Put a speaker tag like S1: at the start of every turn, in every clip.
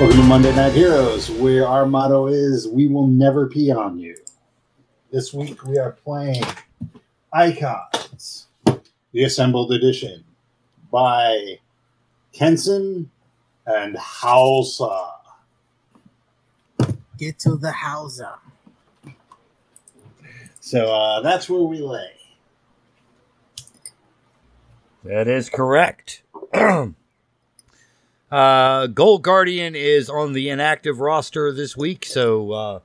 S1: Welcome to Monday Night Heroes, where our motto is "We will never pee on you." This week we are playing Icons, the assembled edition by Kenson and Hausa.
S2: Get to the Hausa.
S1: So uh, that's where we lay.
S3: That is correct. uh, Gold Guardian is on the inactive roster this week, so uh,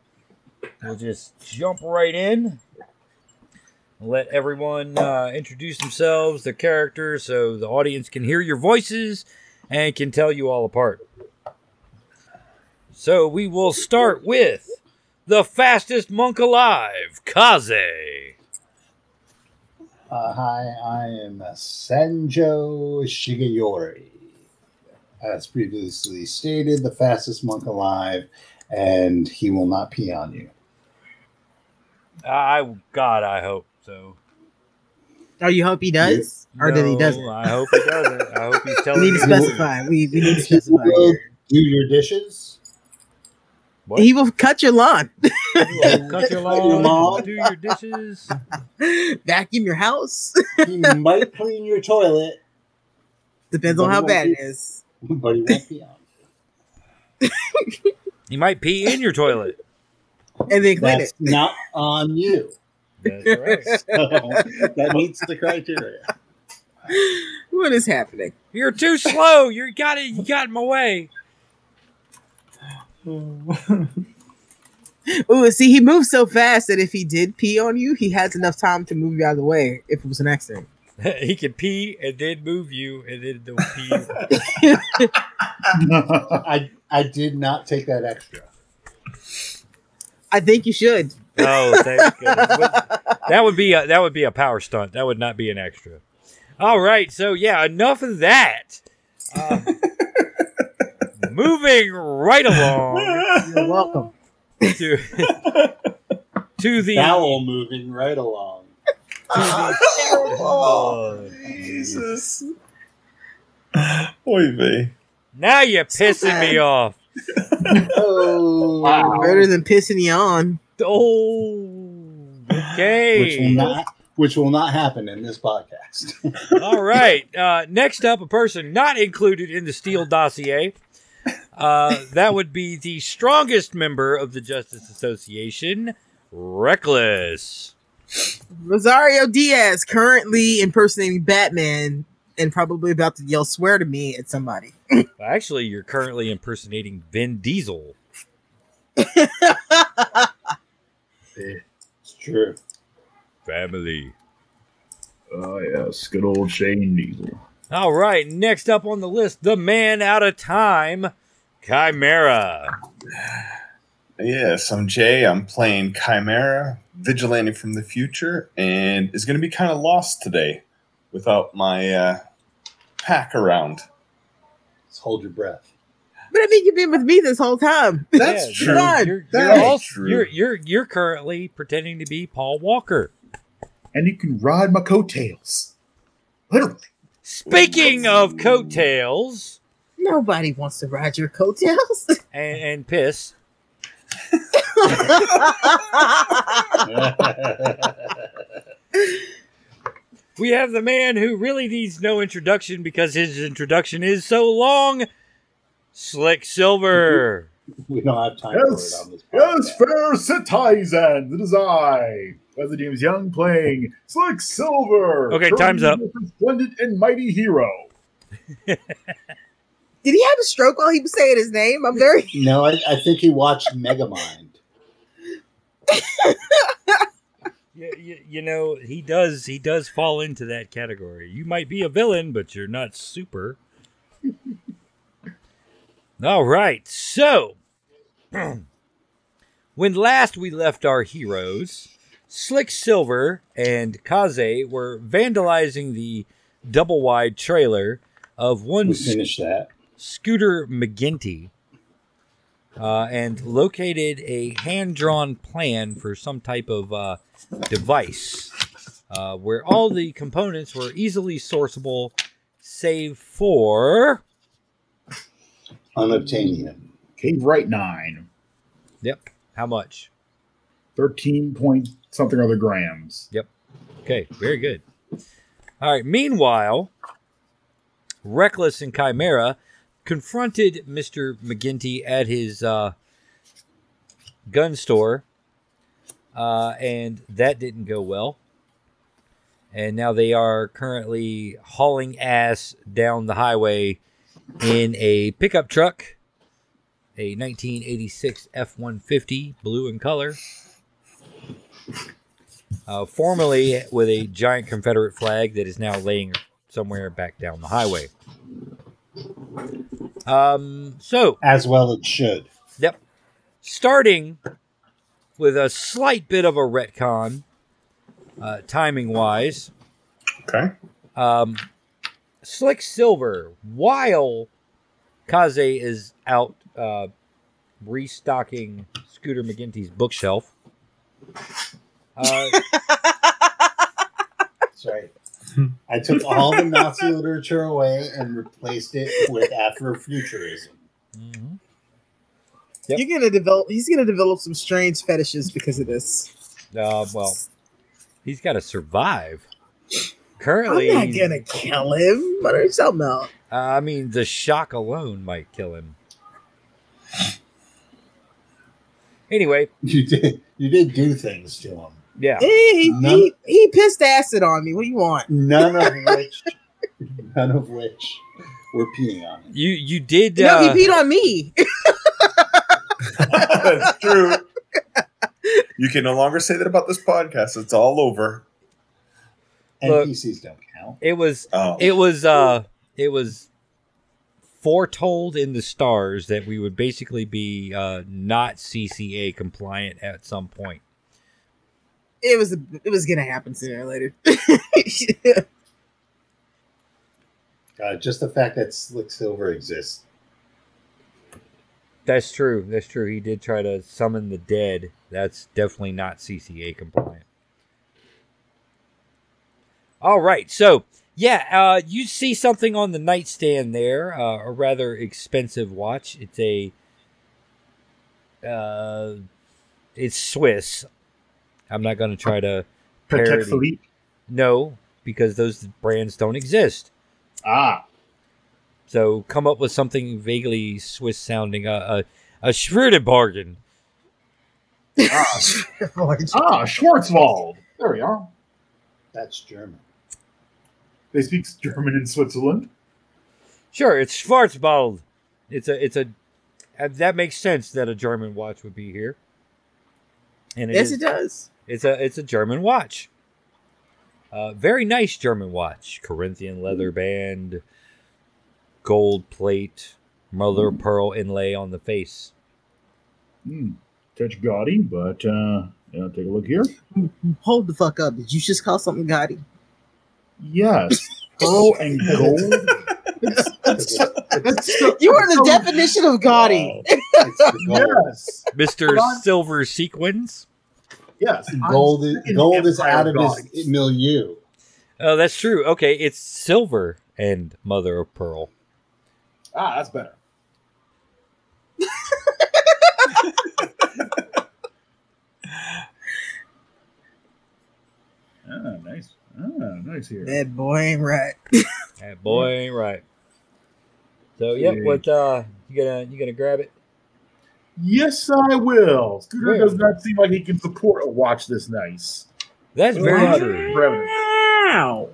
S3: we'll just jump right in. Let everyone uh, introduce themselves, their characters, so the audience can hear your voices and can tell you all apart. So we will start with the fastest monk alive, Kaze.
S1: Uh, hi, I am uh, Senjo Shigeyori. As previously stated, the fastest monk alive, and he will not pee on you.
S3: I God, I hope so.
S2: Oh, you hope he does? Or that he
S3: No,
S2: doesn't?
S3: I hope he doesn't. I hope he's
S2: We
S3: telling
S2: need to
S3: me.
S2: specify. We, we need to
S1: He
S2: specify.
S1: will do your dishes.
S3: What?
S2: He will cut your lawn,
S3: You will cut your
S1: Cut your lawn.
S3: lawn, do your dishes.
S2: vacuum your house.
S1: He might clean your toilet,
S2: Depends on how bad it is.
S1: but he won't pee on.
S3: You might pee in your toilet.
S2: And then
S1: you.
S2: clean it.
S1: That's not on you.
S3: That's right.
S1: So that meets the criteria.
S2: What is happening?
S3: You're too slow. You got it. You got in my way.
S2: Oh, see, he moves so fast that if he did pee on you, he has enough time to move you out of the way if it was an accident.
S3: he can pee and then move you and then don't pee. you.
S1: I I did not take that extra.
S2: I think you should.
S3: Oh, thank goodness. But that would be a, that would be a power stunt. That would not be an extra. All right, so yeah, enough of that. Um, moving right along
S2: You're welcome.
S3: to to the
S1: Bowel moving right along.
S3: Oh,
S4: Jesus. Oy vey.
S3: now you're pissing me off.
S1: Oh,
S2: Better than pissing you on.
S3: Oh,
S1: which will
S3: okay.
S1: not which will not happen in this podcast.
S3: All right. Uh, next up, a person not included in the Steele dossier. Uh, that would be the strongest member of the Justice Association, Reckless.
S2: Rosario Diaz currently impersonating Batman and probably about to yell swear to me at somebody.
S3: Actually, you're currently impersonating Vin Diesel.
S1: It's true.
S3: Family.
S4: Oh, yes. Good old Shane Diesel.
S3: All right. Next up on the list, the man out of time, Chimera.
S4: Yes, I'm Jay. I'm playing Chimera, Vigilante from the future, and is going to be kind of lost today without my uh, pack around.
S1: Just hold your breath.
S2: But I mean, you've been with me this whole time.
S4: That's
S3: Yeah,
S4: true.
S2: God.
S3: You're,
S4: That
S3: you're,
S4: is
S3: also-
S4: true.
S3: you're, you're, you're currently pretending to be Paul Walker.
S5: and you can ride my coattails. Literally.
S3: Speaking of coattails.
S2: Nobody wants to ride your coattails.
S3: and, and piss. We have the man who really needs no introduction because his introduction is so long. Slick Silver.
S1: we don't have time
S5: Yes.
S1: for it on this
S5: Yes,
S1: podcast.
S5: fair citizens, it is I, Wesley James Young, playing Slick Silver.
S3: Okay, time's
S5: currently the Splendid and mighty hero.
S2: Did he have a stroke while he was saying his name? I'm very.
S1: No, I, I think he watched Megamind.
S3: You, you know he does he does fall into that category. You might be a villain, but you're not super. All right, so when last we left our heroes, Slick Silver and Kaze were vandalizing the double wide trailer of one
S1: We finished that.
S3: Scooter McGinty uh, and located a hand drawn plan for some type of uh, device uh, where all the components were easily sourceable, save for
S1: Unobtainium.
S5: Cave Right 9,
S3: Yep. How much?
S5: 13 point something or other grams.
S3: Okay, very good. All right. Meanwhile, Reckless and Chimera confronted Mr. McGinty at his uh, gun store, uh, and that didn't go well. And now they are currently hauling ass down the highway in a pickup truck, a 1986 F 150, blue in color uh, formerly with a giant Confederate flag that is now laying somewhere back down the highway. Um, so,
S1: As well it should.
S3: starting with a slight bit of a retcon, uh, timing wise,
S4: Okay.
S3: um, Slick Silver, while Kaze is out uh, restocking Scooter McGinty's bookshelf, uh,
S1: That's right. I took all the Nazi literature away and replaced it with Afrofuturism.
S3: mhm. Yep.
S2: You're gonna develop. He's gonna develop some strange fetishes because of this.
S3: Uh, well, he's got to survive.
S2: I'm
S3: Currently,
S2: not gonna kill him, but there's something else.
S3: uh, I mean, the shock alone might kill him. Anyway,
S1: You did you did do things to him.
S3: yeah,
S2: Eh, He,
S1: None-
S2: he, he pissed acid on me. What do you want?
S1: None of which none of which were peeing on him.
S3: you you did.
S2: No,
S3: Uh,
S2: he peed on me.
S4: That's true. You can no longer say that about this podcast. It's all over.
S1: And
S3: Look.
S1: PCs don't count.
S3: it was
S4: Oh,
S3: it was uh it was foretold in the stars that we would basically be uh, not CCA compliant at some point.
S2: It was it was gonna happen sooner or later.
S1: God, Uh, just the fact that Slick Silver exists.
S3: That's true. That's true. He did try to summon the dead. That's definitely not CCA compliant. All right. So, yeah, uh, you see something on the nightstand there, uh, a rather expensive watch. It's a. Uh, it's Swiss. I'm not going to try to.
S5: Patek
S3: Parody.
S5: Philippe.
S3: No, because those brands don't exist.
S5: Ah,
S3: So come up with something vaguely Swiss sounding, uh, a, a Schroeder bargain.
S5: ah, ah, Schwarzwald. There we are.
S1: That's German.
S5: They speak German in Switzerland.
S3: Sure, it's Schwarzbald. It's a it's a uh, that makes sense that a German watch would be here. And it
S2: yes,
S3: is-
S2: it does.
S3: it's a it's a German watch. Uh, very nice German watch, Corinthian
S2: Mm.
S3: leather band, gold plate, mother
S2: Mm.
S3: of pearl inlay on the face.
S5: Hmm. Touch gaudy, but uh, yeah, take a look here.
S2: Hold the fuck up! Did you just call something gaudy?
S5: Yes, pearl and gold.
S1: It's, it's,
S2: You are the definition of gaudy.
S1: it's the gold.
S5: yes,
S3: Mister Silver sequins.
S5: yes.
S1: Gold, is,
S5: freaking
S1: gold is
S5: Empire
S1: out of
S5: God.
S1: his milieu.
S3: Oh, that's true. Okay, it's silver and mother of pearl.
S5: Ah, that's better. ah, nice. Ah, nice here.
S2: That boy ain't right.
S3: That boy
S2: Mm.
S3: ain't right. So yep,
S5: Yeah.
S3: what uh you gonna you gonna grab it?
S5: Yes, I will. Scooter
S3: Where?
S5: does not seem like he can support a watch this nice.
S3: That's very
S5: Wow.
S3: true.
S5: Revenue.
S2: Wow.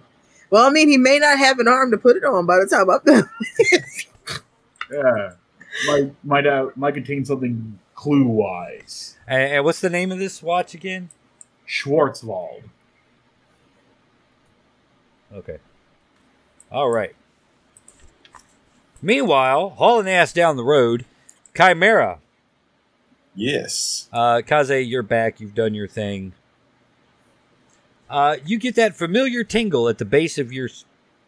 S2: Well, I mean, he may not have an arm to put it on by the time I'm done.
S5: Yeah. Might might uh, might contain something clue wise.
S3: And, and what's the name of this watch again?
S5: Schwarzwald.
S3: Okay. All right. Meanwhile, hauling ass down the road, Chimera.
S4: yes.
S3: Uh, Kaze, you're back. You've done your thing. Uh, you get that familiar tingle at the base of your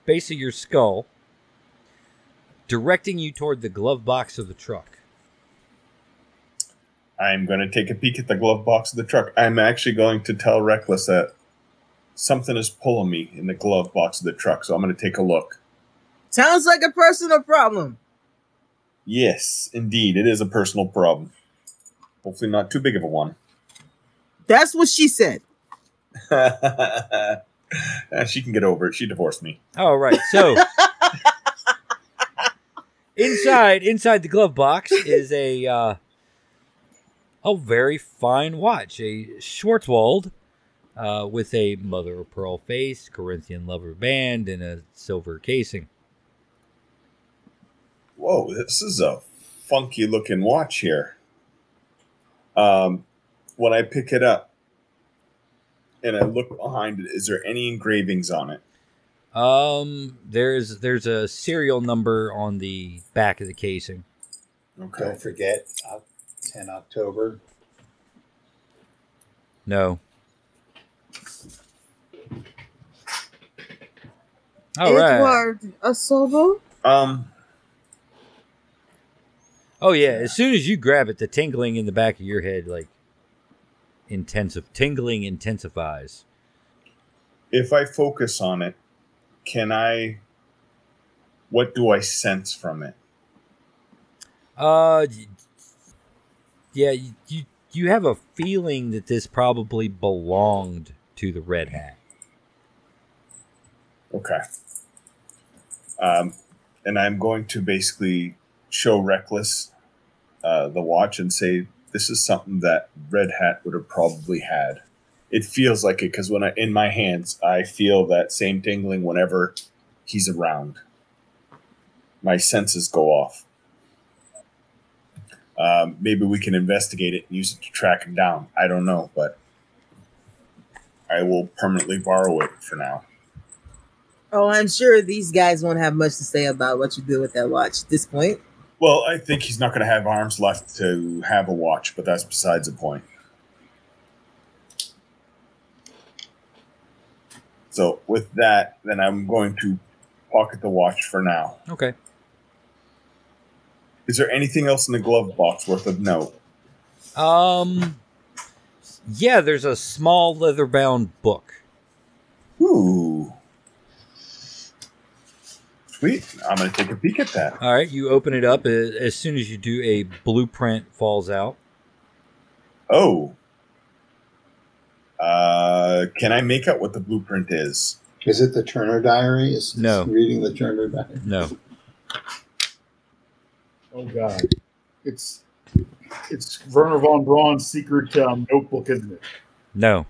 S3: base of your skull, directing you toward the glove box of the truck.
S4: I'm going to take a peek at the glove box of the truck. I'm actually going to tell Reckless that something is pulling me in the glove box of the truck, so I'm going to take a look.
S2: Sounds like a personal problem.
S4: Yes, indeed. It is a personal problem. Hopefully, not too big of a one.
S2: That's what she said.
S4: Ah, she can get over it. She divorced me.
S3: All Oh, right. So inside inside the glove box is a uh, a very fine watch, a Schwarzwald uh, with a mother of pearl face, Corinthian lover band, and a silver casing.
S4: Whoa, this is a funky looking watch here. Um, when I pick it up and I look behind it, is there any engravings on it?
S3: Um, there's there's a serial number on the back of the casing.
S4: Okay.
S1: Don't forget, uh, 10 October.
S3: No. All right.
S2: Edward Asobo?
S4: Um,
S3: Oh yeah, as soon as you grab it, the tingling in the back of your head like intensive tingling intensifies.
S4: if I focus on it, can I? What do I sense from it?
S3: Uh, y- yeah, you you- you have a feeling that this probably belonged to the red hat.
S4: Okay. Um, and I'm going to basically show Reckless uh, the watch and say this is something that Red Hat would have probably had. It feels like it because when I in my hands, I feel that same tingling whenever he's around. My senses go off. Um, maybe we can investigate it and use it to track him down. I don't know, but I will permanently borrow it for now.
S2: Oh, I'm sure these guys won't have much to say about what you do with that watch at this point.
S4: Well, I think he's not going to have arms left to have a watch, but that's besides the point. So, with that, then I'm going to pocket the watch for now.
S3: Okay.
S4: Is there anything else in the glove box worth of note?
S3: Um. Yeah, there's a small leather-bound book.
S4: Ooh. Sweet. I'm going to take a peek at that.
S3: All right, you open it up a- as soon as you do. A blueprint falls out.
S4: Oh. Uh, can I make out what the blueprint is?
S1: Is it the Turner Diary? Is is
S3: No.
S1: reading the Turner Diary?
S3: No.
S5: Oh god, it's it's Werner von Braun's secret um, notebook, isn't it?
S3: No.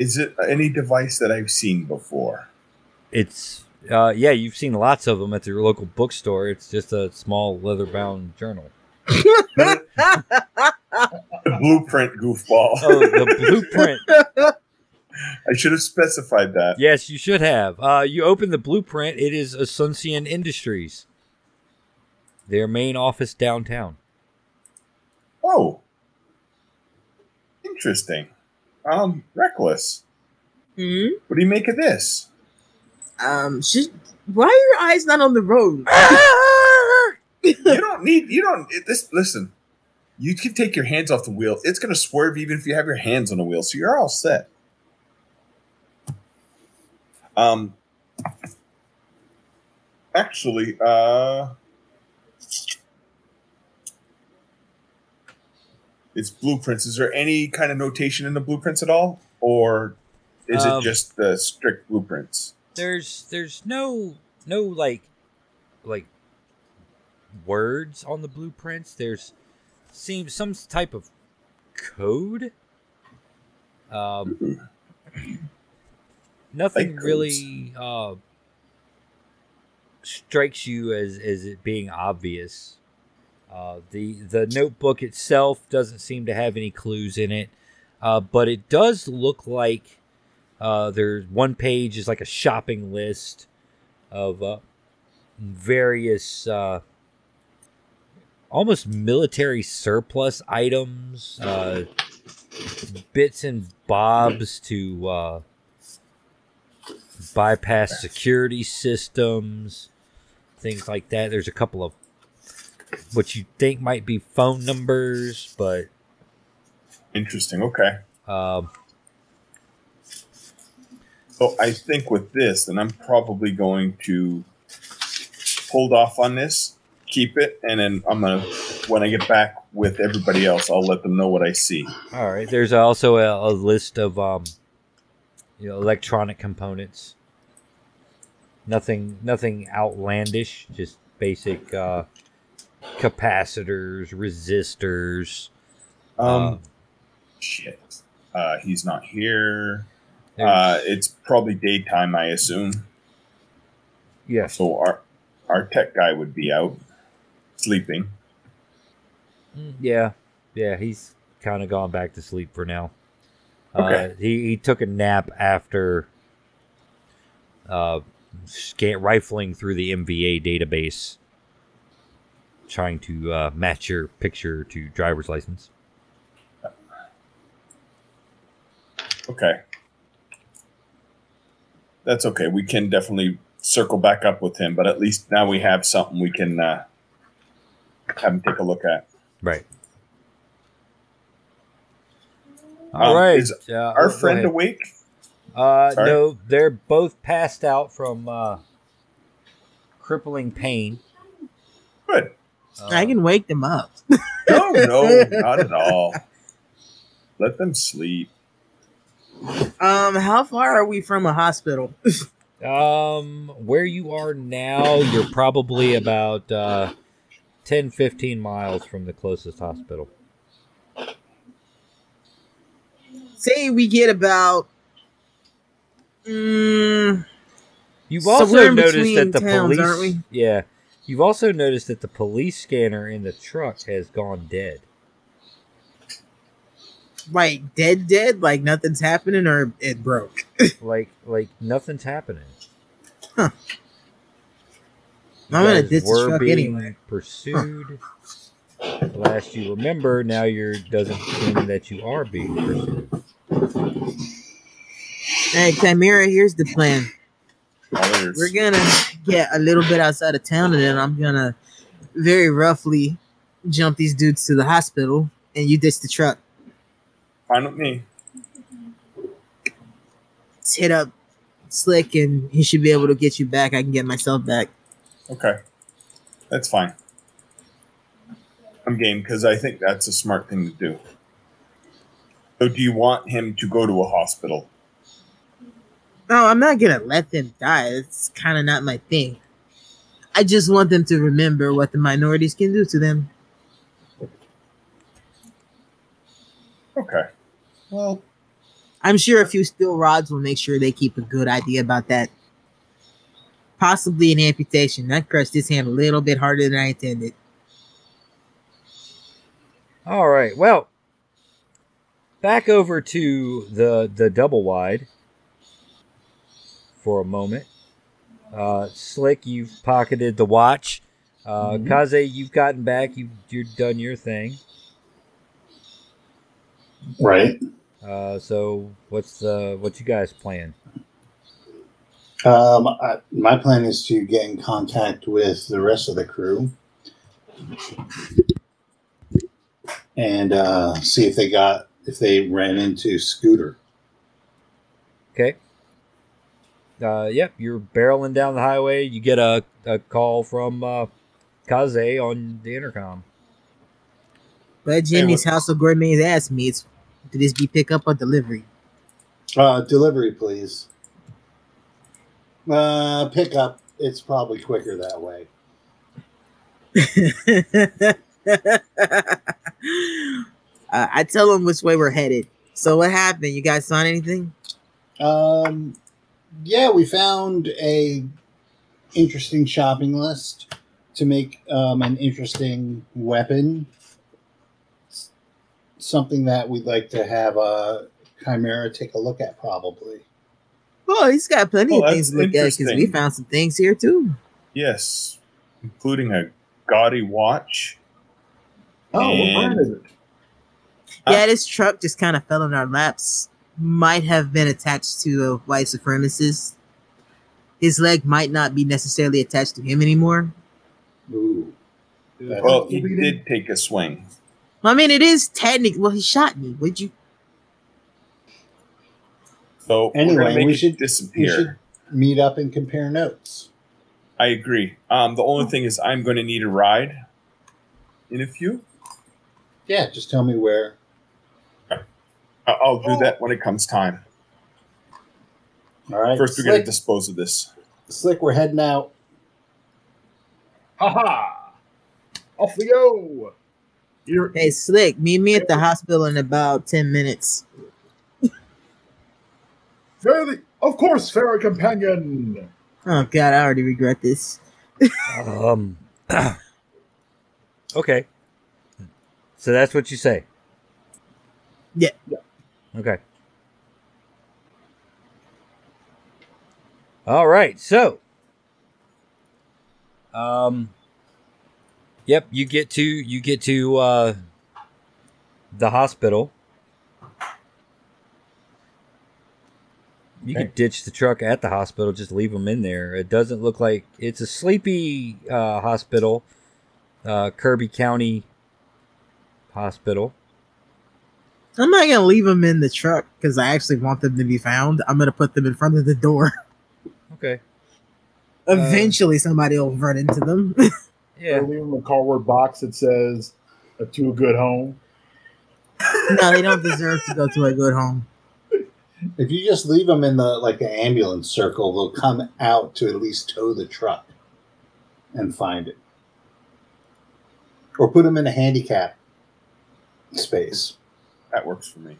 S4: Is it any device that I've seen before?
S3: It's uh yeah, you've seen lots of them at your local bookstore. It's just a small leather-bound journal.
S4: The blueprint goofball.
S3: Oh, the blueprint.
S4: I should have specified that.
S3: Yes, you should have. Uh you open the blueprint, it is Asuncion Industries. Their main office downtown.
S4: Oh, interesting. Um, reckless.
S2: Hmm?
S4: What do you make of this?
S2: Um, she, why are your eyes not on the road?
S4: You don't need. You don't. It, this. Listen. You can take your hands off the wheel. It's going to swerve even if you have your hands on the wheel. So you're all set. Um. Actually, uh. It's blueprints. Is there any kind of notation in the blueprints at all, or is
S3: Um,
S4: it just the strict blueprints?
S3: There's there's no no like like words on the blueprints. There's seems some type of code. Um nothing
S4: Like
S3: really uh, strikes you as as it being obvious. Uh, the the notebook itself doesn't seem to have any clues in it, uh, but it does look like uh, there's one page is like a shopping list of uh, various uh, almost military surplus items, uh, bits and bobs to uh, bypass security systems, things like that. There's a couple of what you think might be phone numbers, but
S4: Interesting. Okay.
S3: um,
S4: So I think with this, and I'm probably going to hold off on this keep it, and then I'm gonna when I get back with everybody else, I'll let them know what I see.
S3: All right. There's also a, a list of um, you know, electronic components. Nothing, nothing outlandish. Just basic uh, capacitors, resistors.
S4: Um,
S3: uh,
S4: shit, uh, he's not here.
S3: there's-
S4: Uh, it's probably daytime, I assume.
S3: yes.
S4: So our our tech guy would be out sleeping.
S3: Mm, Yeah, yeah, he's kind of gone back to sleep for now. Uh,
S4: Okay.
S3: he he took a nap after uh, scan- rifling through the MVA database, trying to uh, match your picture to driver's license.
S4: Okay, that's okay. We can definitely circle back up with him, but at least now we have something we can uh, have him take a look at.
S3: Right. All right.
S4: Um, is
S3: uh,
S4: Our
S3: go
S4: friend
S3: ahead.
S4: awake?
S3: Uh,
S4: Sorry?
S3: no, they're both passed out from uh, crippling pain.
S4: Good.
S3: Uh,
S2: I can wake them up.
S4: No, no, not at all. Let them sleep.
S2: Um, how far are we from a hospital?
S3: Um, where you are now, you're probably about uh, 10, 15 miles from the closest hospital.
S2: Say we get about. Mm,
S3: You've
S2: So
S3: also
S2: we're in
S3: noticed
S2: between
S3: that the
S2: towns,
S3: police,
S2: aren't we?
S3: yeah, you've also noticed that the police scanner in the truck has gone dead.
S2: like dead, dead, like nothing's happening, or it broke.
S3: Like, like nothing's happening. You
S2: I'm gonna
S3: guys
S2: ditch the
S3: were
S2: truck
S3: being
S2: anyway.
S3: Pursued. Last you remember, now you're doesn't seem that you are being pursued.
S2: Hey, Chimera, here's the plan.
S4: All ears.
S2: We're gonna get a little bit outside of town, and then I'm gonna very roughly jump these dudes to the hospital, and you ditch the truck.
S4: Fine with me.
S2: Let's hit up Slick, and he should be able to get you back. I can get myself back.
S4: Okay. That's fine. I'm game because I think that's a smart thing to do. So, do you want him to go to a hospital?
S2: No, I'm not gonna let them die. That's kind of not my thing. I just want them to remember what the minorities can do to them.
S4: Okay. Well,
S2: I'm sure a few steel rods will make sure they keep a good idea about that. Possibly an amputation. That crushed his hand a little bit harder than I intended.
S3: All right. Well, back over to the the double wide for a moment. Uh, Slick, you've pocketed the watch. Uh,
S5: Mhm.
S3: Kaze, you've gotten back. You you've done your thing.
S1: Right.
S3: Uh, so what's the what you guys plan?
S1: Um, I, my plan is to get in contact with the rest of the crew and uh, see if they got if they ran into Scooter.
S3: Okay. Uh, yep, you're barreling down the highway. You get a, a call from uh, Kaze on the intercom.
S2: But Jimmy's
S1: what-
S2: house of gourmet's ass meats. Did this be pickup or delivery?
S1: Uh, delivery, please. Uh, pick up. It's probably quicker that way.
S2: uh, I tell him which way we're headed. So what happened? You guys find anything?
S1: Um, yeah, we found a interesting shopping list to make um, an interesting weapon. S- something that we'd like to have uh, Chimera take a look at, probably.
S2: Oh, he's got plenty
S4: Oh,
S2: of things to
S4: that's
S2: look at because we
S4: interesting.
S2: found some things here too.
S4: yes, including a gaudy watch.
S5: Oh, what brand is it?
S4: Uh,
S2: yeah, this truck just kind of fell in our laps. Might have been attached to a white supremacist. His leg might not be necessarily attached to him anymore.
S1: Ooh.
S5: Is it
S4: Well, he
S5: bleeding?
S4: did take a swing.
S2: I mean, it is technically. Well, he shot me. Would you?
S4: So, we're gonna
S1: Anyway,
S4: make
S1: we
S4: it
S1: should- we
S4: disappear.
S1: should- Meet up and compare notes.
S4: I agree. Um, the only thing is, I'm going to need a ride in a few.
S1: Yeah, just tell me where.
S4: I- I'll do that when it comes time.
S1: All right.
S4: First, we got to
S1: slick,
S4: dispose of this.
S1: slick, we're heading out.
S5: Ha ha! Off we go. You're
S2: Hey, Slick, meet me at the hospital in about 10 minutes.
S5: fairly, of course, fair companion.
S2: Oh, God, I already regret this.
S3: Um. okay. So that's what you say.
S2: Yeah.
S3: Okay. All right. So. Um. Yep. You get to you get to uh, the hospital. You could ditch the truck at the hospital, just leave them in there. It doesn't look like it's a sleepy uh, hospital, uh, Kirby County Hospital.
S2: I'm not going to leave them in the truck because I actually want them to be found. I'm going to put them in front of the door.
S3: Okay.
S2: Eventually, somebody will run into them.
S5: They're
S3: Yeah.
S5: leaving a cardboard box that says "A to a good home."
S2: no, they don't deserve to go to a good home.
S1: If you just leave them in the like the ambulance circle, they'll come out to at least tow the truck and find it, or put them in a handicap space
S4: That works for me.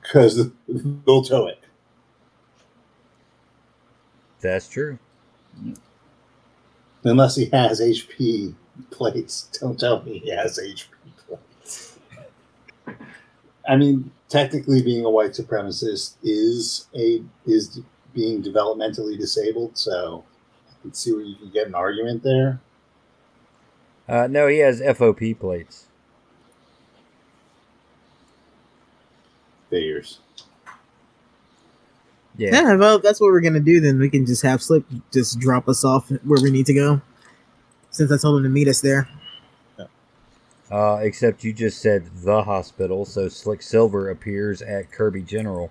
S1: because they'll tow it.
S3: That's true.
S1: Unless he has HP plates. Don't tell me he has HP plates. I mean, technically being a white supremacist is a is being developmentally disabled, so I can see where you can get an argument there.
S3: Uh, no, he has FOP plates.
S1: Figures.
S3: Yeah.
S2: Yeah, well, if that's what we're going to do. Then we can just have Slick just drop us off where we need to go since I told him to meet us there.
S3: Uh, except you just said the hospital, so Slick Silver appears at Kirby General.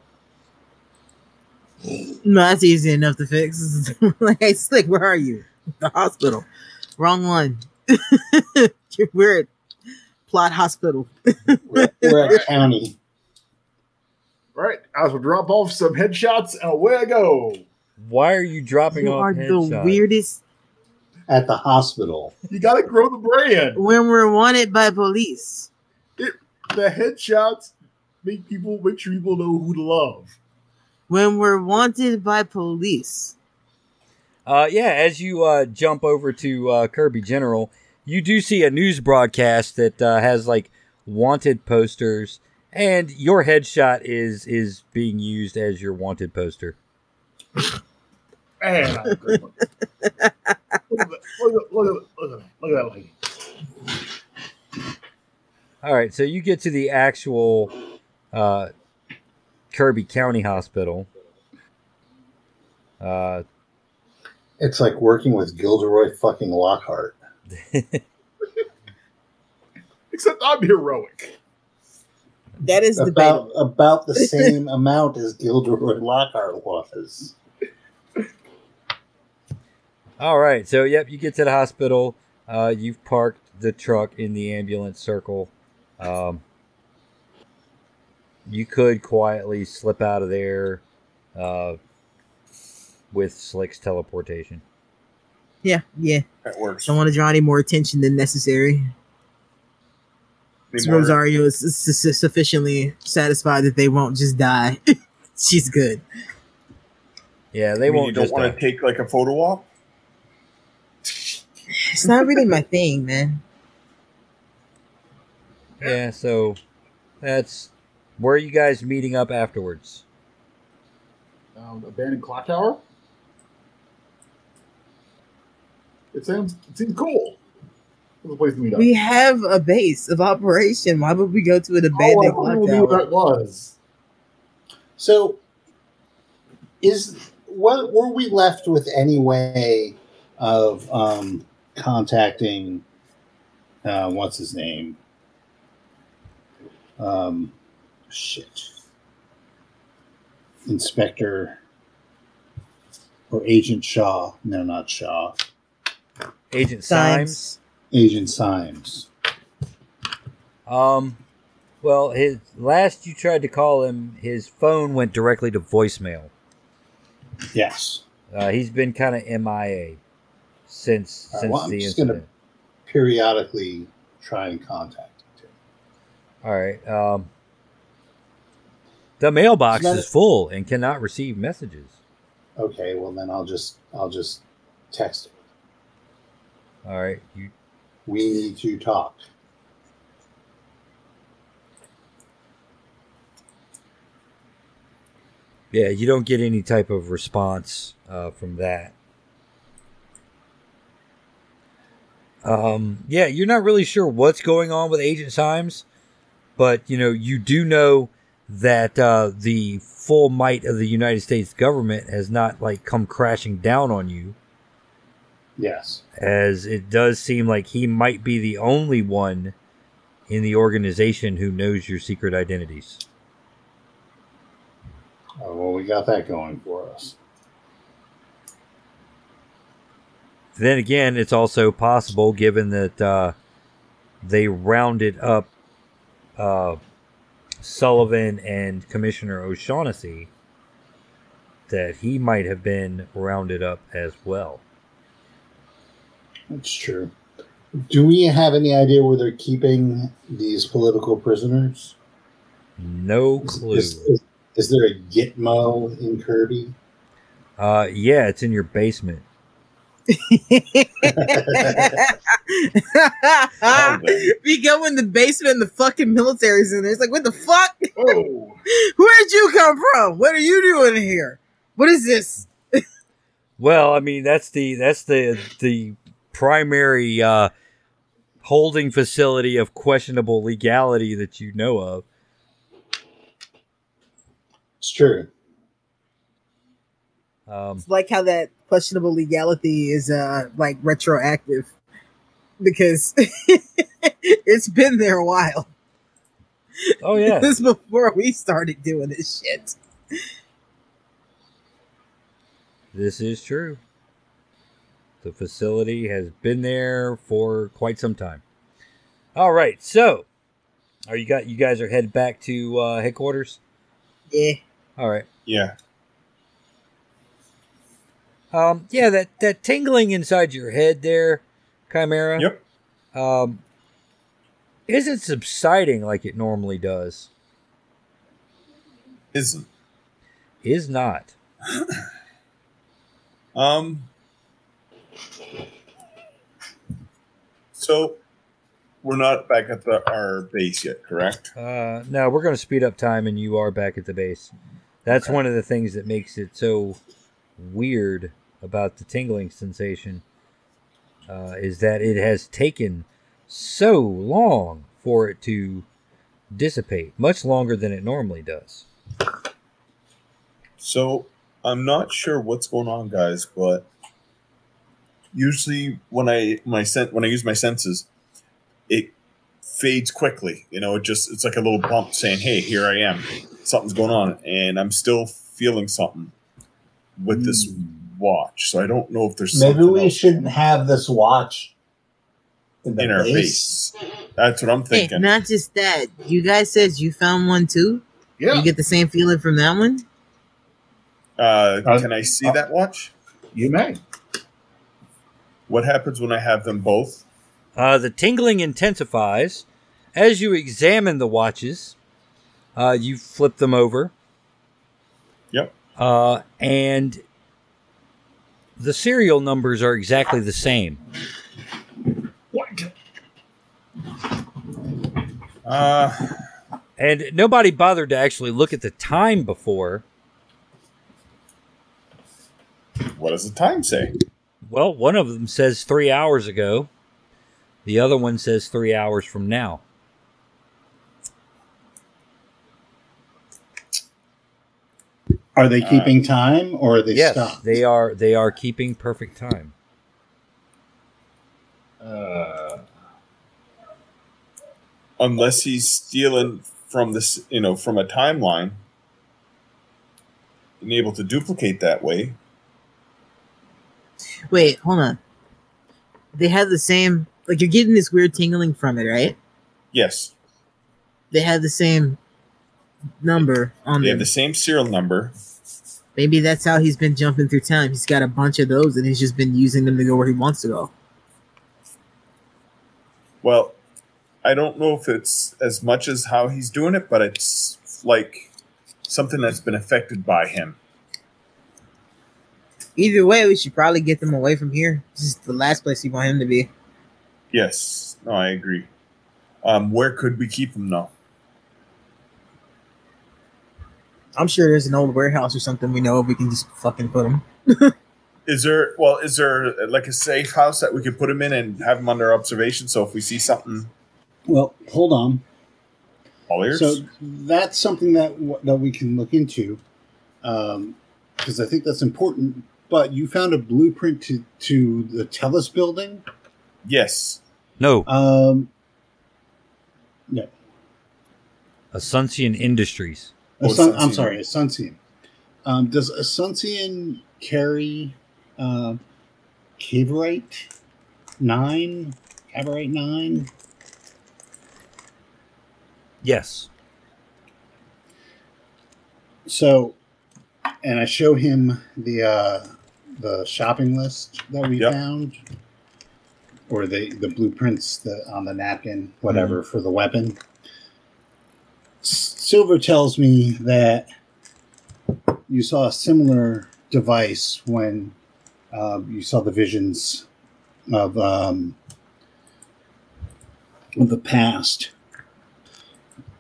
S2: No, that's easy enough to fix. like, hey, Slick, where are you? The hospital. Wrong one. We're at Plot Hospital.
S1: We're, we're a county.
S5: Right, I will drop off some headshots and away I go.
S3: Why are you dropping
S2: You
S3: off
S2: are the
S3: headshots?
S2: weirdest.
S1: At the hospital.
S5: You gotta grow the brand.
S2: When we're wanted by police.
S5: The headshots make people make sure people know who to love.
S2: When we're wanted by police.
S3: Uh, yeah, as you uh, jump over to uh, Kirby General, you do see a news broadcast that uh, has like wanted posters, and your headshot is is being used as your wanted poster.
S5: Man, I'm a great one. look at that! Look at look at look at that! Look at that lady.
S3: All right, so you get to the actual uh, Kirby County Hospital. Uh,
S1: It's like working with Gilderoy fucking Lockhart.
S5: Except I'm heroic.
S2: That is
S1: About about the same amount as Gilderoy Lockhart was.
S3: all right, so yep, you get to the hospital. Uh, you've parked the truck in the ambulance circle. Um, you could quietly slip out of there uh, with Slick's teleportation.
S2: Yeah, yeah.
S4: That works.
S2: Don't want to draw any more attention than necessary.
S4: Any more-
S2: Rosario is su- su- sufficiently satisfied that they won't just die. She's good.
S3: Yeah,
S4: I
S3: they
S4: mean,
S3: won't
S4: You don't
S3: just
S4: want
S3: die.
S4: to take like a photo op.
S2: It's not really my thing, man.
S3: Yeah, so that's where are you guys meeting up afterwards?
S5: Um, abandoned clock tower. It sounds it seems cool. That's a place to meet up.
S2: We have a base of operation. Why would we go to an
S5: oh, I
S2: abandoned
S5: totally
S2: clock
S5: knew
S2: tower?
S5: that was.
S1: So, is what were we left with any way of um, contacting? Uh, what's his name? Um, shit, Inspector or Agent Shaw. No, not Shaw.
S3: Agent Symes.
S2: Symes.
S1: Agent Symes.
S3: Um, well, his last you tried to call him, his phone went directly to voicemail.
S1: Yes.
S3: Uh, he's been kind of MIA since
S1: All right,
S3: since
S1: well, I'm
S3: the
S1: just gonna-
S3: incident.
S1: Periodically try and contact him.
S3: All right. Um, the mailbox
S1: Let
S3: is
S1: it-
S3: full and cannot receive messages.
S1: Okay, well then I'll just I'll just text him.
S3: All right. You
S1: We need to talk.
S3: yeah. You don't get any type of response uh, from that. Um, yeah, you're not really sure what's going on with Agent Symes, but you know you do know that uh, the full might of the United States government has not like come crashing down on you.
S1: Yes.
S3: as it does seem like he might be the only one in the organization who knows your secret identities.
S1: Oh, well, we got that going for us.
S3: Then again, it's also possible, given that uh, they rounded up uh, Sullivan and Commissioner O'Shaughnessy, that he might have been rounded up as well.
S1: That's true. Do we have any idea where they're keeping these political prisoners?
S3: No
S1: Is-
S3: clue.
S1: Is, is- is there a Gitmo in Kirby?
S3: Uh, yeah, it's in your basement. Ah!
S2: we go in the basement and the fucking military's in there. It's like, what the fuck?
S5: Oh,
S2: Where'd you come from? What are you doing here? What is this?
S3: Well, I mean that's the that's the the primary uh, holding facility of questionable legality that you know of.
S1: It's true.
S3: Um,
S2: It's like how that questionable legality is uh like retroactive because it's been there a while.
S3: oh yeah,
S2: This is before we started doing this shit.
S3: this is true. The facility has been there for quite some time. All right, so are you got you guys are headed back to uh, headquarters?
S2: Yeah.
S3: All right.
S4: Yeah.
S3: Um, yeah, that that tingling inside your head there, Chimera.
S4: Yep.
S3: um, isn't subsiding like it normally does.
S4: Isn't.
S3: Is not.
S4: Um. So, we're not back at the, our base yet, correct?
S3: Uh, no, we're going to speed up time, and you are back at the base. That's one of the things that makes it so weird about the tingling sensation uh, is that it has taken so long for it to dissipate, much longer than it normally does.
S4: So, I'm not sure what's going on, guys, but usually when I my sen- when I use my senses, it fades quickly. You know, it just it's like a little bump saying, "Hey, here I am. Something's going on," and I'm still feeling something with this watch. So I don't know if there's
S1: Hmm. Maybe
S4: something
S1: we
S4: else
S1: shouldn't have this watch in the
S4: in our
S1: base.
S4: base. That's what I'm
S2: Hey,
S4: thinking.
S2: not just that. You guys said you found one too.
S5: yeah.
S2: You get the same feeling from that one.
S4: Uh,
S5: Uh,
S4: can I see
S5: uh,
S4: that watch?
S5: You may.
S4: What happens when I have them both?
S3: Uh, the tingling intensifies as you examine the watches. Uh, you flip them over.
S4: Yep.
S3: Uh, and the serial numbers are exactly the same.
S5: What?
S4: Uh,
S3: And nobody bothered to actually look at the time before.
S4: what does the time say?
S3: Well, one of them says three hours ago, the other one says three hours from now.
S1: Are they
S4: Uh,
S1: keeping time or are they
S3: yes,
S1: stopped?
S3: they are. They are keeping perfect time.
S5: Uh,
S4: Unless he's stealing from this, you know, from a timeline and able to duplicate that way.
S2: Wait, hold on. They have the same. Like you're getting this weird tingling from it, right?
S4: Yes,
S2: They had the same number on
S4: they
S2: there.
S4: have the same serial number.
S2: Maybe that's how he's been jumping through time. He's got a bunch of those, and he's just been using them to go where he wants to go.
S4: Well, I don't know if it's as much as how he's doing it, but it's like something that's been affected by him.
S2: Either way, we should probably get them away from here. This is the last place you want him to be.
S4: Yes, no, I agree. Um, where could we keep him though?
S2: I'm sure there's an old warehouse or something we know of. We can just fucking put him.
S4: Is there well? Is there like a safe house that we could put him in and have him under observation? So if we see something,
S1: Well, hold on.
S4: all ears.
S1: So that's something that w- that we can look into, because I think that's important. But you found a blueprint to to the Telus building.
S4: yes,
S3: No,
S1: Um,
S3: Asuncion Industries.
S4: Oh,
S1: Asun- I'm
S4: Asuncion.
S1: sorry, Asuncion. Um, does Asuncion carry uh, Cavorite Nine? Cavorite Nine?
S3: Yes.
S1: So, and I show him the uh, the shopping list that we
S4: Yep.
S1: found, or the the blueprints that on the napkin, whatever for the weapon. S- Silver tells me that you saw a similar device when um, you saw the visions of um, of the past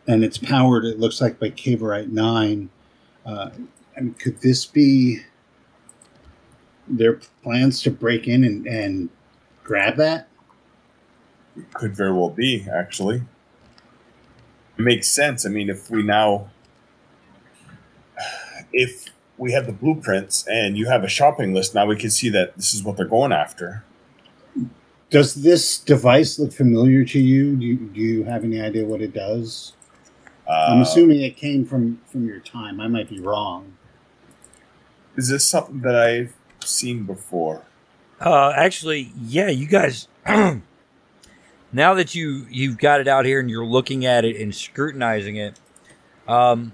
S1: and it's powered. It looks like by Cavorite Nine. Uh, I mean, could this be their plans to break in and, and grab that?
S4: could very well be actually. It makes sense. I mean, if we now, if we have the blueprints and you have a shopping list, now we can see that this is what they're going after.
S1: Does this device look familiar to you? Do you, do you have any idea what it does?
S4: Uh,
S1: I'm assuming it came from from your time. I might be wrong.
S4: Is this something that I've seen before?
S3: Uh, actually, yeah, you guys. now that you you've got it out here and you're looking at it and scrutinizing it, um,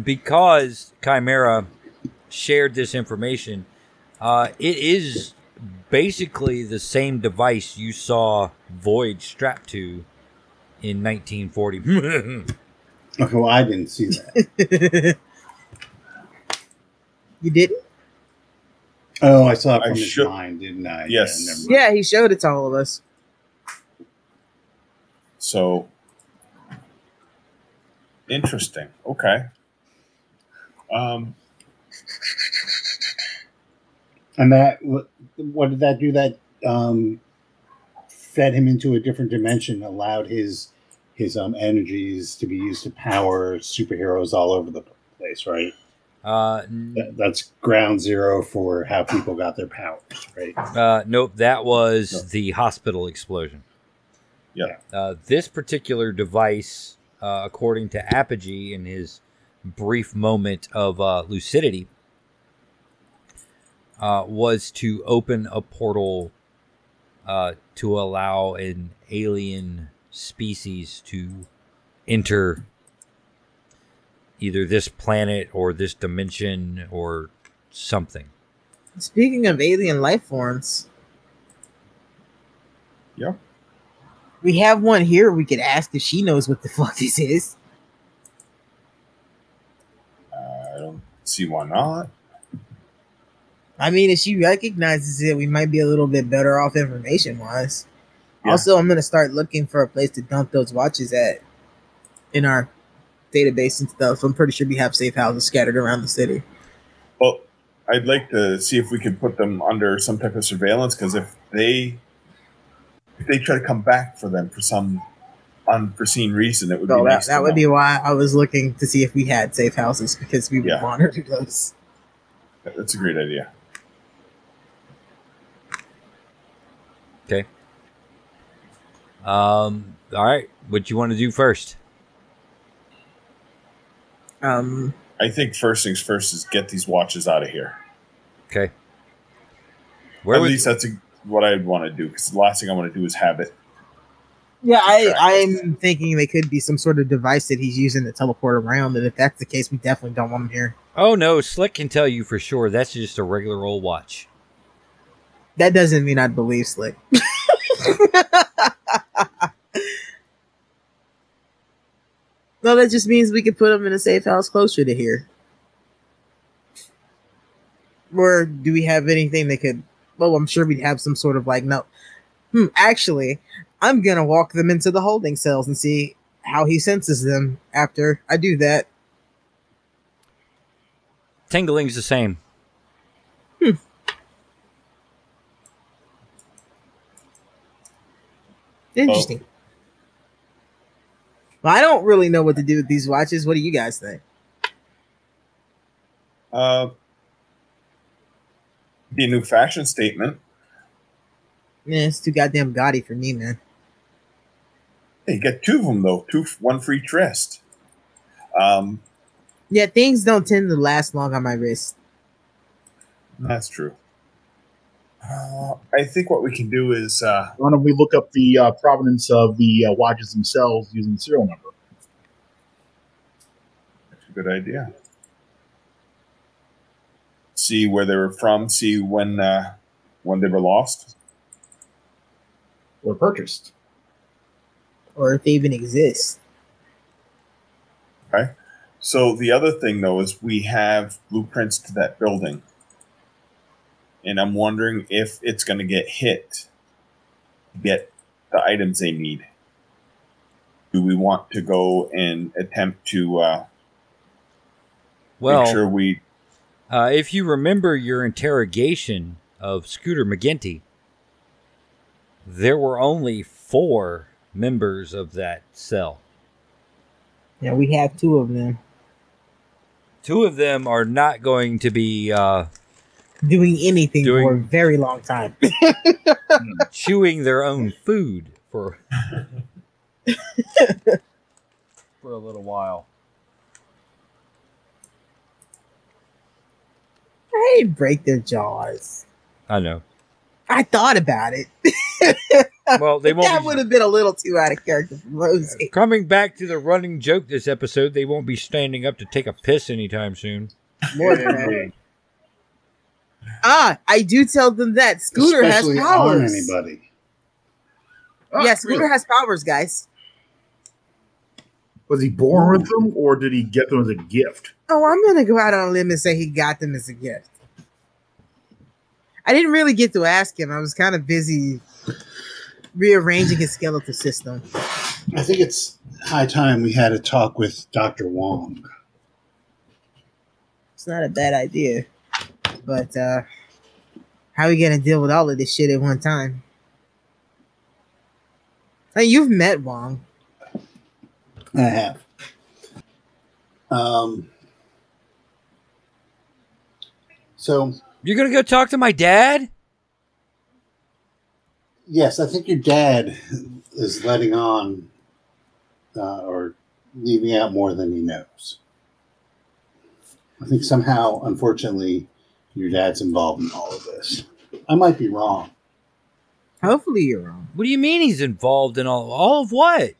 S3: because Chimera shared this information, uh, it is basically the same device you saw Void strapped to in 1940.
S1: Okay, well, I didn't see that.
S2: you didn't?
S1: oh, I saw it
S4: I
S1: from his
S4: should-
S1: mind, didn't I?
S4: Yes.
S1: never mind.
S2: Yeah, he showed it to all of us.
S4: So interesting. Okay. Um,
S1: And that what, what did that do? That um, fed him into a different dimension, allowed his his um, energies to be used to power superheroes all over the place. Right.
S3: uh, n-
S1: That, that's ground zero for how people got their powers. Right.
S3: Uh, nope, that was
S4: No.
S3: the hospital explosion.
S4: Yeah.
S3: Uh, this particular device, uh, according to Apogee in his brief moment of uh, lucidity, uh, was to open a portal uh, to allow an alien species to enter either this planet or this dimension or something.
S2: Speaking of alien life forms.
S4: Yeah.
S2: We have one here we could ask if she knows what the fuck this is.
S4: I don't see why not.
S2: I mean, if she recognizes it, we might be a little bit better off information wise.
S4: Yeah.
S2: Also, I'm gonna start looking for a place to dump those watches at in our database and stuff. I'm pretty sure we have safe houses scattered around the city.
S4: Well, I'd like to see if we could put them under some type of surveillance because if they if they try to come back for them for some unforeseen reason, it would
S2: So
S4: be
S2: that,
S4: nice.
S2: that
S4: to
S2: would be
S4: know.
S2: why I was looking to see if we had safe houses because we would
S4: Yeah.
S2: monitor those.
S4: That's a great idea.
S3: Um, all right, what you want to do first?
S2: Um,
S4: I think first things first is get these watches out of here.
S3: Okay. Where
S4: At
S3: would
S4: least that's a, what I'd want to do because the last thing I want to do is have it.
S2: Yeah, I, I'm thinking they could be some sort of device that he's using to teleport around. And if that's the case, we definitely don't want him here.
S3: Oh no, Slick can tell you for sure. That's just a regular old watch.
S2: That doesn't mean I believe Slick. no, that just means we could put him in a safe house closer to here. Or do we have anything that could? Well, I'm sure we'd have some sort of like no. Hmm, actually, I'm gonna walk them into the holding cells and see how he senses them after I do that.
S3: Tingling's the same.
S2: Interesting. Well, I don't really know what to do with these watches. What do you guys think?
S4: Uh, be a new fashion statement.
S2: Man, it's too goddamn gaudy for me, man.
S4: Hey, you got two of them though, two f- one for each wrist. Um,
S2: Yeah, things don't tend to last long on my wrist.
S4: that's true. Uh, I think what we can do is uh,
S5: Why don't we look up the uh, provenance of the uh, watches themselves using the serial number?
S4: That's a good idea. See where they were from. See when uh, when they were lost.
S5: Or purchased.
S2: Or if they even exist.
S4: So the other thing though is we have blueprints to that building, and I'm wondering if it's going to get hit. to Get the items they need. Do we want to go and attempt to uh,
S3: Well,
S4: make sure we?
S3: uh, if you remember your interrogation of Scooter McGinty, there were only four members of that cell.
S2: Yeah, we have two of them
S3: Two of them are not going to be uh,
S2: doing anything
S3: Doing-
S2: for a very long time.
S3: chewing their own food for for a little while.
S2: I didn't break their jaws.
S3: I know.
S2: I thought about it.
S3: Well, they won't.
S2: that
S3: be-
S2: would have been a little too out of character for Rosie.
S3: Coming back to the running joke this episode, they won't be standing up to take a piss anytime soon.
S2: More than that. Ah, I do tell them that Scooter
S1: Especially
S2: has powers.
S1: on anybody.
S5: Ah,
S2: yeah, Scooter
S5: really?
S2: has powers, guys.
S5: Was he born with them or did he get them as a gift?
S2: Oh, I'm gonna go out on a limb and say he got them as a gift. I didn't really get to ask him. I was kind of busy rearranging his skeletal system.
S1: I think it's high time we had a talk with Dr. Wong.
S2: It's not a bad idea. But uh how are we gonna deal with all of this shit at one time? Now, you've met Wong.
S1: I have. Um, so,
S3: You're gonna go talk to my dad?
S1: yes, I think your dad is letting on uh, or leaving out more than he knows. I think somehow, unfortunately, your dad's involved in all of this. I might be wrong.
S2: Hopefully you're wrong.
S3: What do you mean he's involved in all all of what?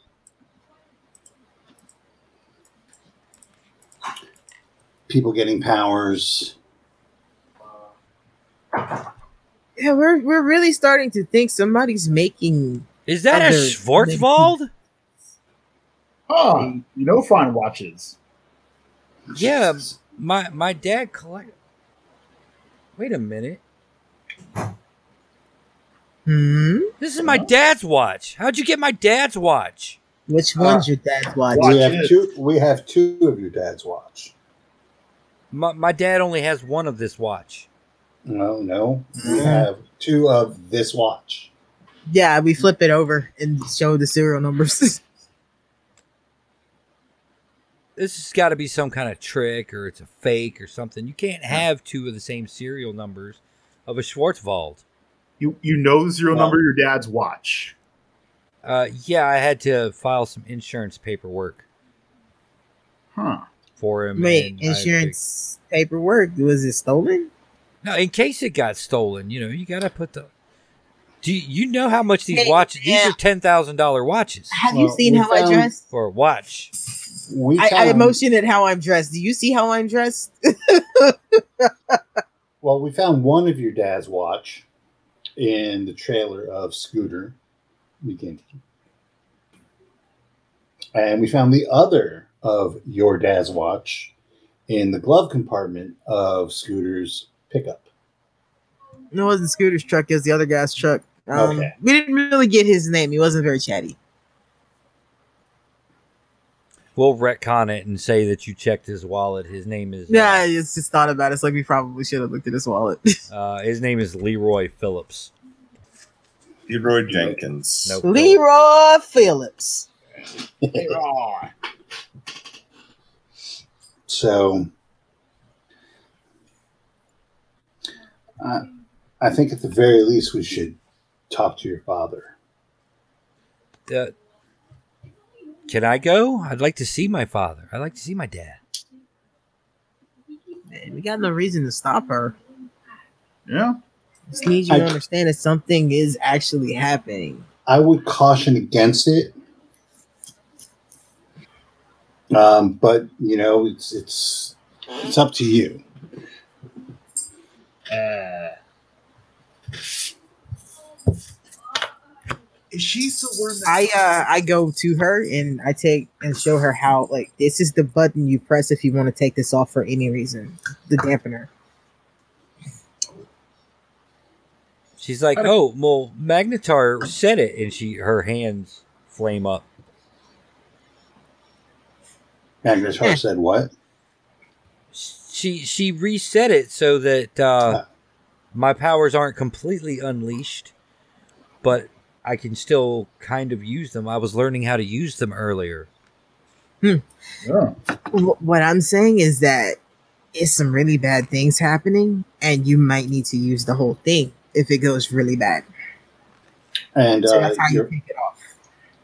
S1: People getting powers.
S2: Yeah, we're we're really starting to think somebody's making
S3: Is that a
S2: Other-
S3: Schwarzwald?
S5: Ah, you know, fine watches.
S3: Yeah, my my dad collect. Wait a minute.
S2: hmm
S3: This is my dad's watch. How'd you get my dad's watch?
S2: which one's your dad's watch?
S5: Watch
S1: we have
S5: it.
S1: two. We have two of your dad's watch.
S3: My, my dad only has one of this watch.
S1: No, no, we have two of this watch.
S2: Yeah, we flip it over and show the serial numbers.
S3: This has got to be some kind of trick or it's a fake or something. You can't have two of the same serial numbers of a Schwarzwald.
S5: You you know the serial
S1: Well-
S5: number of your dad's watch.
S3: Uh, yeah, I had to file some insurance paperwork
S5: Huh.
S3: for him.
S2: Wait,
S3: and I
S2: insurance paperwork was it stolen?
S3: Now, in case it got stolen, you know, you got to put the. Do you, you know how much these
S6: Hey,
S3: watches? These
S6: yeah.
S3: are ten thousand dollar watches
S6: Have
S1: Well,
S6: you seen
S1: we
S6: how
S1: found-
S6: I dress?
S3: or a watch.
S1: We
S2: I, I
S1: found-
S2: emotion at how I'm dressed. Do you see how I'm dressed?
S1: Well, we found one of your dad's watch in the trailer of Scooter McGinty. And we found the other of your dad's watch in the glove compartment of Scooter's pickup.
S2: It wasn't Scooter's truck. It was the other guy's truck. Um,
S1: Okay.
S2: We didn't really get his name. He wasn't very chatty.
S3: We'll retcon it and say that you checked his wallet. His name is
S2: Yeah, I just, just thought about it. It's like we probably should have looked at his wallet.
S3: Uh, his name is Leroy Phillips.
S4: Leroy Jenkins.
S3: Nope.
S2: Leroy Phillips.
S5: Leroy.
S1: So uh, I think at the very least we should talk to your father.
S3: Uh, can I go? I'd like to see my father. I'd like to see my dad.
S2: Man, we got no reason to stop her.
S5: Yeah.
S2: Just need you to
S1: I-
S2: understand that something is actually happening.
S1: I would caution against it. Um, but you know, it's it's it's up to you.
S5: Uh, is she still wearing that?
S2: I uh I go to her and I take and show her how like this is the button you press if you want to take this off for any reason. The dampener.
S3: She's like, "Oh, well, Magnetar said it," and she her hands flame up.
S1: Magnus Hart said what?
S3: She she reset it so that uh, my powers aren't completely unleashed, but I can still kind of use them. I was learning how to use them earlier.
S5: Yeah.
S2: Wh- What I'm saying is that it's some really bad things happening, and you might need to use the whole thing if it goes really bad.
S1: And
S2: So
S1: uh,
S2: that's how you
S1: your,
S2: take it off.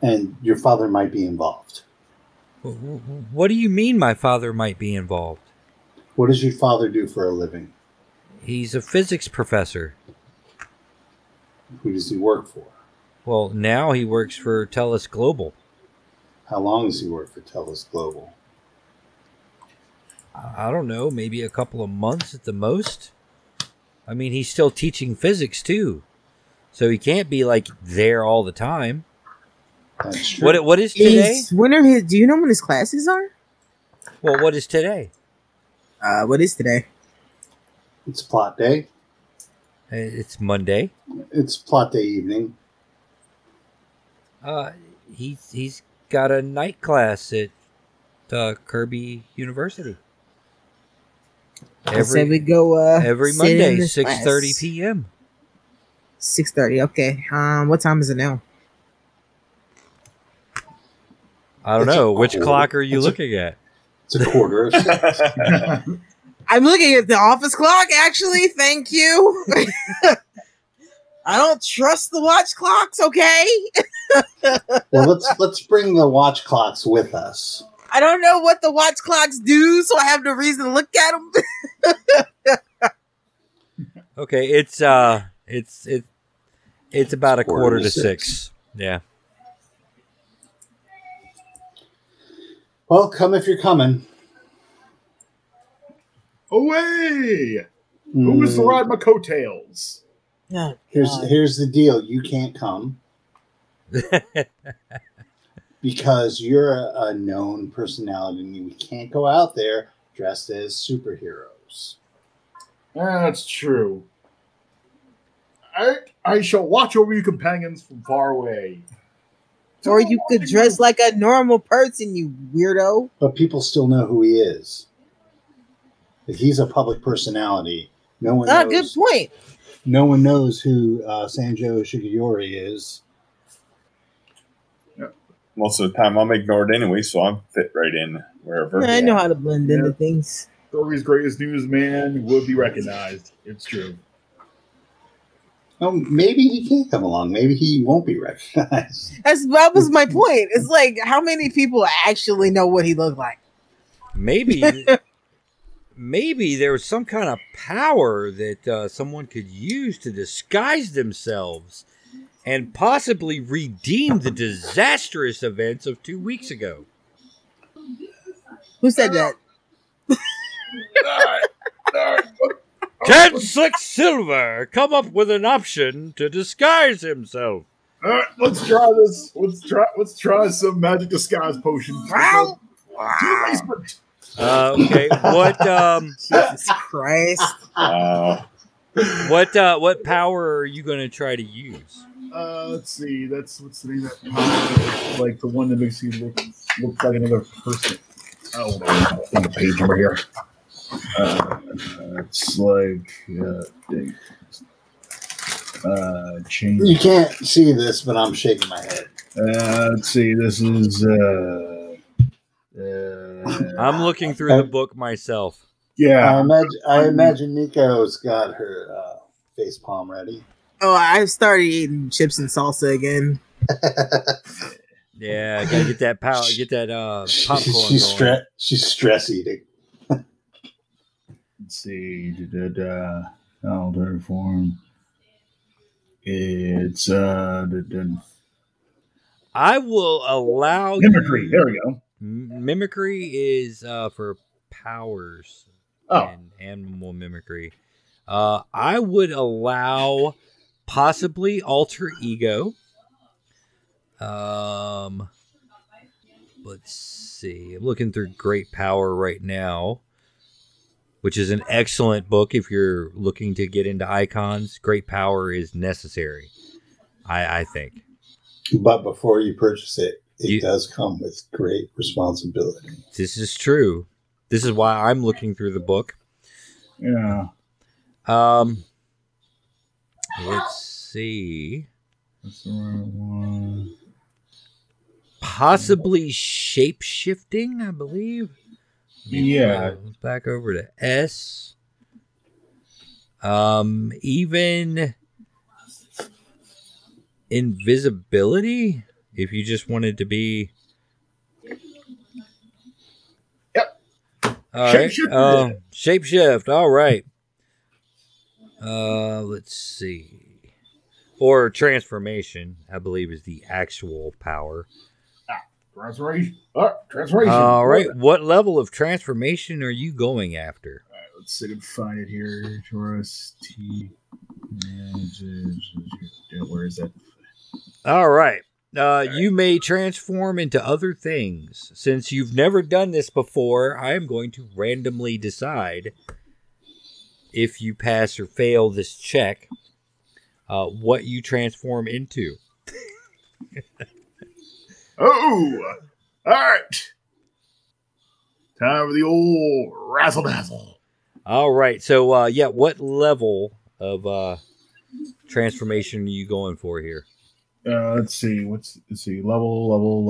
S1: and your father might be involved.
S3: Wh- wh- What do you mean my father might be involved?
S1: What does your father do for a living?
S3: He's a physics professor.
S1: Who does he work for?
S3: Well, now he works for Telus Global.
S1: How long does he work for Telus Global?
S3: I I don't know, maybe a couple of months at the most. I mean, he's still teaching physics too, so he can't be like there all the time.
S1: That's true.
S3: What what is today?
S2: Is- when are his? Do you know when his classes are?
S3: Well, what is today?
S2: Uh, what is today?
S1: it's plot day.
S3: Uh, It's Monday.
S1: It's plot day evening.
S3: Uh, he's he's got a night class at uh, Kirby University.
S2: I say we
S3: Every
S2: go uh,
S3: every Monday, six thirty p.m.
S2: Six thirty. Okay. Um, what time is it now?
S3: I don't
S1: That's a
S3: know which
S1: cool-
S3: clock are you
S1: that's a-
S3: looking at.
S1: It's a quarter of six.
S2: I'm looking at the office clock, actually. Thank you. I don't trust the watch clocks, okay?
S1: well, let's let's bring the watch clocks with us.
S2: I don't know what the watch clocks do, so I have no reason to look at them.
S3: Okay, it's uh, it's it, it's about a quarter to
S1: six.
S3: six. Yeah.
S1: Well, come if you're coming.
S5: Away! Who is to
S1: Mm.
S5: ride my coattails?
S2: No.
S1: Here's
S2: God.
S1: here's the deal. You can't come because you're a, a known personality, and we can't go out there dressed as superheroes.
S5: That's true. I, I shall watch over you companions from far away.
S2: Or you could dress like a normal person, you weirdo.
S1: But people still know who he is. Like, he's a public personality. No one
S2: Ah, good
S1: knows.
S2: point.
S1: No one knows who uh, Sanjo Shigeyori is.
S4: Most of the time, I'm ignored anyway, so I'm fit right in wherever.
S2: I know how to blend into things.
S5: Story's greatest newsman would be recognized. It's true.
S1: Oh, maybe he can't come along. Maybe he won't be recognized.
S2: That's that was my point. It's like how many people actually know what he looked like?
S3: Maybe maybe there was some kind of power that uh, someone could use to disguise themselves and possibly redeem the disastrous events of two weeks ago.
S2: Who said that?
S3: Ten slick silver come up with an option to disguise himself.
S5: All right, let's try this. Let's try. Let's try some magic disguise potion.
S2: Wow.
S5: Two ways for-
S3: Uh, okay, what um,
S2: Jesus Christ.
S4: Wow.
S3: what uh, what power are you going to try to use?
S5: Uh, let's see. That's what's the name of that power? Like the one that makes you look look like another person. Oh, I think a page number here. Uh, it's like uh, dang. uh,
S1: You
S5: change.
S1: can't see this, but I'm shaking my head.
S5: Uh, let's see. This is uh, uh,
S3: I'm looking through the book myself.
S5: yeah.
S1: I imagine,
S3: Mm-hmm.
S1: I imagine Nico's got her uh, face palm ready.
S2: Oh, I've started eating chips and salsa again.
S3: Yeah, I gotta get that power, get that uh,
S1: She-
S3: popcorn. going.
S1: she's stre- she's stress eating.
S5: Let's see. Da, da, da, elder form. It's uh, da, da,
S3: I will allow
S5: mimicry.
S3: you-
S5: There we go.
S3: M- mimicry is uh, for powers
S5: Oh,
S3: and animal mimicry. Uh, I would allow possibly alter ego. Um, let's see. I'm looking through Great Power right now, which is an excellent book if you're looking to get into icons. Great Power is necessary, I, I think.
S1: But before you purchase it, it
S3: You-
S1: does come with great responsibility.
S3: This is true. This is why I'm looking through the book.
S5: yeah.
S3: Um, let's see.
S5: That's the right one.
S3: Possibly shape shifting, I believe. Let me
S5: Yeah.
S3: go Back over to S. Um, even invisibility, if you just wanted to be.
S5: Yep.
S3: All right.
S5: Shapeshift.
S3: Um, shapeshift. All right. Uh, let's see. Or transformation, I believe, is the actual power.
S5: Transformation. All right, transformation.
S3: All right. What level of transformation are you going after?
S5: Let's see if I can find it here. Taurus T. Where is that?
S3: All right. Uh, you may transform into other things. Since you've never done this before, I am going to randomly decide if you pass or fail this check, uh, what you transform into.
S5: Oh, all right. Time for the old razzle dazzle.
S3: All right. So, uh, yeah, what level of uh, transformation are you going for here?
S5: Uh, let's see. What's let's see? Level, level,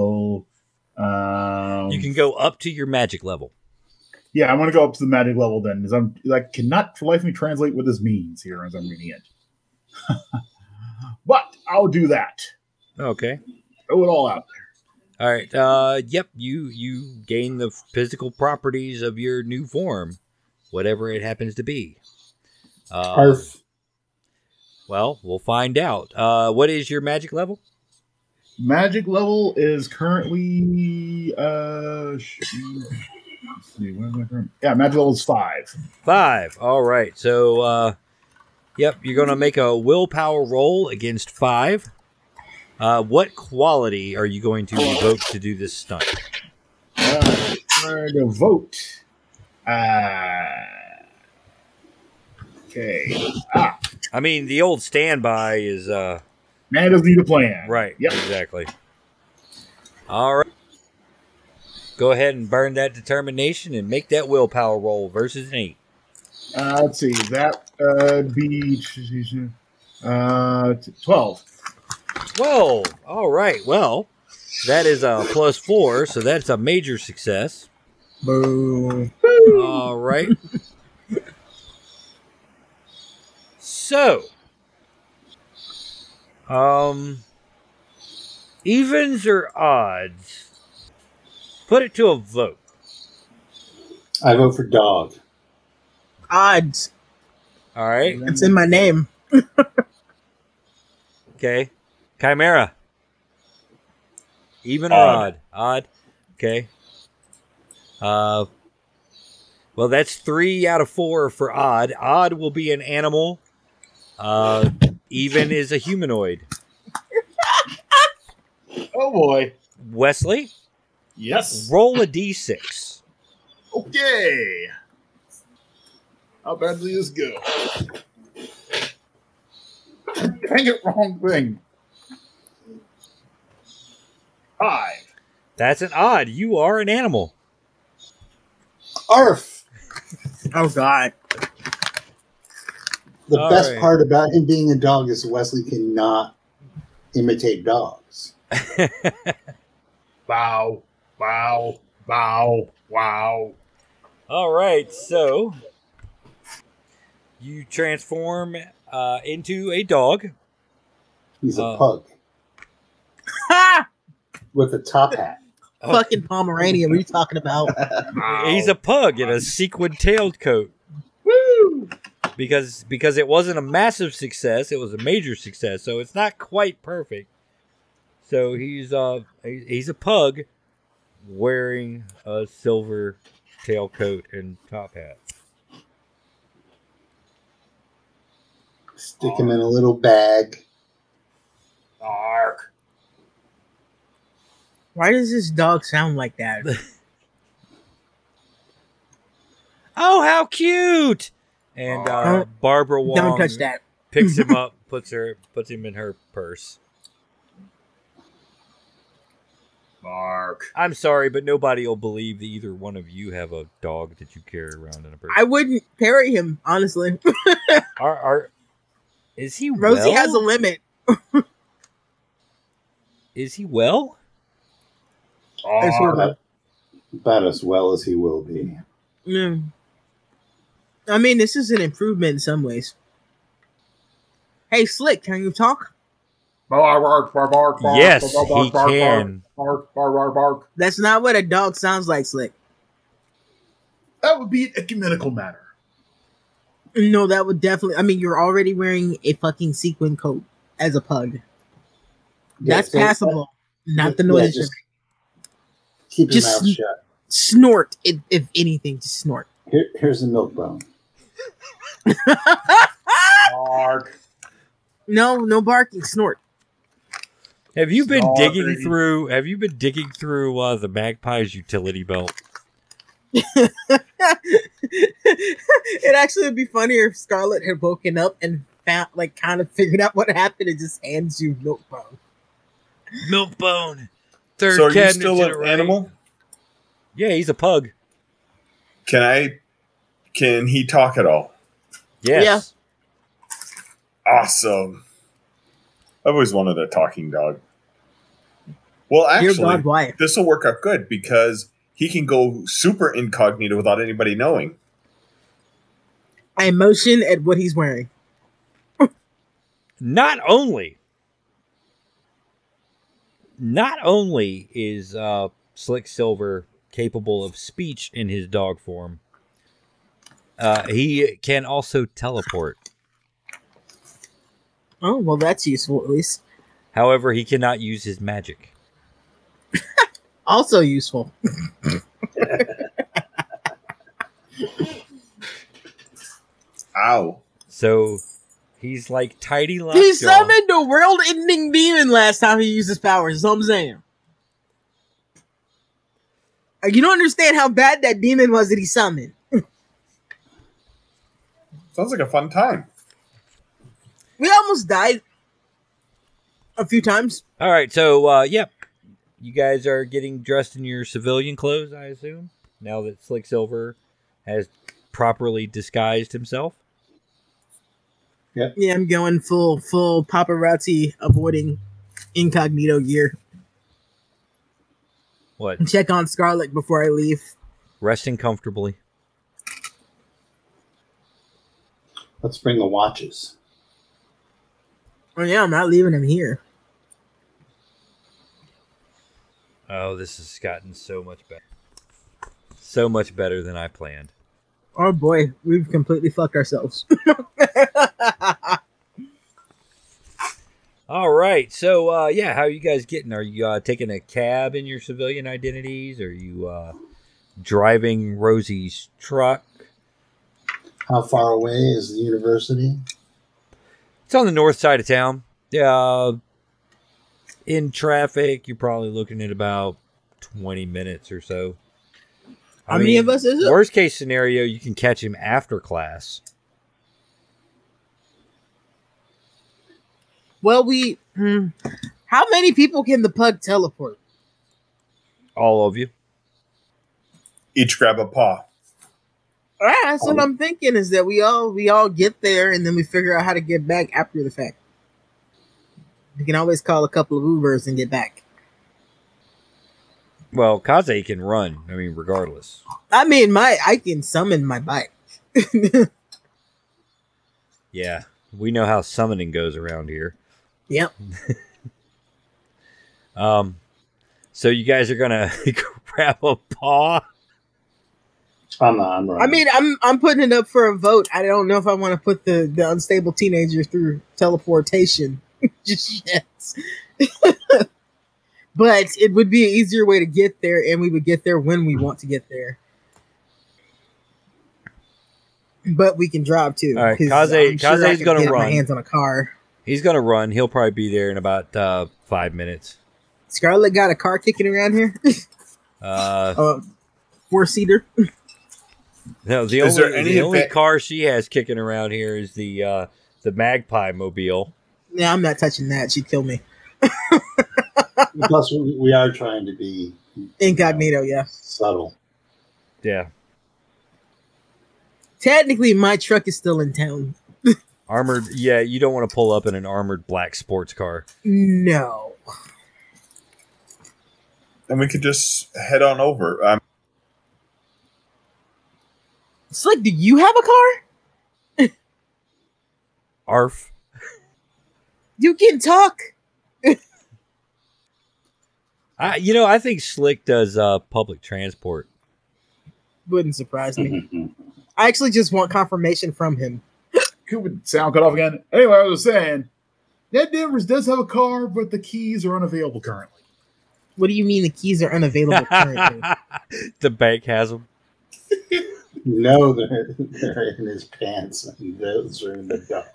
S5: level. Um,
S3: You can go up to your magic level.
S5: Yeah, I'm gonna go up to the magic level then, because I'm I cannot for life of me translate what this means here as I'm reading it. but I'll do that.
S3: Okay.
S5: Throw it all out.
S3: All right. Uh, yep. You you gain the physical properties of your new form, whatever it happens to be. Uh,
S1: Our f-
S3: Well, we'll find out. Uh, what is your magic level?
S5: Magic level is currently uh sh- let's see, where am I current? yeah, magic level is five.
S3: Five. All right. So, uh, yep. You're gonna make a willpower roll against five. Uh, what quality are you going to evoke to do this stunt?
S5: Uh, we're gonna vote. Uh, okay.
S3: I mean, the old standby is uh,
S5: Man doesn't need a plan.
S3: right.
S5: Yep.
S3: Exactly. All right. Go ahead and burn that determination and make that willpower roll versus an eight.
S5: Uh, let's see. That uh be uh t- twelve.
S3: Twelve. All right. Well, that is a plus four, so that's a major success.
S2: Boo.
S3: All right. so, um, evens or odds? Put it to a vote.
S1: I vote for dog.
S2: odds.
S3: All right.
S2: It's in my name.
S3: Okay. Chimera. Even or odd?
S4: Odd.
S3: Odd. Okay. Uh, well, that's three out of four for odd. Odd will be an animal. Uh, even is a humanoid.
S5: Oh boy.
S3: Wesley,
S5: Yes.
S3: roll a d6.
S5: Okay. How badly is go? Dang it, wrong thing. Five.
S3: That's an odd. You are an animal.
S1: Arf!
S2: Oh God.
S1: The
S3: All
S1: best
S3: right.
S1: part about him being a dog is Wesley cannot imitate dogs.
S5: Bow. Bow. Bow. Wow.
S3: All right, so you transform uh, into a dog.
S1: He's a
S3: Oh.
S1: pug
S2: Ha!
S1: with a top hat.
S3: Oh.
S2: Fucking Pomeranian. What are you talking about?
S5: Bow.
S3: He's a pug in a sequin-tailed coat
S5: Woo!
S3: because because it wasn't a massive success; it was a major success. So it's not quite perfect. So he's uh he- he's a pug wearing a silver tailcoat and top hat.
S1: Stick him in a little bag.
S5: Ark.
S2: Why does this dog sound like that?
S3: Oh, how cute! And uh,
S2: Don't-
S3: Barbara Wong
S2: Don't touch that.
S3: picks him up, puts her puts him in her purse.
S5: Ark.
S3: I'm sorry, but nobody will believe that either one of you have a dog that you carry around in a purse.
S2: I wouldn't parry him, honestly.
S3: are, are, is he
S2: Rosie
S3: well?
S2: has a limit.
S3: is he well?
S2: That's what
S5: Ark.
S2: I-
S1: About as well as he will be.
S2: Mm. I mean, this is an improvement in some ways. Hey, Slick, can you talk?
S5: Bark, bark, bark, bark, bark,
S3: yes,
S5: bark, bark,
S3: he
S5: bark,
S3: can.
S5: Bark, bark, bark, bark.
S2: That's not what a dog sounds like, Slick.
S5: That would be an ecumenical matter.
S2: No, that would definitely. I mean, you're already wearing a fucking sequin coat as a pug. That's
S1: Yeah, so-
S2: passable. Not the
S1: Yeah,
S2: noise.
S1: just keep your
S2: Just-
S1: mouth shut.
S2: snort, if, if anything, just snort.
S1: Here, here's a milk bone.
S5: Bark.
S2: No, no barking, snort.
S3: Have you been
S5: Dog
S3: digging
S5: lady.
S3: through? Have you been digging through uh, the Magpie's utility belt?
S2: it actually would be funnier if Scarlet had woken up and found, like, kind of figured out what happened and just hands you milk bone.
S3: Milk bone. Third
S4: so are you
S3: cabinet
S4: still
S3: did
S4: an
S3: it right.
S4: animal?
S3: Yeah, he's a pug.
S4: Can I? Can he talk at all?
S3: Yes.
S4: Awesome. I've always wanted a talking dog. Well,
S2: Dear God,
S4: actually,
S2: Wyatt.
S4: this will work out good because he can go super incognito without anybody knowing.
S2: I motion at what he's wearing.
S3: Not only, not only is uh, Slick Silver capable of speech in his dog form, uh, he can also teleport.
S2: Oh, well, that's useful, at least.
S3: However, he cannot use his magic.
S2: Also useful.
S4: Ow.
S3: So he's like tidy lockjaw.
S2: He summoned a world ending demon last time he used his powers. That's what I'm saying. Like, You don't understand how bad that demon was that he summoned.
S4: Sounds like a fun time.
S2: We almost died a few times.
S3: All right, so uh, yep, you guys are getting dressed in your civilian clothes, I assume. Now that Slick Silver has properly disguised himself.
S2: Yeah, I'm going full full paparazzi avoiding incognito gear.
S3: What?
S2: And check on Scarlet before I leave.
S3: Resting comfortably.
S1: Let's bring the watches.
S2: Oh yeah, I'm not leaving him here.
S3: Oh, this has gotten so much better. So much better than I planned.
S2: Oh boy, we've completely fucked ourselves.
S3: All right. So, uh, yeah, how are you guys getting? Are you uh, taking a cab in your civilian identities? Are you uh, driving Rosie's truck?
S1: How far away is the university?
S3: It's on the north side of town. Yeah. In traffic, you're probably looking at about 20 minutes or so.
S2: How many of us is it?
S3: Worst case scenario, you can catch him after class.
S2: Well, we. Hmm, how many people can the pug teleport?
S3: All of you.
S4: Each grab a paw.
S2: All right, Ah, that's what I'm thinking is that we all we all get there and then we figure out how to get back after the fact. We can always call a couple of Ubers and get back.
S3: Well, Kaze can run. I mean, regardless.
S2: I mean, my I can summon my bike.
S3: Yeah. We know how summoning goes around here.
S2: Yep.
S3: Um, so you guys are going to grab a paw.
S1: I'm not. I'm right.
S2: I mean, I'm I'm putting it up for a vote. I don't know if I want to put the the unstable teenager through teleportation just yet. but it would be an easier way to get there, and we would get there when we want to get there. But we can drive too.
S3: All right,
S2: 'cause
S3: Kaze-
S2: I'm sure
S3: Kaze's
S2: I can
S3: gonna
S2: get My
S3: run.
S2: hands on a car.
S3: He's going to run. He'll probably be there in about uh, five minutes.
S2: Scarlet got a car kicking around here.
S3: Uh,
S2: uh, four seater.
S3: no, the
S4: Is
S3: only,
S4: there any
S3: the only
S4: event-
S3: car she has kicking around here is the uh, the Magpie Mobile.
S2: Yeah, I'm not touching that. She'd kill me.
S1: Plus, we, we are trying to be
S2: Incognito. Yeah.
S1: subtle.
S3: Yeah.
S2: Technically, my truck is still in town.
S3: Armored. Yeah, you don't want to pull up in an armored black sports car.
S2: No.
S4: And we could just head on over. Um,
S2: It's like, do you have a car?
S3: Arf.
S2: You can talk.
S3: I, you know, I think Slick does uh, public transport.
S2: Wouldn't surprise me. I actually just want confirmation from him.
S5: Cooper sound cut off again. Anyway, I was saying, Ned Danvers does have a car, but the keys are unavailable currently.
S2: What do you mean the keys are unavailable currently?
S3: the bank has them.
S1: No, they're, they're in his pants, and those are in the dog.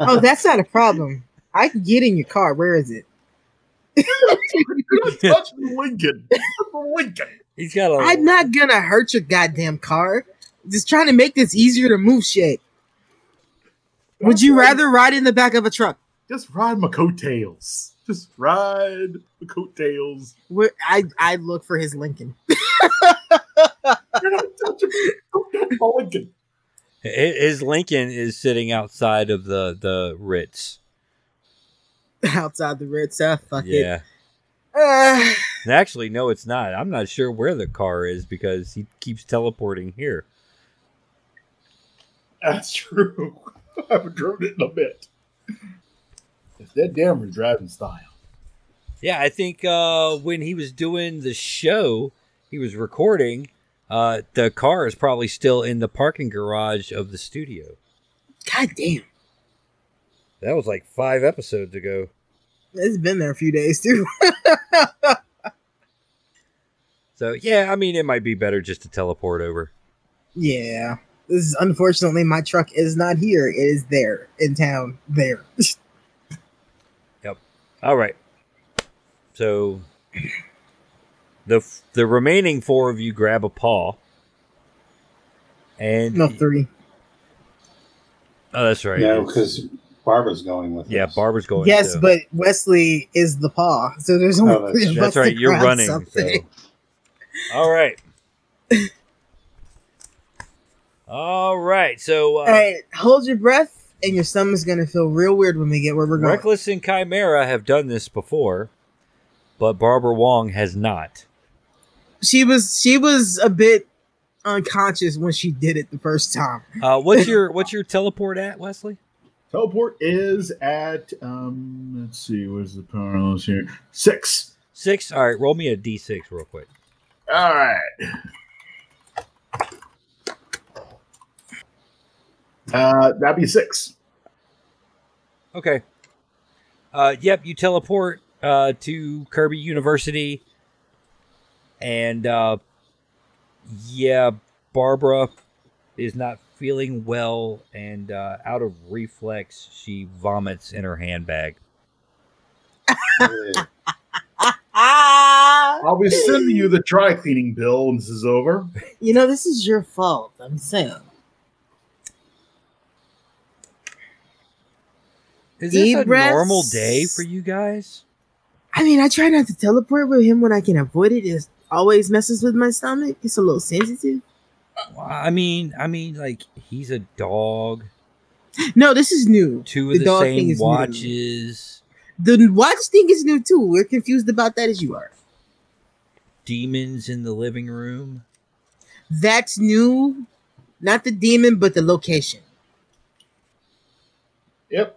S2: oh, that's not a problem. I can get in your car. Where is it?
S5: You don't touch the Lincoln. The Lincoln.
S3: He's got a.
S2: I'm not gonna hurt your goddamn car. Just trying to make this easier to move shit. Would you rather ride in the back of a truck?
S5: Just ride my coattails. Just ride the coattails.
S2: Where I I look for his Lincoln.
S5: You're not touching me. Don't touch my Lincoln.
S3: Hi- His Lincoln is sitting outside of the the Ritz.
S2: outside the red stuff. Fuck it.
S3: Yeah.
S2: Uh,
S3: And actually, no, it's not. I'm not sure where the car is because he keeps teleporting here.
S5: That's true. I haven't driven it in a bit. It's Ned Danvers driving style.
S3: Yeah, I think uh, when he was doing the show, he was recording. Uh, the car is probably still in the parking garage of the studio.
S2: God damn,
S3: That was like five episodes ago.
S2: it's been there a few days too.
S3: So yeah, I mean, it might be better just to teleport over.
S2: yeah, this is unfortunately my truck is not here. It is there in town. There.
S3: All right. So the f- the remaining four of you grab a paw, and
S2: no three.
S3: oh, that's right.
S1: No,
S3: It's-
S1: because Barbara's going with
S3: yeah,
S1: us.
S3: Barbara's going.
S2: Yes,
S3: so-
S2: but Wesley is the paw, so there's only
S1: Oh, that's
S2: three of
S1: true.
S2: us
S3: that's
S2: to
S3: right. You're
S2: grab
S3: running.
S2: something.
S3: So. All right. All right. So uh,
S2: All right, hold your breath, and your stomach's gonna feel real weird when we get where we're going.
S3: Reckless and Chimera have done this before, but Barbara Wong has not.
S2: She was she was a bit unconscious when she did it the first time.
S3: Uh, what's your what's your teleport at, Wesley?
S5: Teleport is at um let's see, where's the parallels here? Six.
S3: Six. All right. Roll me a d6 real quick.
S5: Alright. Uh, that'd be six.
S3: Okay. Uh, yep, you teleport uh, to Kirby University, and uh, yeah, Barbara is not feeling well, and uh, out of reflex, she vomits in her handbag.
S1: Really.
S2: Ah,
S5: I'll be sending you the dry cleaning bill when this is over.
S2: you know this is your fault. I'm saying.
S3: Is this a
S2: Ebrus?
S3: normal day for you guys?
S2: I mean, I try not to teleport with him when I can avoid it. It always messes with my stomach. It's a little sensitive.
S3: I mean, I mean, like he's a dog.
S2: No, this is new.
S3: Two
S2: The
S3: of the,
S2: dog thing
S3: same
S2: is new.
S3: watches.
S2: The watch thing is new too. We're confused about that as you are.
S3: Demons in the living room.
S2: That's new. Not the demon, but the location.
S5: Yep.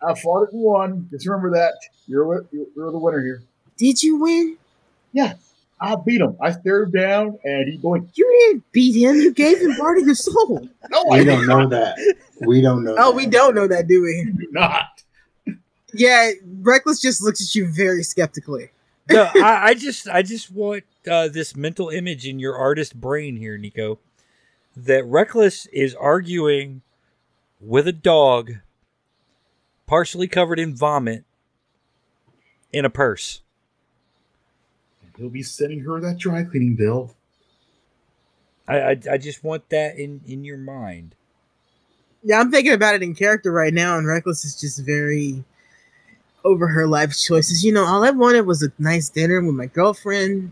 S5: I fought it and won. Just remember that. You're, wi- you're- you're the winner here.
S2: Did you win?
S5: I beat him. I stared down and he going,
S2: You didn't beat him. You gave him part of your soul.
S5: No, I
S1: We don't know that. We don't know.
S2: Oh,
S1: that.
S2: we don't know that, do we?
S5: do not.
S2: Yeah, Reckless just looks at you very skeptically.
S3: No, I, I just, I just want uh, this mental image in your artist brain here, Nico, that Reckless is arguing with a dog, partially covered in vomit, in a purse.
S5: He'll be sending her that dry cleaning bill.
S3: I, I, I just want that in in your mind.
S2: Yeah, I'm thinking about it in character right now, and Reckless is just very over her life choices. You know, all I wanted was a nice dinner with my girlfriend. We're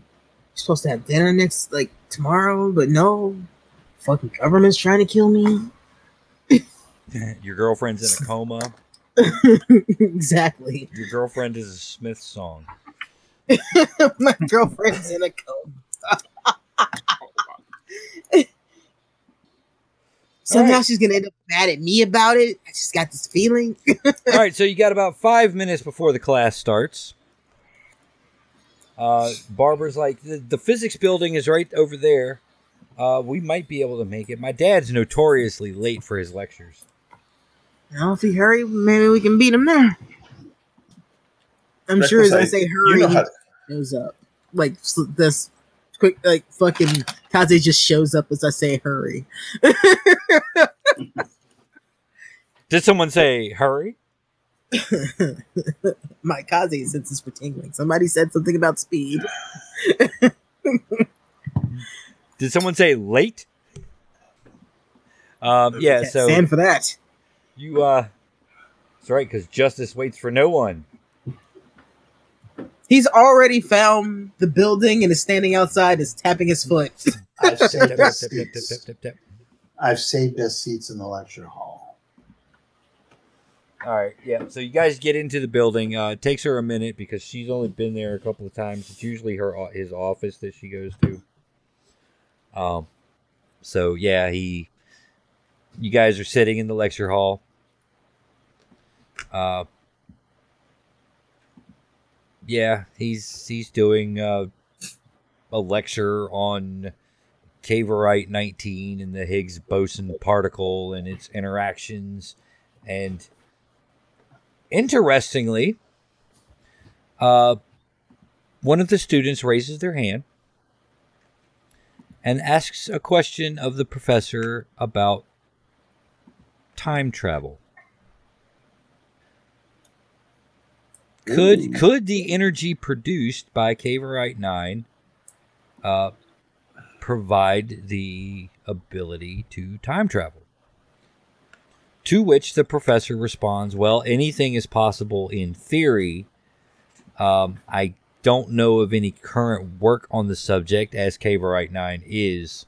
S2: supposed to have dinner next, like tomorrow, but no. Fucking government's trying to kill me.
S3: Your girlfriend's in a coma.
S2: exactly.
S3: Your girlfriend is a Smith song.
S2: my girlfriend's in a coat. Somehow she's gonna end up mad at me about it. I just got this feeling.
S3: All right, so you got about five minutes before the class starts. Uh, Barbara's like, the, the physics building is right over there. Uh, we might be able to make it. My dad's notoriously late for his lectures.
S2: Now, if we hurry, maybe we can beat him there. I'm sure as I
S4: Reckless,
S2: say
S4: You
S2: hurry,
S4: know how
S2: he shows up. Like sl- this quick, like fucking Kaze just shows up as I say hurry.
S3: Did someone say hurry?
S2: My Kaze senses for tingling. Somebody said something about speed.
S3: Did someone say late? Um, yeah,
S2: Can't
S3: so
S2: stand for that.
S3: you. Uh, it's right because justice waits for no one.
S2: He's already found the building and is standing outside, is tapping his foot.
S1: I've
S3: Tap, tap,
S1: saved
S3: tap,
S1: us
S3: tap, tap, tap,
S1: seats.
S3: tap, tap.
S1: I've saved us seats in the lecture hall.
S3: All right, yeah. So you guys get into the building. Uh, it takes her a minute because she's only been there a couple of times. It's usually her o- his office that she goes to. Um, so yeah, he. You guys are sitting in the lecture hall. Uh, yeah, he's he's doing uh, a lecture on Cavorite nineteen and the Higgs boson particle and its interactions, and interestingly, uh, one of the students raises their hand and asks a question of the professor about time travel. Could
S4: Ooh.
S3: could the energy produced by Cavorite Nine uh, provide the ability to time travel? To which the professor responds, Well, anything is possible in theory. Um, I don't know of any current work on the subject, as Cavorite 9 is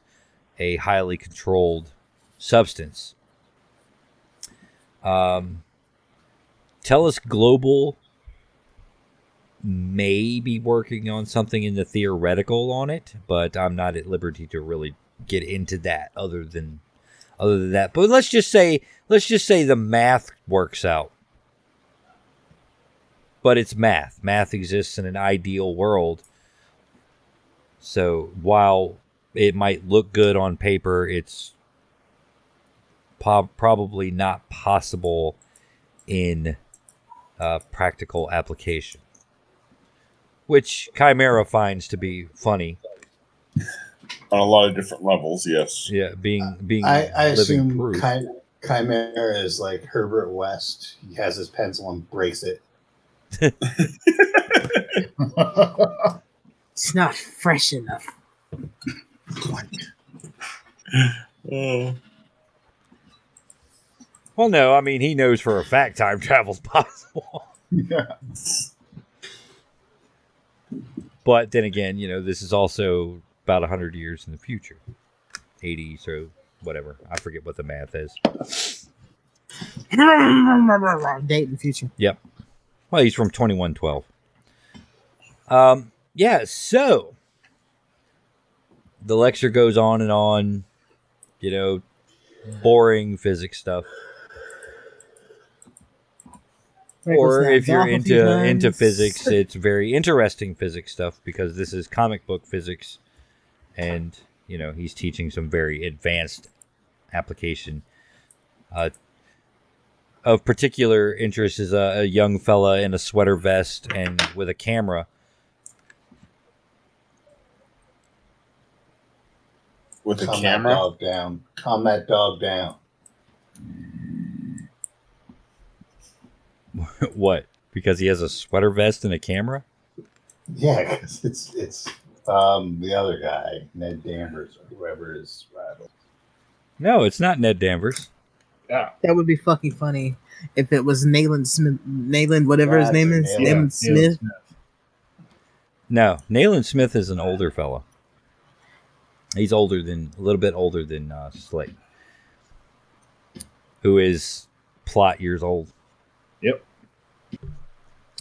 S3: a highly controlled substance. Um, Telus Global may be working on something in the theoretical on it, but I'm not at liberty to really get into that other than other than that. But let's just say let's just say the math works out. But it's math. Math exists in an ideal world. So while it might look good on paper, it's po- probably not possible in uh, practical application, which Chimera finds to be funny.
S4: on a lot of different levels. Yes.
S3: Yeah, being being
S1: I, I
S3: living
S1: assume
S3: proof.
S1: Chi- Chimera is like Herbert West. He has his pencil and breaks it.
S2: It's not fresh enough.
S3: well, no, I mean he knows for a fact time travel's possible.
S5: yeah.
S3: But then again, you know, this is also about 100 years in the future 80, so whatever. I forget what the math is.
S2: Date in future.
S3: Well, he's from 2112. Um, yeah, so the lecture goes on and on, you know, boring physics stuff. or if you're into into physics, it's very interesting physics stuff because this is comic book physics, and you know he's teaching some very advanced application. Uh, of particular interest is a, a young fella in a sweater vest and with a camera.
S4: With a
S1: Calm that
S4: camera.
S1: dog down. Calm that dog down.
S3: what? Because he has a sweater vest and a camera.
S1: Yeah, 'cause it's it's um, the other guy, Ned Danvers, or whoever is rival.
S3: No, it's not Ned Danvers.
S2: That would be fucking funny if it was Nayland Smith, Nayland, whatever his
S1: That's
S2: name
S1: it,
S2: is,
S1: Nayland.
S2: Nayland Smith.
S3: No, Nayland Smith is an older fella. He's older than a little bit older than uh, Slate, who is plot years old.
S5: Yep.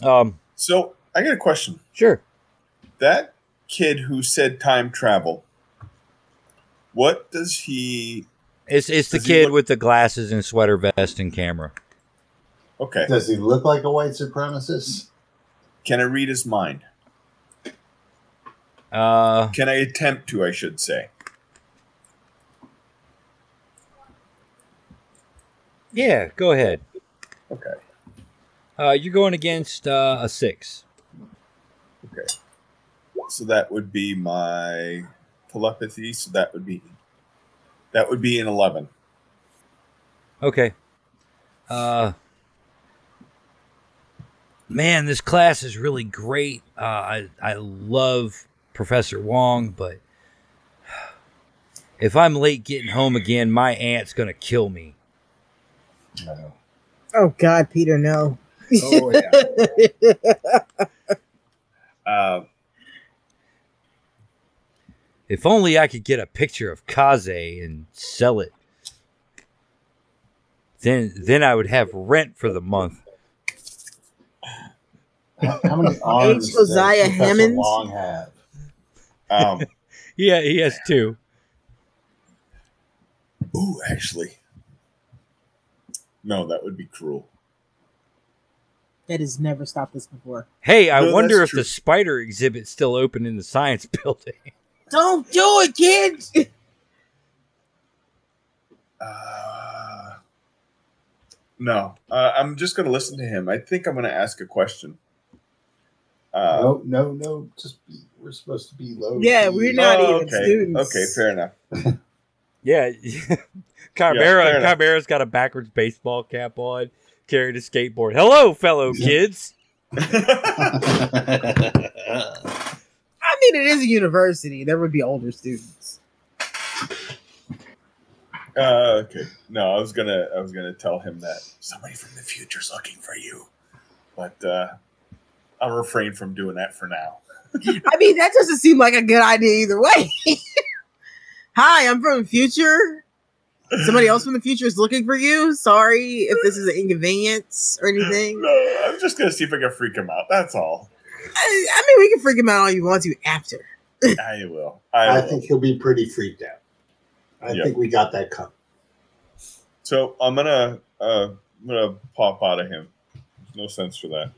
S3: Um.
S4: So I got a question.
S3: Sure.
S4: That kid who said time travel. What does he?
S3: It's it's the
S4: Does he
S3: kid
S4: look-
S3: with the glasses and sweater vest and camera.
S4: Okay.
S1: Does he look like a white supremacist?
S4: Can I read his mind?
S3: Uh.
S4: Can I attempt to? I should say.
S3: Yeah. Go ahead.
S4: Okay.
S3: Uh. You're going against uh, a six.
S4: So that would be my telepathy. So that would be that would be an eleven.
S3: Okay. Uh Man, this class is really great. Uh, I I love Professor Wong, but if I'm late getting home again, my aunt's gonna kill me.
S1: No.
S2: Oh God, Peter, no.
S5: Oh yeah.
S4: Uh,
S3: If only I could get a picture of Kaze and sell it. Then then I would have rent for the month.
S1: How, how many arms does
S2: Josiah
S1: Professor
S2: Hammond?
S1: Long have?
S4: um,
S3: Yeah, he has two.
S4: ooh, actually, no, that would be cruel.
S2: That has never stopped us before.
S3: Hey, I
S4: No,
S3: wonder if
S4: that's
S3: the
S4: true.
S3: spider exhibit's still open in the science building.
S2: Don't do it, kid.
S4: Uh, no, uh, I'm just going to listen to him. I think I'm going to ask a question. Uh,
S1: no, no, no. Just be, we're supposed to be low.
S2: Yeah,
S1: key.
S2: we're not
S4: oh,
S2: even
S4: okay.
S2: students.
S4: Okay, fair enough.
S3: Yeah,
S4: Yeah, fair
S3: Chimera.
S4: enough.
S3: Chimera's got a backwards baseball cap on, carried a skateboard. Hello, fellow kids.
S2: I mean, it is a university. There would be older students.
S4: uh, okay, no, I was gonna, I was gonna tell him that somebody from the future's looking for you, but uh, I'll refrain from doing that for now.
S2: I mean, that doesn't seem like a good idea either way. Hi, I'm from the future. Somebody else from the future is looking for you. Sorry if this is an inconvenience or anything.
S4: No, I'm just gonna see if I can freak him out. That's all.
S2: I, I mean, we can freak him out all you want to after.
S4: I will. I,
S1: I
S4: will.
S1: think he'll be pretty freaked out. I
S4: Yeah.
S1: think we got that covered.
S4: So I'm gonna, uh, I'm gonna pop out of him. No sense for that.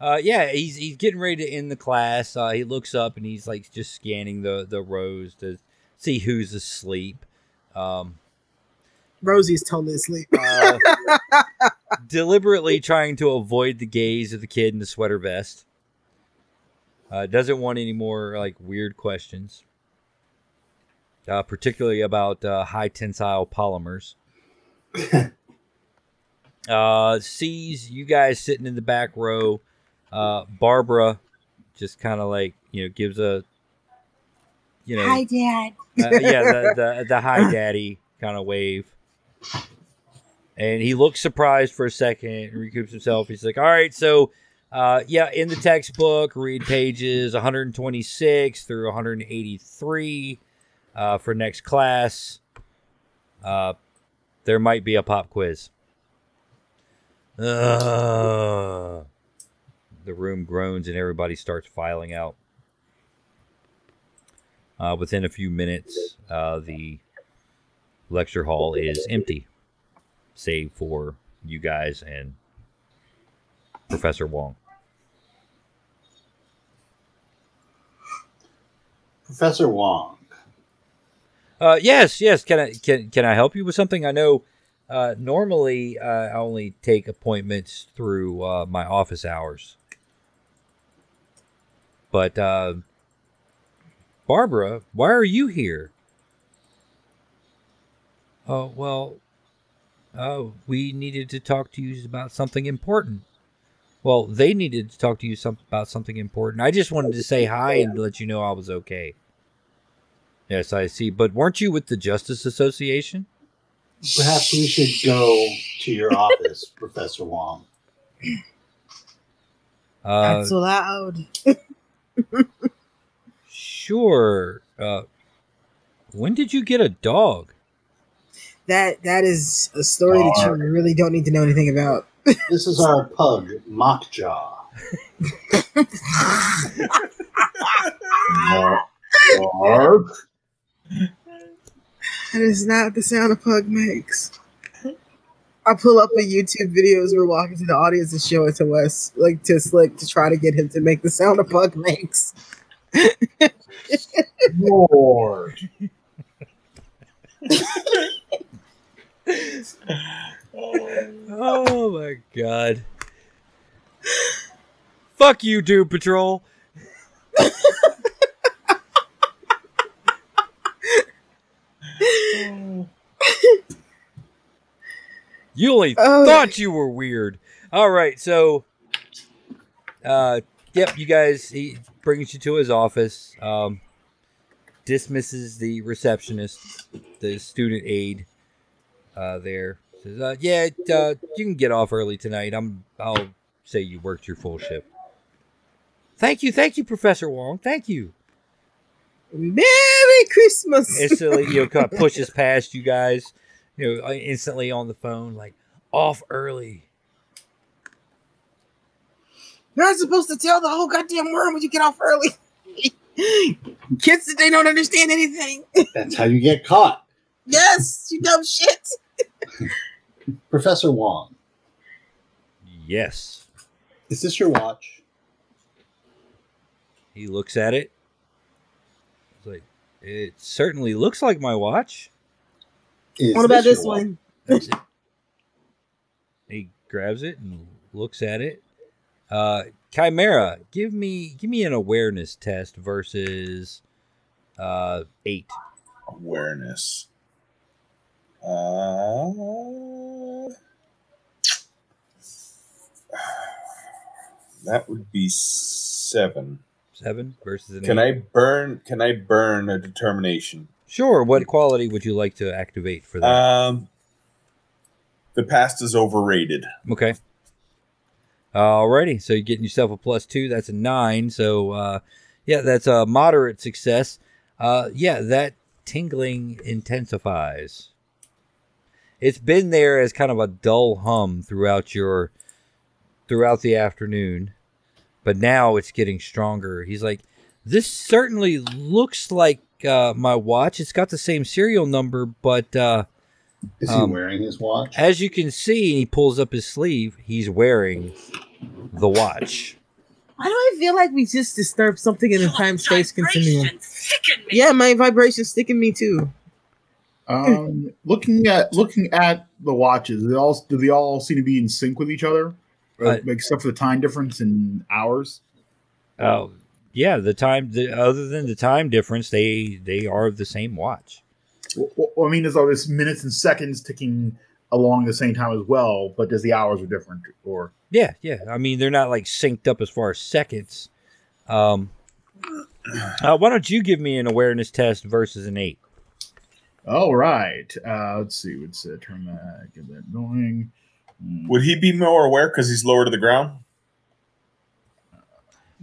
S3: Uh, yeah, he's he's getting ready to end the class. Uh, he looks up and he's like just scanning the the rows to see who's asleep. Um,
S2: Rosie's totally asleep.
S3: Uh, deliberately trying to avoid the gaze of the kid in the sweater vest. Uh, doesn't want any more like weird questions, uh, particularly about uh, high tensile polymers. uh, sees you guys sitting in the back row. Uh, Barbara just kind of like you know gives a you know
S6: Hi, Dad.
S3: uh, yeah, the, the the hi daddy kind of wave. And he looks surprised for a second and recoups himself. He's like, "All right, so uh, yeah, in the textbook, read pages 126 through 183 uh, for next class. Uh, there might be a pop quiz." Ugh. the room groans and everybody starts filing out. Uh, within a few minutes, uh, the lecture hall is empty, save for you guys and Professor Wong.
S1: Professor Wong.
S3: Uh, yes, yes. Can I can can I help you with something? I know uh, normally uh, I only take appointments through uh, my office hours, but uh, Barbara, why are you here? Oh well, uh, we needed to talk to you about something important. Well, they needed to talk to you some, about something important. I just wanted to say hi and let you know I was okay. Yes, I see. But weren't you with the Justice Association?
S1: Perhaps we should go to your office, Professor Wong.
S3: Uh,
S6: so loud.
S3: sure. Uh, when did you get a dog?
S2: that that is a story that you really don't need to know anything about.
S1: This is our pug, Mockjaw.
S5: Mark.
S2: That is not the sound a pug makes. I pull up the YouTube videos we're walking to the audience and show it to Wes, like to Slick, to try to get him to make the sound a pug makes.
S5: Lord.
S3: Oh my god. Fuck you, Doom Patrol. You only
S2: Oh.
S3: thought you were weird. All right, so, uh, yep, you guys. He brings you to his office. Um, dismisses the receptionist, the student aide, uh, there. Says, uh, yeah, uh, you can get off early tonight. I'm. I'll say you worked your full shift. Thank you, thank you, Professor Wong. Thank you.
S2: Merry Christmas.
S3: Instantly, you know, kind of pushes past you guys. You know, instantly on the phone, like off early.
S2: You're not supposed to tell the whole goddamn world when you get off early. Kids today don't understand anything.
S1: That's how you get caught.
S2: Yes, you dumb shit.
S1: Professor Wong,
S3: Yes.
S1: is this your watch?
S3: He looks at it. He's like, it certainly looks like my watch.
S1: Is
S2: What about this
S1: your watch?
S2: one?
S3: He grabs it and looks at it. Uh, Chimera, give me give me an awareness test versus uh, eight.
S4: awareness. Uh, that would be seven.
S3: Seven versus an
S4: Can
S3: eight.
S4: I burn? Can I burn a determination?
S3: Sure. What quality would you like to activate for that?
S4: Um, the past is overrated.
S3: okay. Alrighty. So you're getting yourself a plus two. That's a nine. So uh, yeah, that's a moderate success. Uh, yeah, that tingling intensifies. It's been there as kind of a dull hum throughout your throughout the afternoon, but now it's getting stronger. He's like, "This certainly looks like uh, my watch. It's got the same serial number, but uh,
S1: Is
S3: Um,
S1: he wearing his watch?
S3: as you can see, he pulls up his sleeve. He's wearing the watch.
S2: Why do I feel like we just disturbed something in the time space continuum? Yeah, my vibration's sticking me too.
S5: Um, looking at looking at the watches, they all do they all seem to be in sync with each other,
S3: Uh,
S5: except for the time difference in hours.
S3: Oh, yeah. The time, the, other than the time difference, they they are the same watch.
S5: Well, I mean, there's all this minutes and seconds ticking along the same time as well, but does the hours are different or
S3: Yeah, yeah. I mean, they're not like synced up as far as seconds. Um, uh, why don't you give me an awareness test versus an eight?
S5: all right. Uh, let's see, let's uh, turn that get that going. Mm,
S4: Would he be more aware because he's lower to the ground?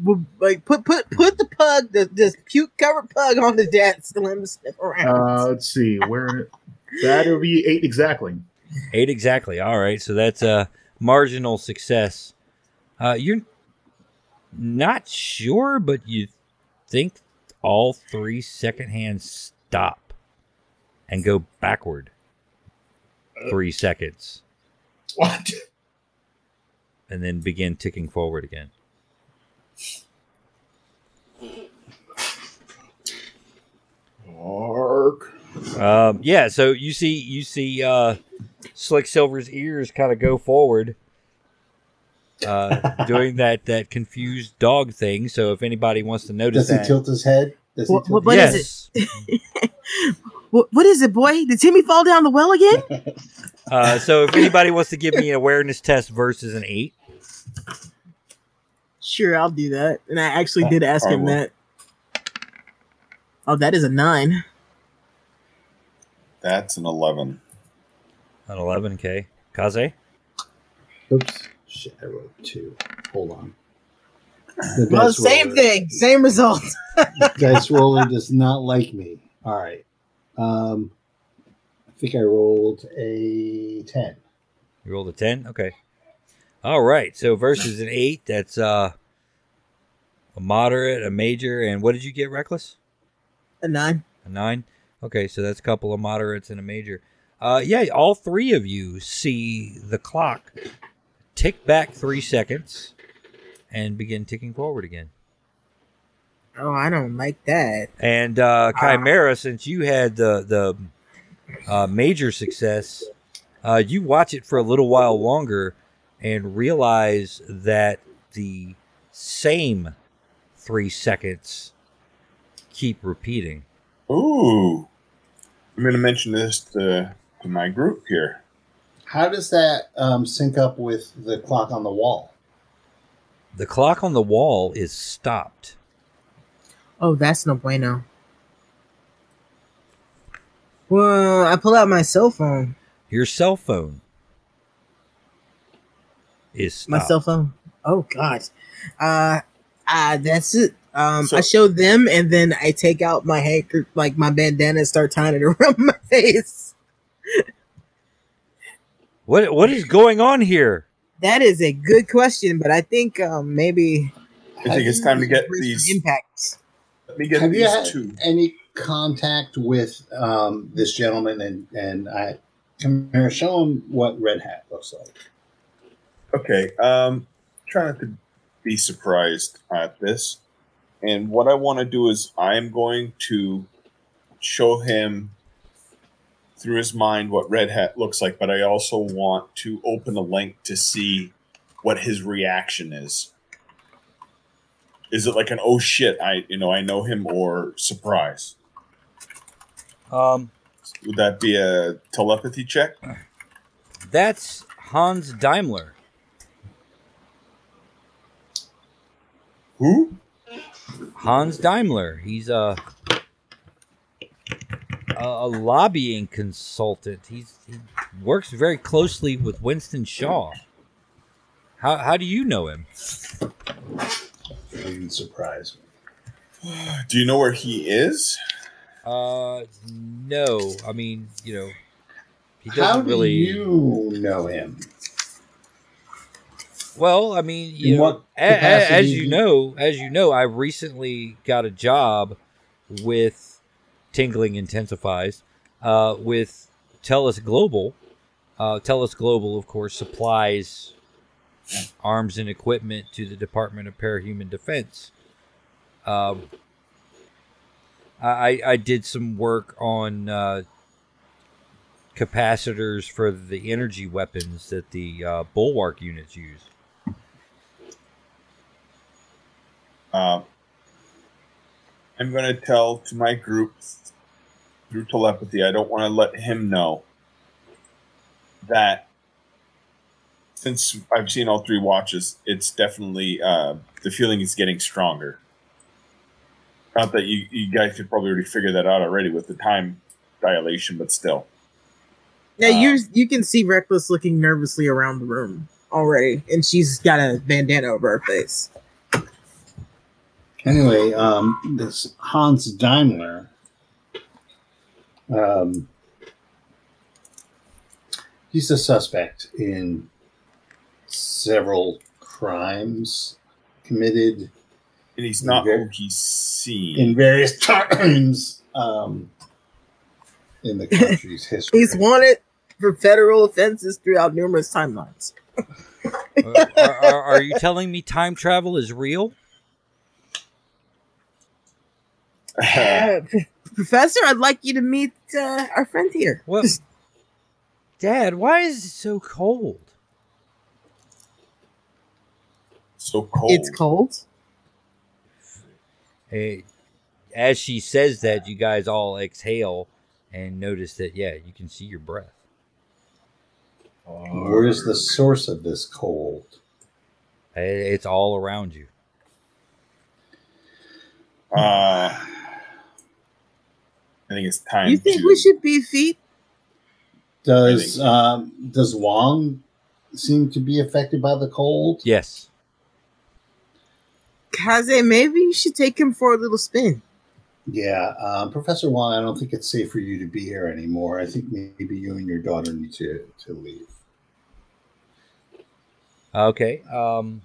S2: Well, like put put put the pug, the this puke covered pug on the desk and let him sniff
S5: Uh,
S2: around.
S5: let's see, where that would be eight exactly.
S3: Eight exactly. All right, so that's a marginal success. Uh, you're not sure, but you think all three second hands stop and go backward three seconds,
S5: What?
S3: and then begin ticking forward again.
S5: Ark.
S3: Um, yeah, so you see, you see, uh, Slick Silver's ears kind of go forward, uh, doing that that confused dog thing. So if anybody wants to notice
S1: Does he
S3: that,
S1: tilt his head? Does he
S2: What-
S1: tilt
S2: what
S1: his
S2: is what, what is it, boy? Did Timmy fall down the well again?
S3: Uh, so if anybody wants to give me an awareness test versus an eight,
S2: Sure, I'll do that. And I actually did ask
S4: I
S2: him
S4: will.
S2: that. Oh, that is a nine.
S4: That's an 11.
S3: an eleven, k Kaze.
S1: Oops. Shit, I wrote two. Hold on. The
S2: Well,
S1: dice
S2: same
S1: roller-
S2: thing, same result.
S1: Dice roller does not like me. All right. Um, I think I rolled a 10.
S3: You rolled a ten. Okay. All right. So versus an eight, that's uh, a moderate, a major, and what did you get, Reckless?
S2: A nine.
S3: A nine. Okay, so that's a couple of moderates and a major. Uh, yeah, all three of you see the clock tick back three seconds and begin ticking forward again.
S2: Oh, I don't like that.
S3: And uh,
S2: Ah.
S3: Chimera, since you had the the uh, major success, uh, you watch it for a little while longer and realize that the same three seconds keep repeating.
S4: Ooh. I'm going to mention this to, to my group here.
S1: How does that um, sync up with the clock on the wall?
S3: The clock on the wall is stopped.
S2: Oh, that's no bueno. Well, I pull out my cell phone.
S3: Your cell phone is stopped.
S2: My cell phone. Oh God. Uh, uh that's it. Um,
S4: So-
S2: I show them, and then I take out my handker, like my bandana, and start tying it around my face.
S3: What what is going on here?
S2: That is a good question, but I think um, maybe
S4: I think it's time to get these.
S2: impacts.
S4: Let me get
S1: Have you had
S4: these two.
S1: any contact with um, this gentleman? And, and I come here, show him what Red Hat looks like.
S4: Okay. Um, try not to be surprised at this. And what I want to do is I'm going to show him through his mind what Red Hat looks like, but I also want to open a link to see what his reaction is. Is it like an oh shit, I you know, I know him or surprise?
S3: Um,
S4: Would that be a telepathy check?
S3: that's Hans Daimler.
S4: Who?
S3: Hans Daimler. He's a a, a lobbying consultant. He's he works very closely with Winston Shaw. How how do you know him?
S1: Fucking surprise me.
S4: Do you know where he is?
S3: Uh, no. I mean, you know, he doesn't
S1: How do
S3: really.
S1: you know him?
S3: Well, I mean, you
S1: In
S3: know,
S1: what
S3: a- a- as
S1: capacity
S3: you
S1: do-
S3: know, as you know, I recently got a job with Tingling Intensifies uh, with Telus Global. Uh, Telus Global, of course, supplies arms and equipment to the Department of Parahuman Defense. Um, I, I I did some work on uh, capacitors for the energy weapons that the uh, bulwark units use.
S4: Uh, I'm going to tell to my group through telepathy, I don't want to let him know that since I've seen all three watches, it's definitely uh, the feeling is getting stronger. Not that you, you guys could probably already figure that out already with the time dilation, but still.
S2: Now
S4: Um,
S2: you you can see Reckless looking nervously around the room already, and she's got a bandana over her face.
S1: Anyway, um, this Hans Daimler, um, he's a suspect in several crimes committed
S4: And he's not
S1: Okay.
S4: who he's seen.
S1: in various times um, in the country's history.
S2: He's wanted for federal offenses throughout numerous timelines.
S3: are, Uh, are, are you telling me time travel is real?
S2: Uh, P- Professor, I'd like you to meet uh, our friend here.
S3: What? Dad, why is it so cold?
S4: so cold.
S5: Oh.
S2: It's cold.
S3: Hey, as she says that, you guys all exhale and notice that, yeah, you can see your breath.
S1: Where is the source of this cold?
S3: I- It's all around you.
S4: Uh, I think it's time.
S2: You think
S4: to,
S2: we should be feet?
S1: Does um, does Wong seem to be affected by the cold?
S3: Yes.
S2: Kaze, maybe you should take him for a little spin.
S1: Yeah, um, Professor Wong, I don't think it's safe for you to be here anymore. I think maybe you and your daughter need to, to leave.
S3: Okay. Um,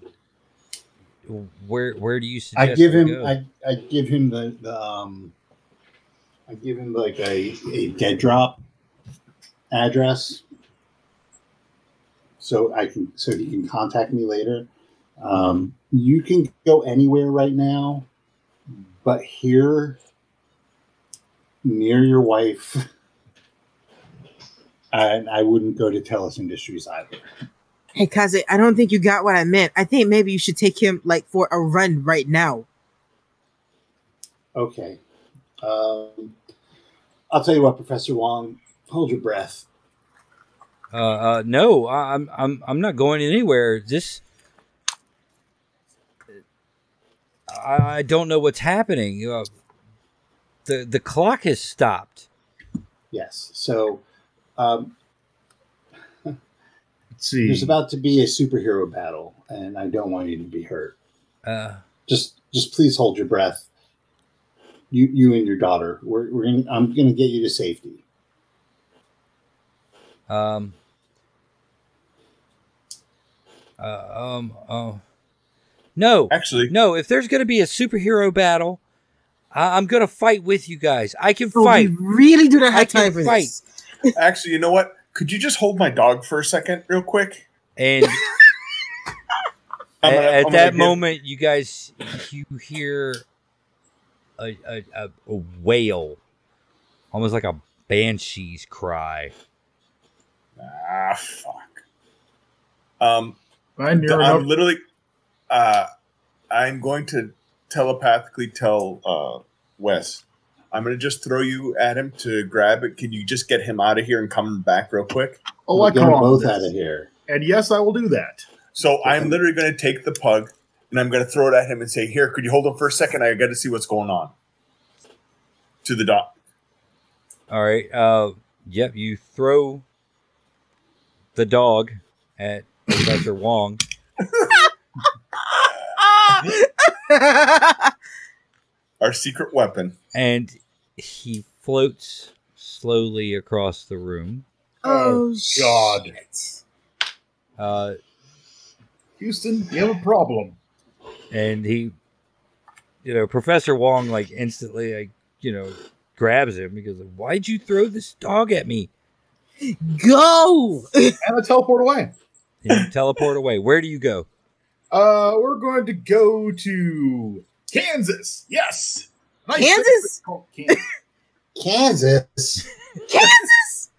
S3: where where do you suggest
S1: I give
S3: we
S1: him
S3: go?
S1: I, I give him the, the um I give him like a, a dead drop address so I can so he can contact me later. Um, you can go anywhere right now, but here near your wife and I wouldn't go to Telus Industries either.
S2: Hey, Kaze, I don't think you got what I meant. I think maybe you should take him like for a run right now.
S1: Okay. Um, I'll tell you what, Professor Wong, hold your breath.
S3: Uh, uh, no, I- I'm I'm I'm not going anywhere. This, I, I don't know what's happening. Uh, the the clock has stopped.
S1: Yes. So um,
S5: Let's see.
S1: there's about to be a superhero battle, and I don't want you to be hurt.
S3: Uh,
S1: Just, just please hold your breath. You, you and your daughter. We're, we're gonna, I'm going to get you to safety.
S3: um. Uh, um. Oh. No.
S4: Actually,
S3: No. If there's gonna be a superhero battle, I- I'm gonna fight with you guys. I can
S2: Oh,
S3: fight.
S2: we really do not have
S3: I can
S2: time for
S3: fight.
S2: this.
S4: actually, you know what? Could you just hold my dog for a second, real quick?
S3: And A-
S4: I'm gonna-
S3: at
S4: I'm gonna
S3: that
S4: give-
S3: moment, you guys you hear a, a, a, a wail, almost like a banshee's cry.
S4: Ah, fuck. Um,
S5: I
S4: I'm
S5: near enough-
S4: literally. Uh, I'm going to telepathically tell uh, Wes. I'm going to just throw you at him to grab it. Can you just get him out of here and come back real quick?
S5: Oh,
S1: We'll
S5: I
S1: get 'em
S5: caught
S1: both
S5: this.
S1: out of here.
S5: And yes, I will do that.
S4: So I'm literally going to take the pug and I'm going to throw it at him and say, "Here, could you hold him for a second? I got to see what's going on." To the dog.
S3: All right. Uh, yep. You throw the dog at Professor Wong.
S2: Ah!
S4: our secret weapon.
S3: and he floats slowly across the room.
S5: Oh, God.
S2: shit.
S3: Uh,
S5: Houston, you have a problem.
S3: and he, you know, Professor Wong, like instantly, like you know, grabs him because why'd you throw this dog at me?
S2: Go!
S5: And I teleport away.
S3: And you teleport away. Where do you go?
S5: Uh, we're going to go to Kansas. Yes. Nice
S2: Kansas?
S5: Kansas.
S1: Kansas.
S2: Kansas!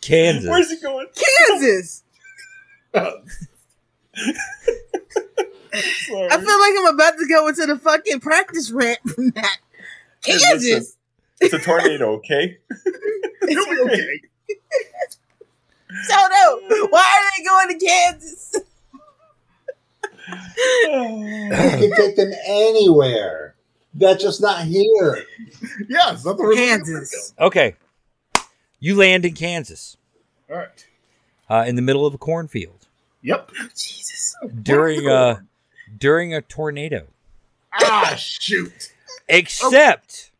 S3: Kansas.
S4: Where's it going?
S2: Kansas.
S4: Sorry.
S2: I feel like I'm about to go into the fucking practice rant from that.
S4: Hey, listen.
S2: Kansas.
S4: it's a tornado, okay?
S5: It'll be okay.
S2: So no. Why are they going to Kansas?
S1: You can take them anywhere. That's just not here.
S5: Yeah, it's not the reason-
S2: Kansas.
S3: Okay. You land in Kansas
S5: All right.
S3: uh, in the middle of a cornfield
S5: Yep.
S2: Oh, Jesus.
S3: during uh, during a tornado.
S5: Ah, shoot.
S3: Except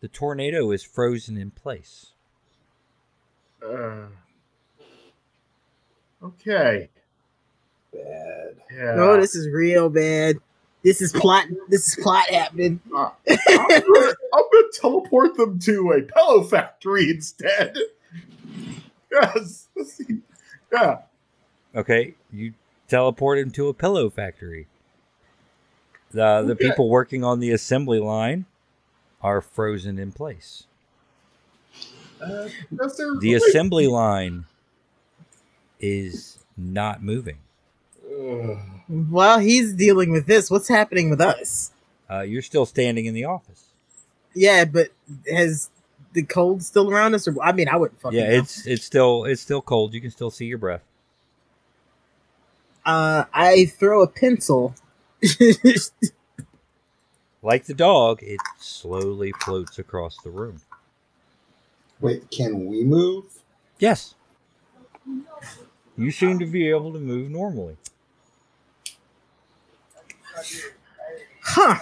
S3: the tornado is frozen in place.
S5: Uh, okay.
S1: Bad.
S5: Yeah.
S2: No, this is real bad. This is plot. This is plot happening.
S5: I'm, gonna, I'm gonna teleport them to a pillow factory instead. Yes. Let's see. Yeah.
S3: Okay, you teleport him to a pillow factory. The the
S5: Okay.
S3: people working on the assembly line are frozen in place.
S5: Uh, that's their-
S3: The assembly line is not moving.
S5: Ugh.
S2: While he's dealing with this, what's happening with us?
S3: Uh, you're still standing in the office.
S2: Yeah, but has the cold still around us? Or I mean, I wouldn't fucking.
S3: Yeah,
S2: know.
S3: it's it's still it's still cold. You can still see your breath.
S2: Uh, I throw a pencil.
S3: Like the dog, it slowly floats across the room.
S1: Wait, can we move?
S3: Yes. You seem to be able to move normally.
S2: huh.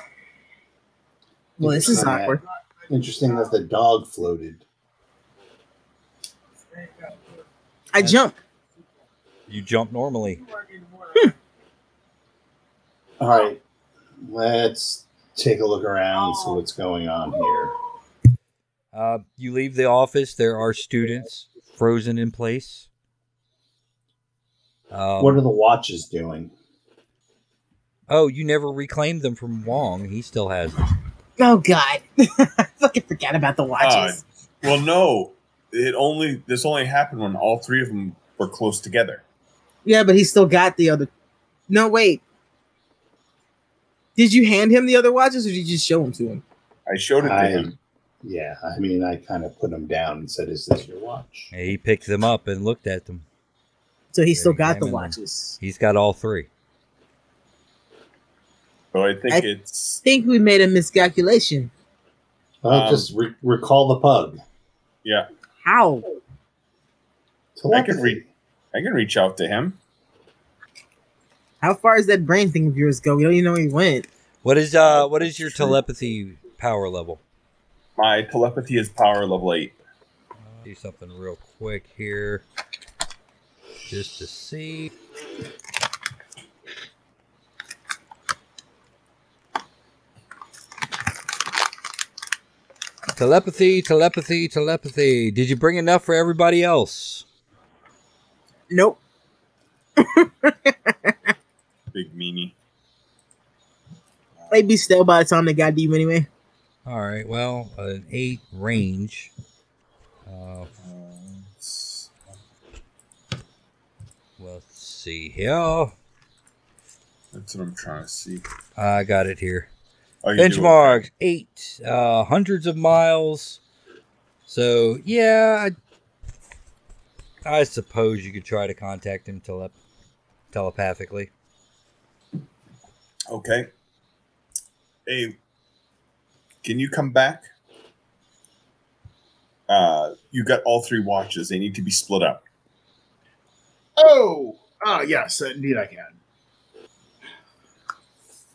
S2: Well, this is
S1: Interesting that-
S2: awkward.
S1: Interesting that the dog floated.
S2: I jump.
S3: You jump normally.
S1: All right, let's take a look around, see what's going on here.
S3: Uh, you leave the office. There are students frozen in place. Um,
S1: What are the watches doing?
S3: oh, you never reclaimed them from Wong. He still has them.
S2: Oh God! I fucking forgot about the watches.
S4: Well, no. It only this only happened when all three of them were close together.
S2: Yeah, but he still got the other. No, wait. Did you hand him the other watches, or did you just show them to him?
S4: I showed it to
S1: I-
S4: him.
S1: Yeah, I mean, I kind of put them down and said, "Is this your watch?"
S3: He picked them up and looked at them.
S2: So he
S3: Yeah,
S2: still
S3: he
S2: got
S3: gave
S2: the
S3: him them.
S2: watches.
S3: He's got all three.
S4: So I think
S2: I-
S4: it's
S2: Think we made a miscalculation.
S1: Uh,
S4: Um,
S1: just re- recall the pug.
S4: yeah.
S2: How?
S4: I can read. I can reach out to him.
S2: How far is that brain thing of yours go? We don't even know where he went.
S3: What is uh? What is your telepathy power level?
S4: My telepathy is power level eight.
S3: do something real quick here just to see. Telepathy, telepathy, telepathy. Did you bring enough for everybody else?
S2: Nope.
S4: Big meanie.
S2: They'd be still by the time they got to you anyway.
S3: All right, well, an eight range. Uh,
S4: Um, it's-
S3: let's see here.
S4: that's what I'm trying to see.
S3: I got it here.
S4: Oh, you do it.
S3: benchmarks eight uh, hundreds of miles so yeah I, I suppose you could try to contact him tele- telepathically
S4: Okay. Hey, can you come back? Uh, you got all three watches. They need to be split up.
S5: Oh, ah, yes, indeed I can.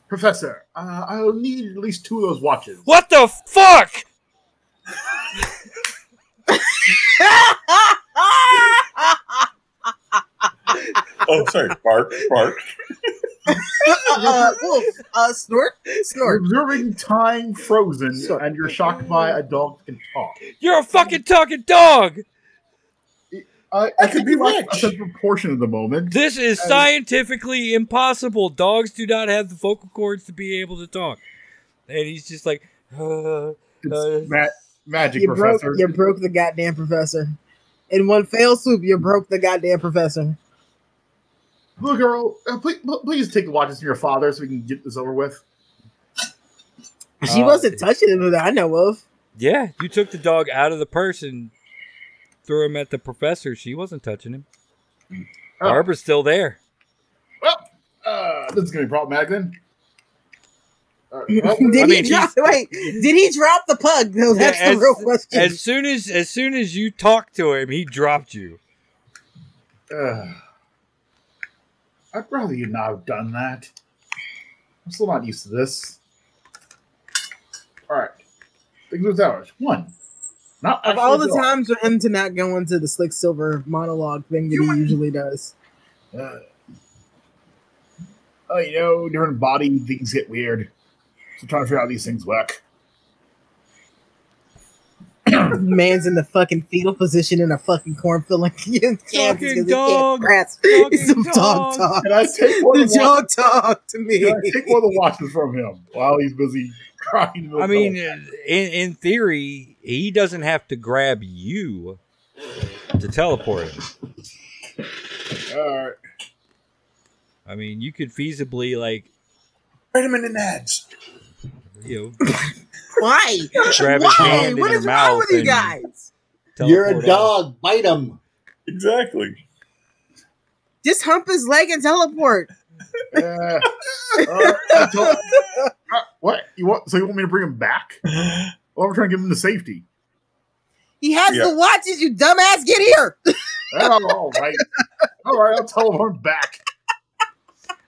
S5: Professor, uh, I'll need at least two of those watches.
S3: what the fuck
S4: Oh, sorry. Bark, bark.
S2: uh, wolf, uh, snort,
S5: You're
S2: snort.
S5: observing time frozen,
S2: Sorry.
S5: and you're shocked by a dog that can talk.
S3: you're a fucking talking dog
S5: I,
S4: I could be
S5: like
S4: rich.
S5: a proportion at the moment.
S3: This is scientifically impossible. Dogs do not have the vocal cords to be able to talk. And he's just like, uh, uh,
S5: It's ma- magic,
S2: You broke,
S5: Professor.
S2: you broke the goddamn professor. In one fail swoop, you broke the goddamn professor.
S5: Blue girl, uh, please, please take the watches from your father so we can get this over with.
S2: She
S3: Uh,
S2: wasn't touching him that I know of.
S3: yeah, you took the dog out of the purse and threw him at the professor. She wasn't touching him.
S5: Oh.
S3: Barbara's still there.
S5: Well, uh, this is gonna be problematic then. Uh, well,
S2: did
S3: I
S2: he
S3: mean,
S2: drop? Wait, did he drop the pug? No, that's
S3: as-
S2: the real question.
S3: As soon as as soon as you talked to him, he dropped you.
S5: uh, I'd rather you not have done that. I'm still not used to this. All right, things with hours. One, not
S2: of all the
S5: actually
S2: times for him to not go into the slick silver monologue thing that
S5: You-
S2: he usually does.
S5: Uh, oh, you know, different body things get weird. So trying to figure out how these things work.
S2: Man's in the fucking fetal position in a fucking cornfield like you can't
S3: Fucking
S2: because he
S3: dog.
S2: can't grasp
S3: Fucking
S2: some dog
S3: dog.
S2: talk.
S5: Can I take one of
S2: The
S5: the watches?
S2: dog talk to me.
S5: Can I take one of the watches from him while he's busy crying? in the
S1: Oh,
S5: middle
S3: I mean,
S5: of the-
S3: in in theory, he doesn't have to grab you to teleport him.
S5: all right.
S3: I mean, you could feasibly like
S4: Vitamin and ads.
S3: you know
S2: Why?
S3: Grab his
S2: Why?
S3: hand in
S2: What
S3: her
S2: is wrong
S3: mouth
S2: with you
S3: and-
S2: guys?
S1: You're a
S3: teleport
S1: dog. Bite him.
S4: Exactly.
S2: Just hump his leg and teleport.
S5: Uh, all right. So- uh, what you want? So you want me to bring him back? Well, we're trying to give him to safety.
S2: He has
S4: Yeah.
S2: the watches, you dumbass. Get here.
S5: Oh, all right, all right. I'll telephone back.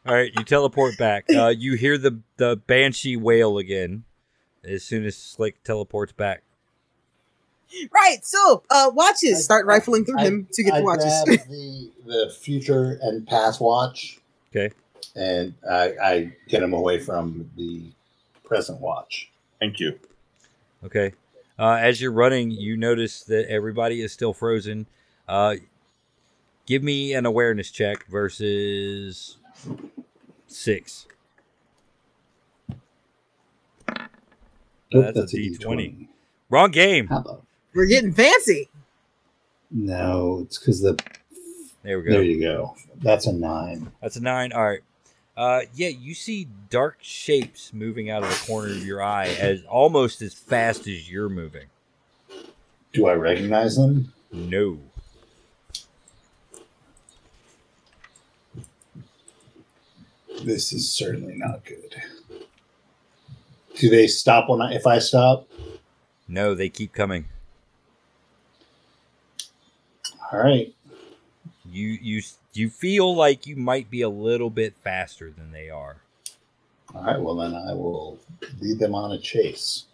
S3: All right, you teleport back. Uh, you hear the the banshee wail again as soon as Slick teleports back.
S2: right. So, uh, watches.
S1: I-
S2: Start rifling through
S1: I-
S2: him to get
S1: I
S2: the watches.
S1: grabbed the, the future and past watch.
S3: Okay.
S1: And I, I get him away from the present watch.
S4: Thank you.
S3: Okay. Uh, as you're running, you notice that everybody is still frozen. Uh, give me an awareness check versus six. Uh, that's, a D twenty. Wrong game.
S1: How about?
S2: We're getting fancy.
S1: No, it's because the.
S3: There we go.
S1: There you go. That's a nine.
S3: That's a nine. All right. Uh, yeah, you see dark shapes moving out of the corner of your eye as almost as fast as you're moving.
S1: Do I recognize them?
S3: No.
S1: This is certainly not good. Do they stop when I if I stop?
S3: No, they keep coming.
S1: All right.
S3: You you you feel like you might be a little bit faster than they are.
S1: All right. Well, then I will lead them on a chase.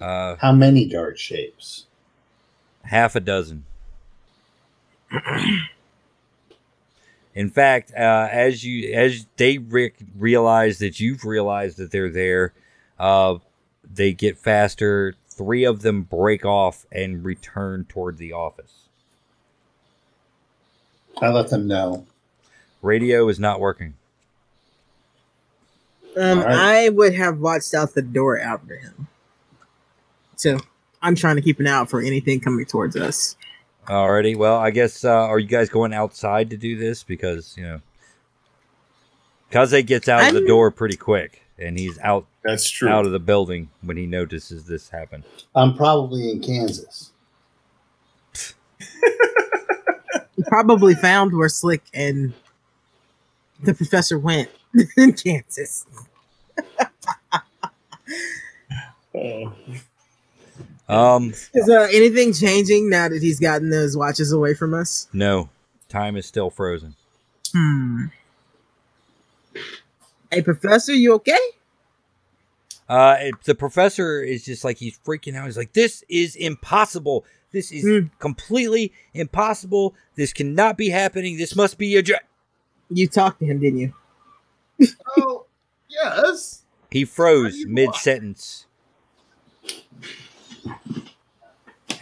S3: Uh,
S1: How many dark shapes?
S3: half a dozen. In fact, uh, as you as they re- realize that you've realized that they're there, uh, they get faster. Three of them break off and return toward the office.
S1: I let them know.
S3: Radio is not working.
S2: Um,
S1: All right.
S2: I would have watched out the door after him. So I'm trying to keep an eye out for anything coming towards us.
S3: Alrighty. Well, I guess uh, are you guys going outside to do this because you know Kaze gets out of the
S2: I'm-
S3: door pretty quick and he's out
S4: That's true.
S3: out of the building when he notices this happen.
S1: I'm probably in Kansas.
S2: We probably found where Slick and the professor went in Kansas.
S4: Oh.
S3: Um,
S2: Is uh, anything changing now that he's gotten those watches away from us?
S3: no, time is still frozen.
S2: Hmm. Hey, professor, you okay?
S3: Uh, it- the professor is just like he's freaking out. He's like, "This is impossible. This is
S2: Hmm.
S3: completely impossible. This cannot be happening. This must be a." Dr-.
S2: You talked to him, didn't you?
S5: Oh, yes.
S3: He froze
S5: you
S3: mid sentence.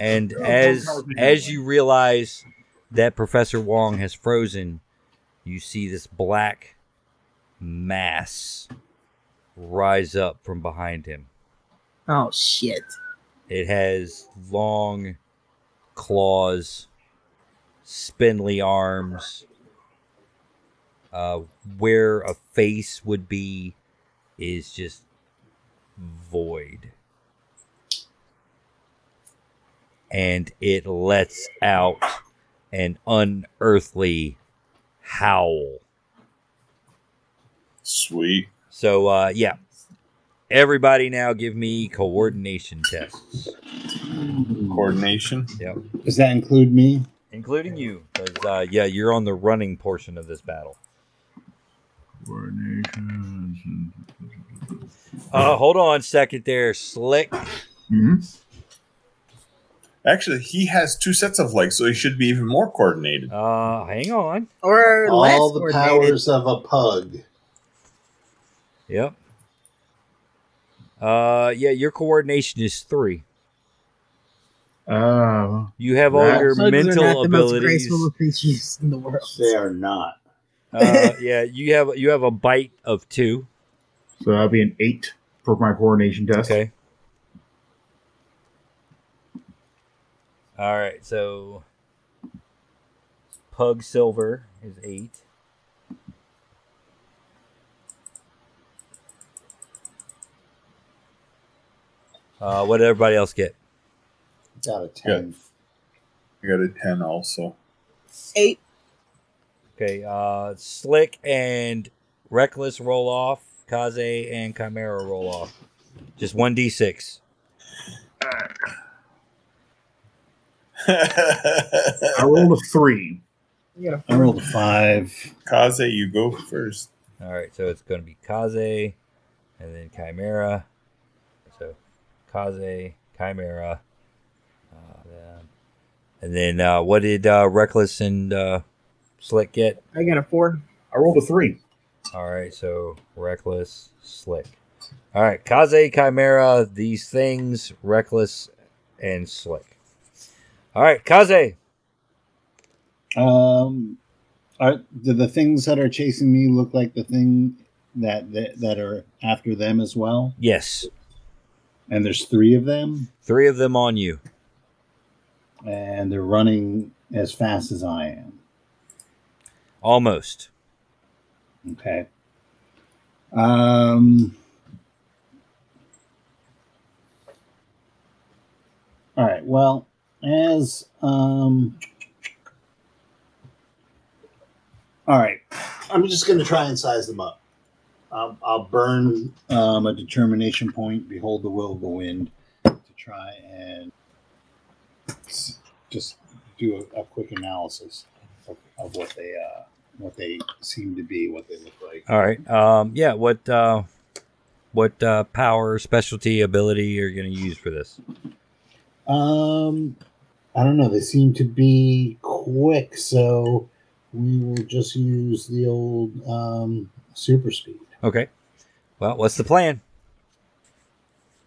S3: And
S5: Oh, don't
S3: as
S5: tell me
S3: as
S5: anyway.
S3: you realize that Professor Wong has frozen, you see this black mass rise up from behind him.
S2: Oh shit.
S3: It has long claws, spindly arms. Uh, where a face would be is just void. And it lets out an unearthly howl.
S4: Sweet.
S3: So, uh, yeah. Everybody now give me coordination tests,
S4: Coordination.
S1: Does that include me?
S3: including you. 'cause, uh, yeah, you're on the running portion of this battle.
S5: Coordination.
S3: Uh, hold on a second there, Slick.
S5: Mhm.
S4: Actually, he has two sets of legs, so he should be even more coordinated.
S3: Uh, hang on.
S2: Or less
S1: All the
S2: coordinated.
S1: powers of a pug.
S3: Yep. Uh, yeah, your coordination is three.
S5: Oh,
S3: You have all
S5: Right.
S3: your
S2: Bugs are not
S3: mental
S2: the most
S3: abilities.
S2: graceful of creatures in the world.
S1: They are not.
S3: Uh, yeah, you have you have a bite of two.
S5: so that'll be an eight for my coordination test.
S3: Okay. All right, so Pug Silver is eight. Uh, what did everybody else get?
S1: Got a ten.
S4: I got a 10 also.
S2: Eight.
S3: Okay, uh, Slick and Reckless roll off. Kaze and Chimera roll off. Just one d6.
S5: I rolled a three.
S2: You know.
S1: I rolled a five.
S4: Kaze, you go first.
S3: All right, so it's going to be Kaze, and then Chimera. So Kaze, Chimera, uh, then- and then uh, what did uh, Reckless and uh, Slick get?
S2: I got a four.
S5: I rolled a three.
S3: All right, so Reckless, Slick. All right, Kaze, Chimera, these things, Reckless, and Slick. All right, Kaze.
S1: Um, are do the things that are chasing me look like the thing that that, that are after them as well?
S3: Yes,
S1: And there's three of them,
S3: three of them on you.
S1: and they're running as fast as I am.
S3: Almost.
S1: Okay. Um. All right. Well, as um. All right, I'm just gonna try and size them up. I'll, I'll burn um, a determination point. Behold the will of the wind to try and s- just do a, a quick analysis of, of what they uh, what they seem to be, what they look like.
S3: All right. Um, yeah. What uh, what uh, power, specialty, ability are you going to use for this?
S1: Um, I don't know. They seem to be quick, so we will just use the old um, super speed.
S3: Okay. Well, what's the plan?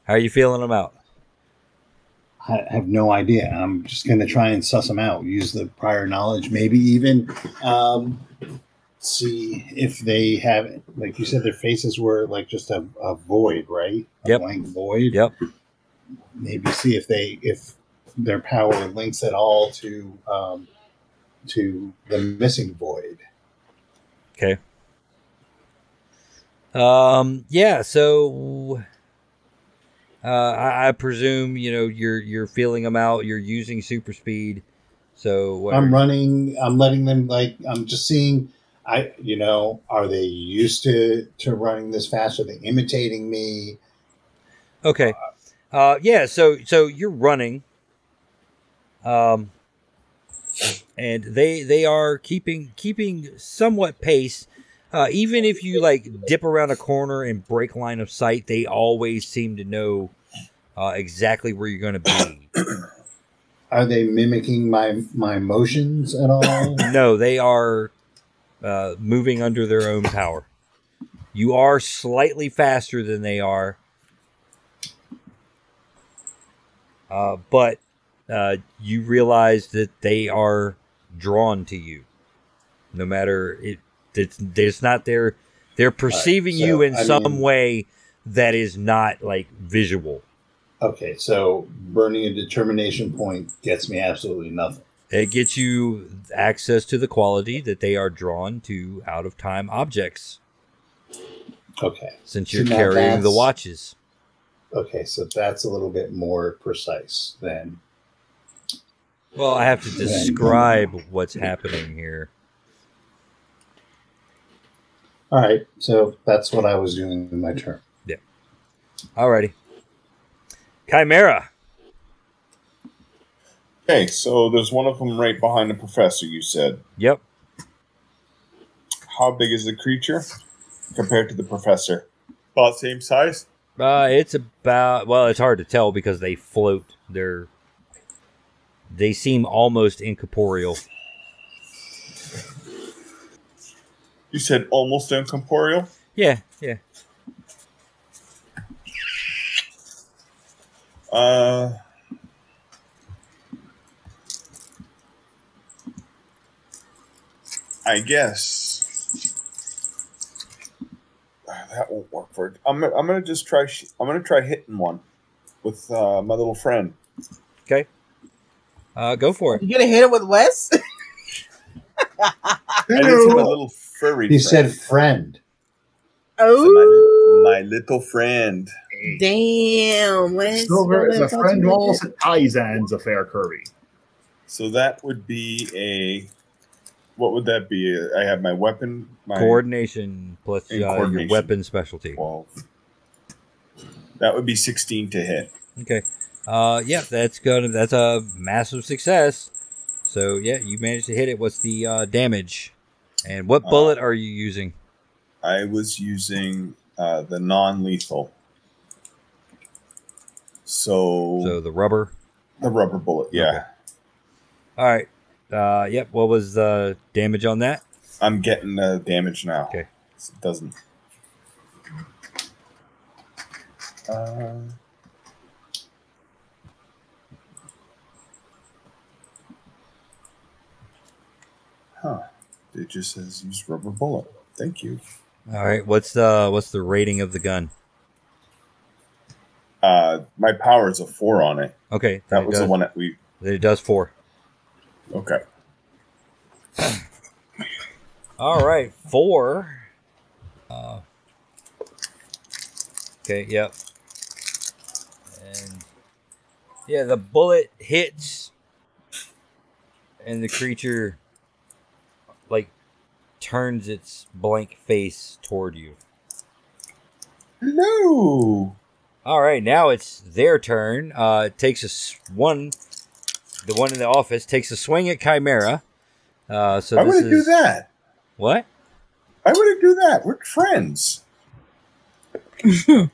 S3: How are you feeling about?
S1: I have no idea. I'm just going to try and suss them out. Use the prior knowledge, maybe even um, see if they have. Like you said, their faces were like just a, a void, right? A
S3: Yep.
S1: blank void.
S3: Yep.
S1: Maybe see if they if their power links at all to um, to the missing void.
S3: Um, yeah. So, uh, I, I presume you know you're you're feeling them out. You're using super speed. So what
S1: I'm running. I'm letting them like. I'm just seeing. I you know are they used to to running this fast? Are they imitating me?
S3: Okay. Uh, yeah. So so you're running. Um. And they they are keeping keeping somewhat pace. Uh, even if you like dip around a corner and break line of sight, they always seem to know uh, exactly where you're going to be.
S1: Are they mimicking my my motions at all?
S3: no, they are uh, moving under their own power. You are slightly faster than they are, uh, but uh, you realize that they are drawn to you, no matter it. It's, it's not their they're perceiving
S1: so,
S3: you in
S1: I
S3: some
S1: mean-
S3: way that is not like visual.
S1: Okay, so burning a determination point gets me absolutely nothing.
S3: It gets you access to the quality that they are drawn to out of time objects
S1: Okay,
S3: since
S1: So
S3: you're
S1: now
S3: carrying the
S1: that's-
S3: watches.
S1: okay, so that's a little bit more precise than
S3: Well, I have to describe what's happening here.
S1: all right. So that's what I was doing in my turn.
S3: Alrighty. Chimera.
S4: Okay, so there's one of them right behind the professor, you said.
S3: Yep.
S4: How big is the creature compared to the professor? About same size?
S3: Uh, it's about well, it's hard to tell because they float. They're they seem almost incorporeal.
S4: You said almost incorporeal?
S3: Yeah, yeah.
S4: Uh, I guess Ah, that won't work for it. I'm, I'm gonna just try. sh- I'm gonna try hitting one with uh, my little friend.
S3: Uh, go for it.
S2: You gonna hit it with Wes?
S4: And it's my little furry.
S1: He
S4: friend.
S1: said friend.
S2: Oh,
S4: my, my little friend.
S2: damn, Wes.
S5: Silver is
S2: Don't
S5: a
S2: let
S5: friend
S2: Fauci
S5: of
S2: do
S5: all
S2: that.
S5: Aizen's a fair curry.
S4: So that would be a. What would that be? I have my weapon. My
S3: Coordination plus uh,
S4: And
S3: your
S4: coordination.
S3: weapon specialty.
S4: twelve. That would be sixteen to hit.
S3: Okay. Uh, yeah, that's gonna that's a massive success. So yeah, you managed to hit it. What's the uh, damage? And what
S4: Uh,
S3: bullet are you using?
S4: I was using uh, the non-lethal. So,
S3: So the rubber.
S4: the rubber bullet, yeah.
S3: All right. Uh, yep. What was the damage on that?
S4: I'm getting the damage now.
S3: Okay.
S4: It doesn't. Uh, huh. It just says use rubber bullet. Thank you.
S3: All right. What's the what's the rating of the gun?
S4: Uh, my power is a four on it.
S3: Okay.
S4: That
S3: it
S4: was
S3: does-
S4: the one that we.
S3: Then it does four.
S4: Okay.
S3: All right, four. Uh, okay, yep. And yeah, the bullet hits, and the creature like turns its blank face toward you.
S4: No.
S3: All right, now it's their turn. Uh, it takes a s- one. The one in the office takes a swing at Chimera. Uh, so
S4: Why
S3: this
S4: would it do
S3: is-
S4: that?
S3: What?
S4: Why would it do that? We're friends.
S3: Uh,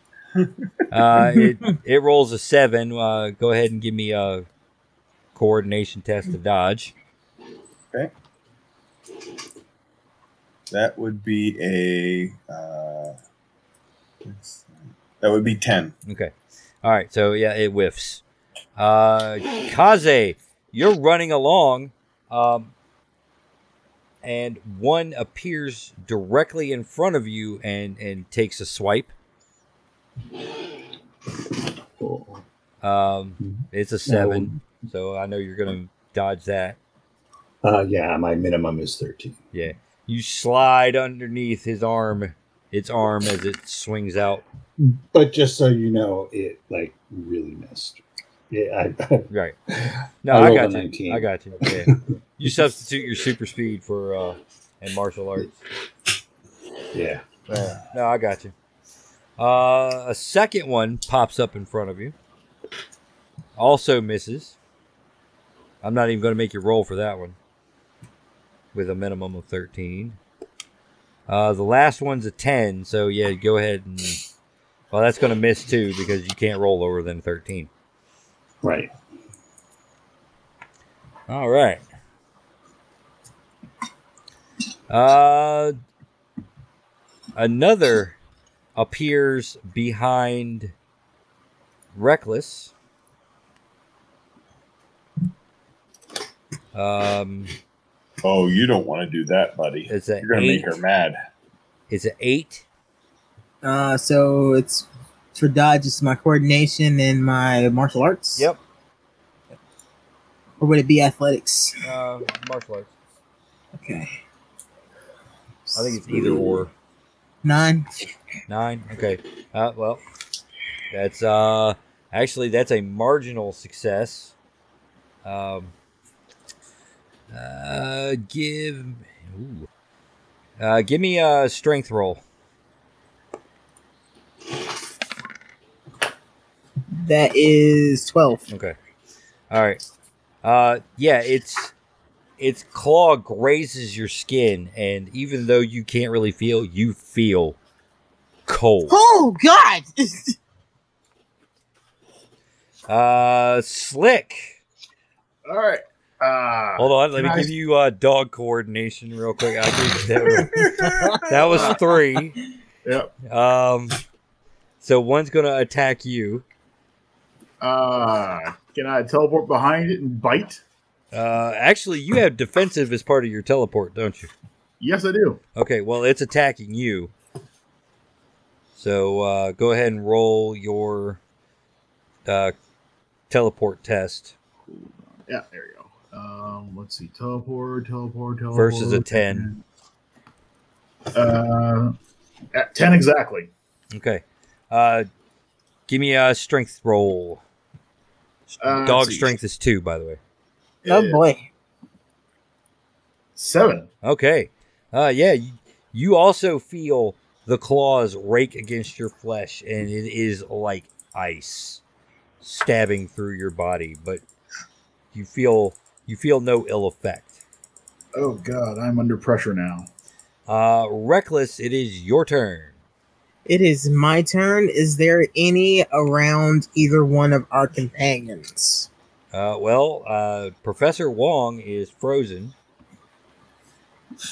S3: it it rolls a seven. Uh, go ahead and give me a coordination test to dodge.
S4: That would be a. Uh, let's see. that would be ten.
S3: Okay. All right. So yeah, it whiffs. Uh, Kaze, you're running along, um, and one appears directly in front of you and and takes a swipe. Um, it's a seven, so I know you're gonna dodge that.
S1: Uh, yeah, my minimum is thirteen.
S3: You slide underneath his arm, its arm as it swings out.
S1: But just so you know, it like really missed. Yeah, I,
S3: Right. No,
S1: I
S3: I,
S1: rolled
S3: got
S1: a
S3: you.
S1: 19.
S3: I got you. Yeah. you substitute your super speed for uh, and martial arts.
S1: yeah.
S3: No, I got you. Uh, a second one pops up in front of you. Also misses. I'm not even going to make you roll for that one. With a minimum of 13. Uh, the last one's a 10, so yeah, go ahead and. Well, that's going to miss too because you can't roll lower than 13.
S1: Right.
S3: All right. Uh, another appears behind Reckless. Um,
S4: Oh, you don't want to do that, buddy.
S3: It's an
S4: You're gonna
S3: eight.
S4: make her mad.
S3: It's an eight.
S2: Uh, so it's for dodge. It's my coordination and my martial arts.
S3: Yep.
S2: Or would it be athletics?
S3: Uh, martial arts.
S2: Okay.
S3: I think it's either or.
S2: nine.
S3: Nine. Okay. Uh, well, that's uh, actually that's a marginal success. Um, uh, give, ooh, uh, give me a strength roll.
S2: That is twelve.
S3: Okay. All right. Uh, yeah, it's its claw grazes your skin, and even though you can't really feel, you feel cold.
S2: Oh God!
S3: Uh, slick.
S5: All right. Uh,
S3: Hold on, let me
S5: Can I-
S3: give you uh, dog coordination real quick. I gave that, one. that was three.
S5: Yep.
S3: Um, so one's gonna attack you.
S5: Uh, can I teleport behind it and bite?
S3: Uh, actually, you have defensive as part of your teleport, don't you?
S5: Yes, I do.
S3: Okay, well, it's attacking you. So uh, go ahead and roll your uh, teleport test
S5: Yeah, there you go. Um, let's see. Teleport, teleport, teleport.
S3: versus a 10.
S5: Uh, at 10 exactly.
S3: Okay. Uh, give me a strength roll.
S5: Uh, let's
S3: Dog
S5: see.
S3: strength is 2, by the way.
S2: oh boy!
S5: Seven.
S3: Okay. Uh, yeah, you, you also feel the claws rake against your flesh, and it is like ice stabbing through your body, but you feel you feel no ill effect.
S5: Oh, God. I'm under pressure now.
S3: Uh, Reckless, it is your turn.
S2: It is my turn. Is there any around either one of our companions?
S3: Uh, well, uh, Professor Wong is frozen.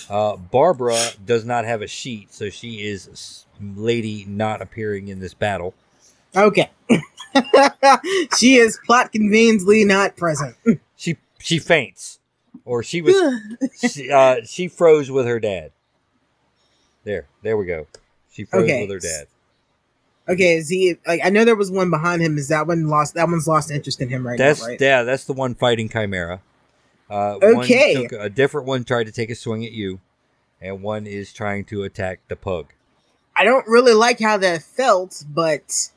S3: Uh, Barbara does not have a sheet, so she is s- lady not appearing in this battle.
S2: Okay. she is plot conveniently not present.
S3: She she faints, or she was she, uh, she froze with her dad. There, there we go. She froze
S2: Okay.
S3: with her dad.
S2: okay, is he like I know there was one behind him. Is that one lost that one's lost interest in him right
S3: that's
S2: now, right?
S3: yeah, that's the one fighting Chimera. Uh,
S2: Okay.
S3: One took, a different one tried to take a swing at you, and one is trying to attack the pug.
S2: I don't really like how that felt, but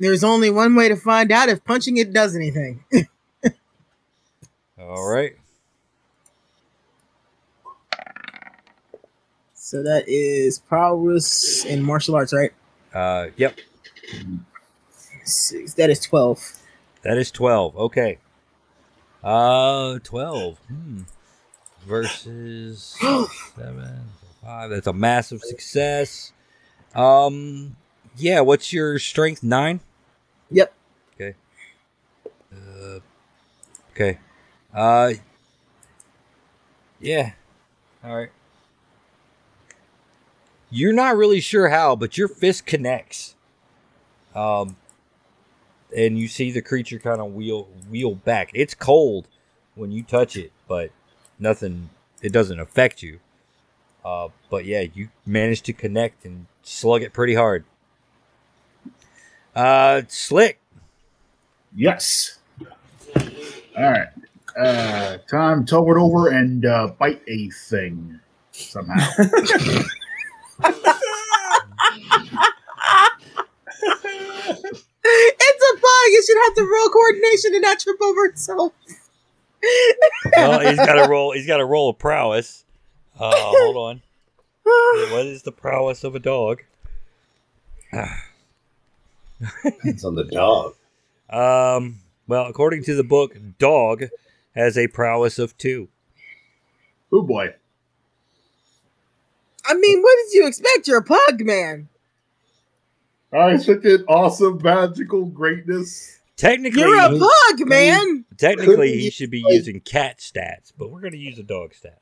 S2: there's only one way to find out if punching it does anything.
S3: All right.
S2: so that is prowess in martial arts, right?
S3: Uh, yep.
S2: Six, that is twelve.
S3: That is 12. Okay. Uh, 12. Hmm. Versus 7. 5. That's a massive success. Um, yeah, what's your strength? 9?
S2: Yep.
S3: Okay. Uh, okay. Uh, yeah. All right. You're not really sure how, but your fist connects. Um, and you see the creature kind of wheel wheel back. It's cold when you touch it, but nothing. It doesn't affect you. Uh, but yeah, you manage to connect and slug it pretty hard. Uh, slick.
S5: Yes. All right. Uh, time teleport over and uh, bite a thing somehow.
S2: it's a bug. It should have the real coordination and not trip over itself.
S3: Well, he's got to roll. He's got to roll a prowess. Uh, hold on. What is the prowess of a dog?
S6: Depends on the dog.
S3: Um. Well, according to the book, dog has a prowess of two.
S5: oh, boy.
S2: I mean, what did you expect? You're a pug, man.
S5: I expected awesome magical greatness.
S3: Technically,
S2: You're a pug, man.
S3: Technically,
S1: Couldn't
S3: he
S1: you,
S3: should be
S1: like-
S3: using cat stats, but we're going to use a dog stat.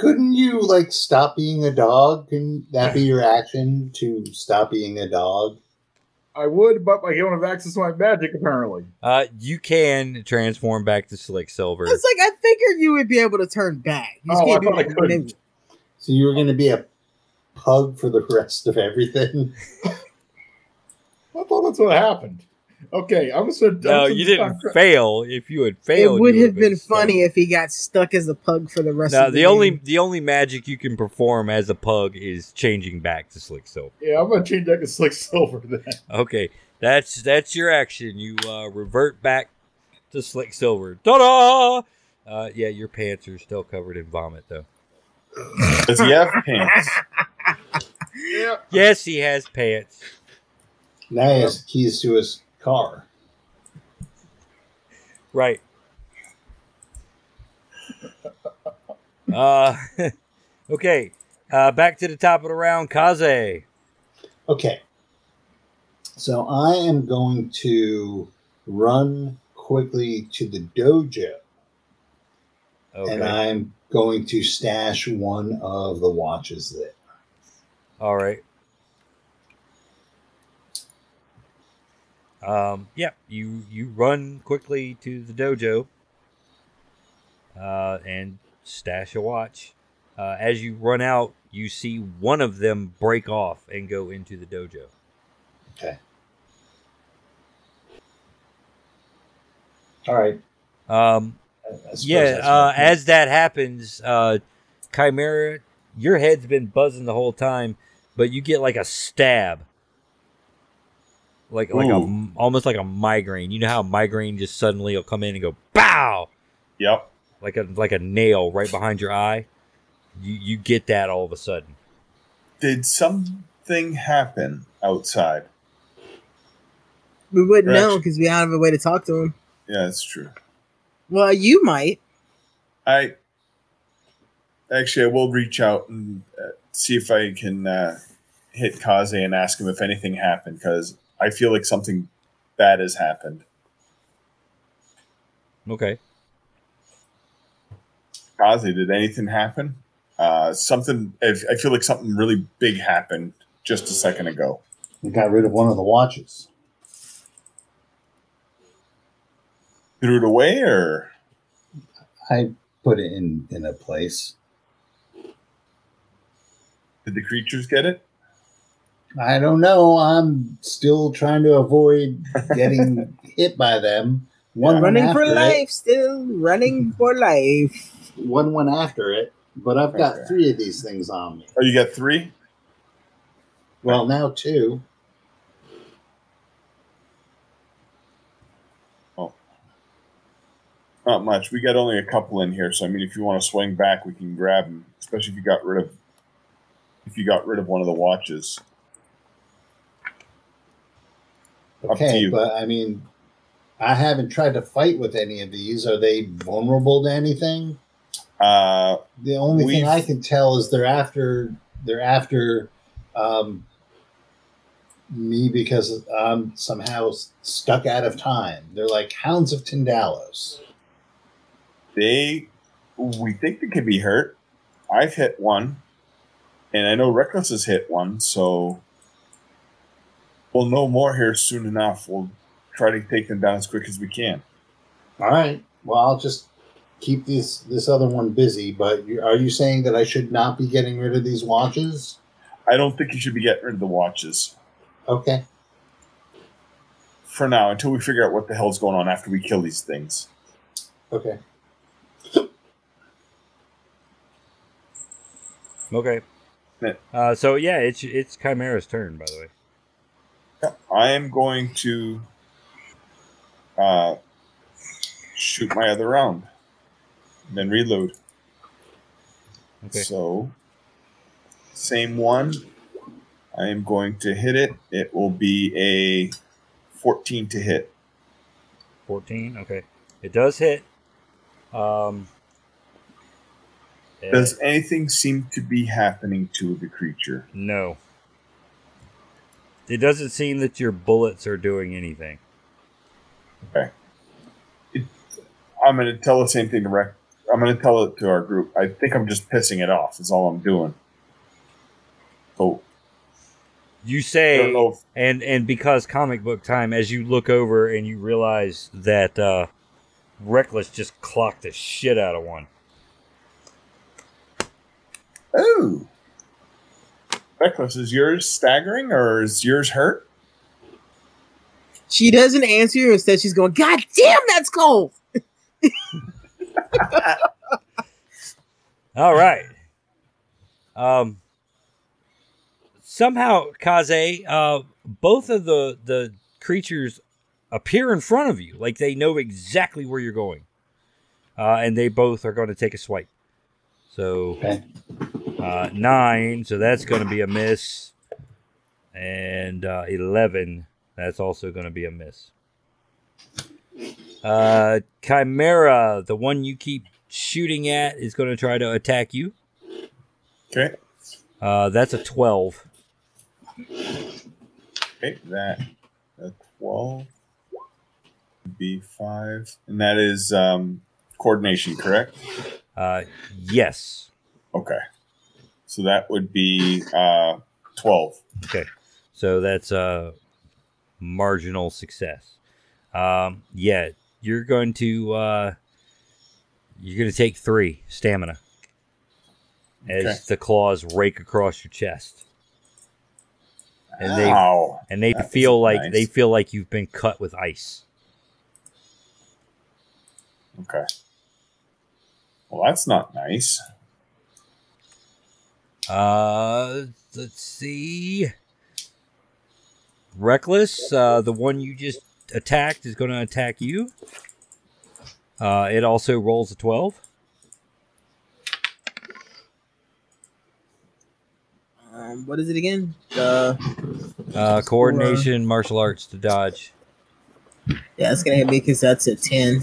S1: Couldn't you like stop being a dog? Can that be your action to stop being a dog?
S5: I would, but I don't have access to my magic apparently.
S3: Uh, you can transform back to Slick Silver.
S2: It's like I figured you would be able to turn back. You just
S5: Oh,
S2: can't
S5: I
S2: do
S5: thought I
S2: that
S5: couldn't.
S2: immediately.
S1: So you're going to be a pug for the rest of everything.
S5: I thought that's what happened. Okay, I'm just gonna.
S3: No,
S5: I'm
S3: you
S5: just-
S3: didn't fail. If you had failed, you
S2: it would have
S3: been
S2: been funny
S3: stuck.
S2: if he got stuck as a pug for the rest
S3: Now,
S2: of
S3: the
S2: game.
S3: only the only magic you can perform as a pug is changing back to Slick Silver.
S5: Yeah, I'm gonna change that to slick silver then.
S3: Okay, that's that's your action. You uh, revert back to Slick Silver. Ta da! Uh, yeah, your pants are still covered in vomit, though.
S4: Does he have pants?
S5: Yeah.
S3: Yes, he has pants.
S1: Now he has keys to his car.
S3: Right. Uh, okay. Uh, back to the top of the round, Kaze.
S1: Okay. So I am going to run quickly to the dojo and
S3: Okay.
S1: I'm going to stash one of the watches there.
S3: All right. Um, yeah, you you run quickly to the dojo uh, and stash a watch. Uh, as you run out, you see one of them break off and go into the dojo.
S1: All right.
S3: Um,
S1: I suppose
S3: yeah,
S1: that's
S3: uh,
S1: what-
S3: as that happens, uh, Chimera, your head's been buzzing the whole time, but you get like a stab, like like
S4: Ooh.
S3: a almost like a migraine. You know how a migraine just suddenly will come in and go bow,
S4: Yep.
S3: like a like a nail right behind your eye. You you get that all of a sudden.
S4: Did something happen outside?
S2: we wouldn't
S4: Right.
S2: know because we don't have a way to talk to him.
S4: Yeah, that's true.
S2: Well, you might.
S4: I actually I will reach out and uh, see if I can uh, hit Kaze and ask him if anything happened because I feel like something bad has happened.
S3: Okay.
S4: Kaze, did anything happen? Uh, something. I I feel like something really big happened just a second ago.
S1: we got rid of one of the watches.
S4: Threw it away, or
S1: I put it in in a place.
S4: did the creatures get it?
S1: I don't know. I'm still trying to avoid getting hit by them. One
S2: running
S1: went
S2: for
S1: after it.
S2: life, still running for life.
S1: One went after it, but I've got
S4: Okay.
S1: three of these things on me.
S4: Oh, you got three.
S1: Well, now two.
S4: Not much. We got only a couple in here, so I mean, if you want to swing back, we can grab them. Especially if you got rid of, if you got rid of one of the watches. Up to
S1: Okay,
S4: you.
S1: but I mean, I haven't tried to fight with any of these. Are they vulnerable to anything?
S4: Uh,
S1: The only thing
S4: We've-
S1: I can tell is they're after they're after um, me because I'm somehow s- stuck out of time. They're like hounds of Tindalos.
S4: they, we think they could be hurt. I've hit one, and I know Reckless has hit one, so we'll know more here soon enough. We'll try to take them down as quick as we can.
S1: All right. Well, I'll just keep these this other one busy. But you, are you saying that I should not be getting rid of these watches?
S4: I don't think you should be getting rid of the watches
S1: Okay.
S4: for now until we figure out what the hell's going on after we kill these things.
S1: Okay.
S3: Okay.
S4: Yeah.
S3: Uh, so yeah, it's it's Chimera's turn, by the way.
S4: I am going to uh, shoot my other round, and then reload.
S3: Okay.
S4: So, same one. I am going to hit it. It will be a 14 to hit.
S3: Fourteen. Okay. It does hit. Um. eh,
S4: Does anything seem to be happening to the creature?
S3: No. It doesn't seem that your bullets are doing anything.
S4: I'm going to tell the same thing to Rec. I'm going to tell it to our group. I think I'm just pissing it off. Is all I'm doing. So,
S3: You
S4: Oh, I
S3: say
S4: don't know if
S3: and and because comic book time as you look over and you realize that uh reckless just clocked the shit out of one
S4: Oh. Reckless, is yours staggering or is yours hurt?
S2: She doesn't answer you. Instead, she's going, God damn, that's cold.
S3: all right um somehow kaze uh both of the the creatures appear in front of you like they know exactly where you're going uh and they both are going to take a swipe so
S1: Okay.
S3: uh, nine, so that's going to be a miss, and uh, eleven, that's also going to be a miss. Uh, Chimera, the one you keep shooting at, is going to try to attack you.
S4: Okay.
S3: Uh, that's a twelve.
S4: Okay. That a twelve B five. And that is um coordination, correct?
S3: Uh, yes.
S4: Okay. So that would be uh twelve.
S3: So that's a marginal success. Um, yeah, you're going to uh, you're going to take three stamina as
S4: Okay.
S3: the claws rake across your chest, and they
S4: Ow.
S3: and they
S4: That
S3: feel
S4: is
S3: like
S4: nice.
S3: they feel like you've been cut with ice.
S4: Okay. Well that's not nice.
S3: Uh, let's see. Reckless, uh, the one you just attacked is going to attack you. Uh, it also rolls a 12.
S2: Um, what is it again? Uh,
S3: Uh, coordination, martial arts to dodge.
S2: yeah, it's going to hit me because that's a 10.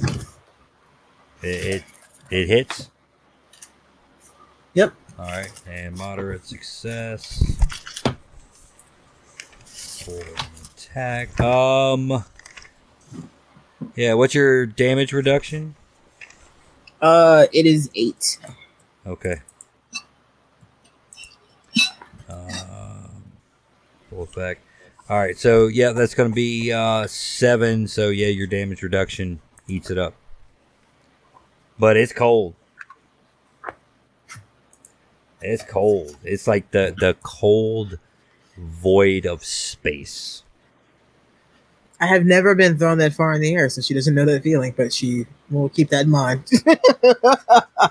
S3: It, it, it hits.
S2: Yep.
S3: All right. And moderate success. For an attack. Um. Yeah, what's your damage reduction?
S2: Uh, it is 8.
S3: Okay. Um, full effect. All right, so yeah, that's going to be uh, seven. So yeah, your damage reduction eats it up. But it's cold. It's cold. It's like the the cold void of space.
S2: I have never been thrown that far in the air, so she doesn't know that feeling, but she will keep that in mind.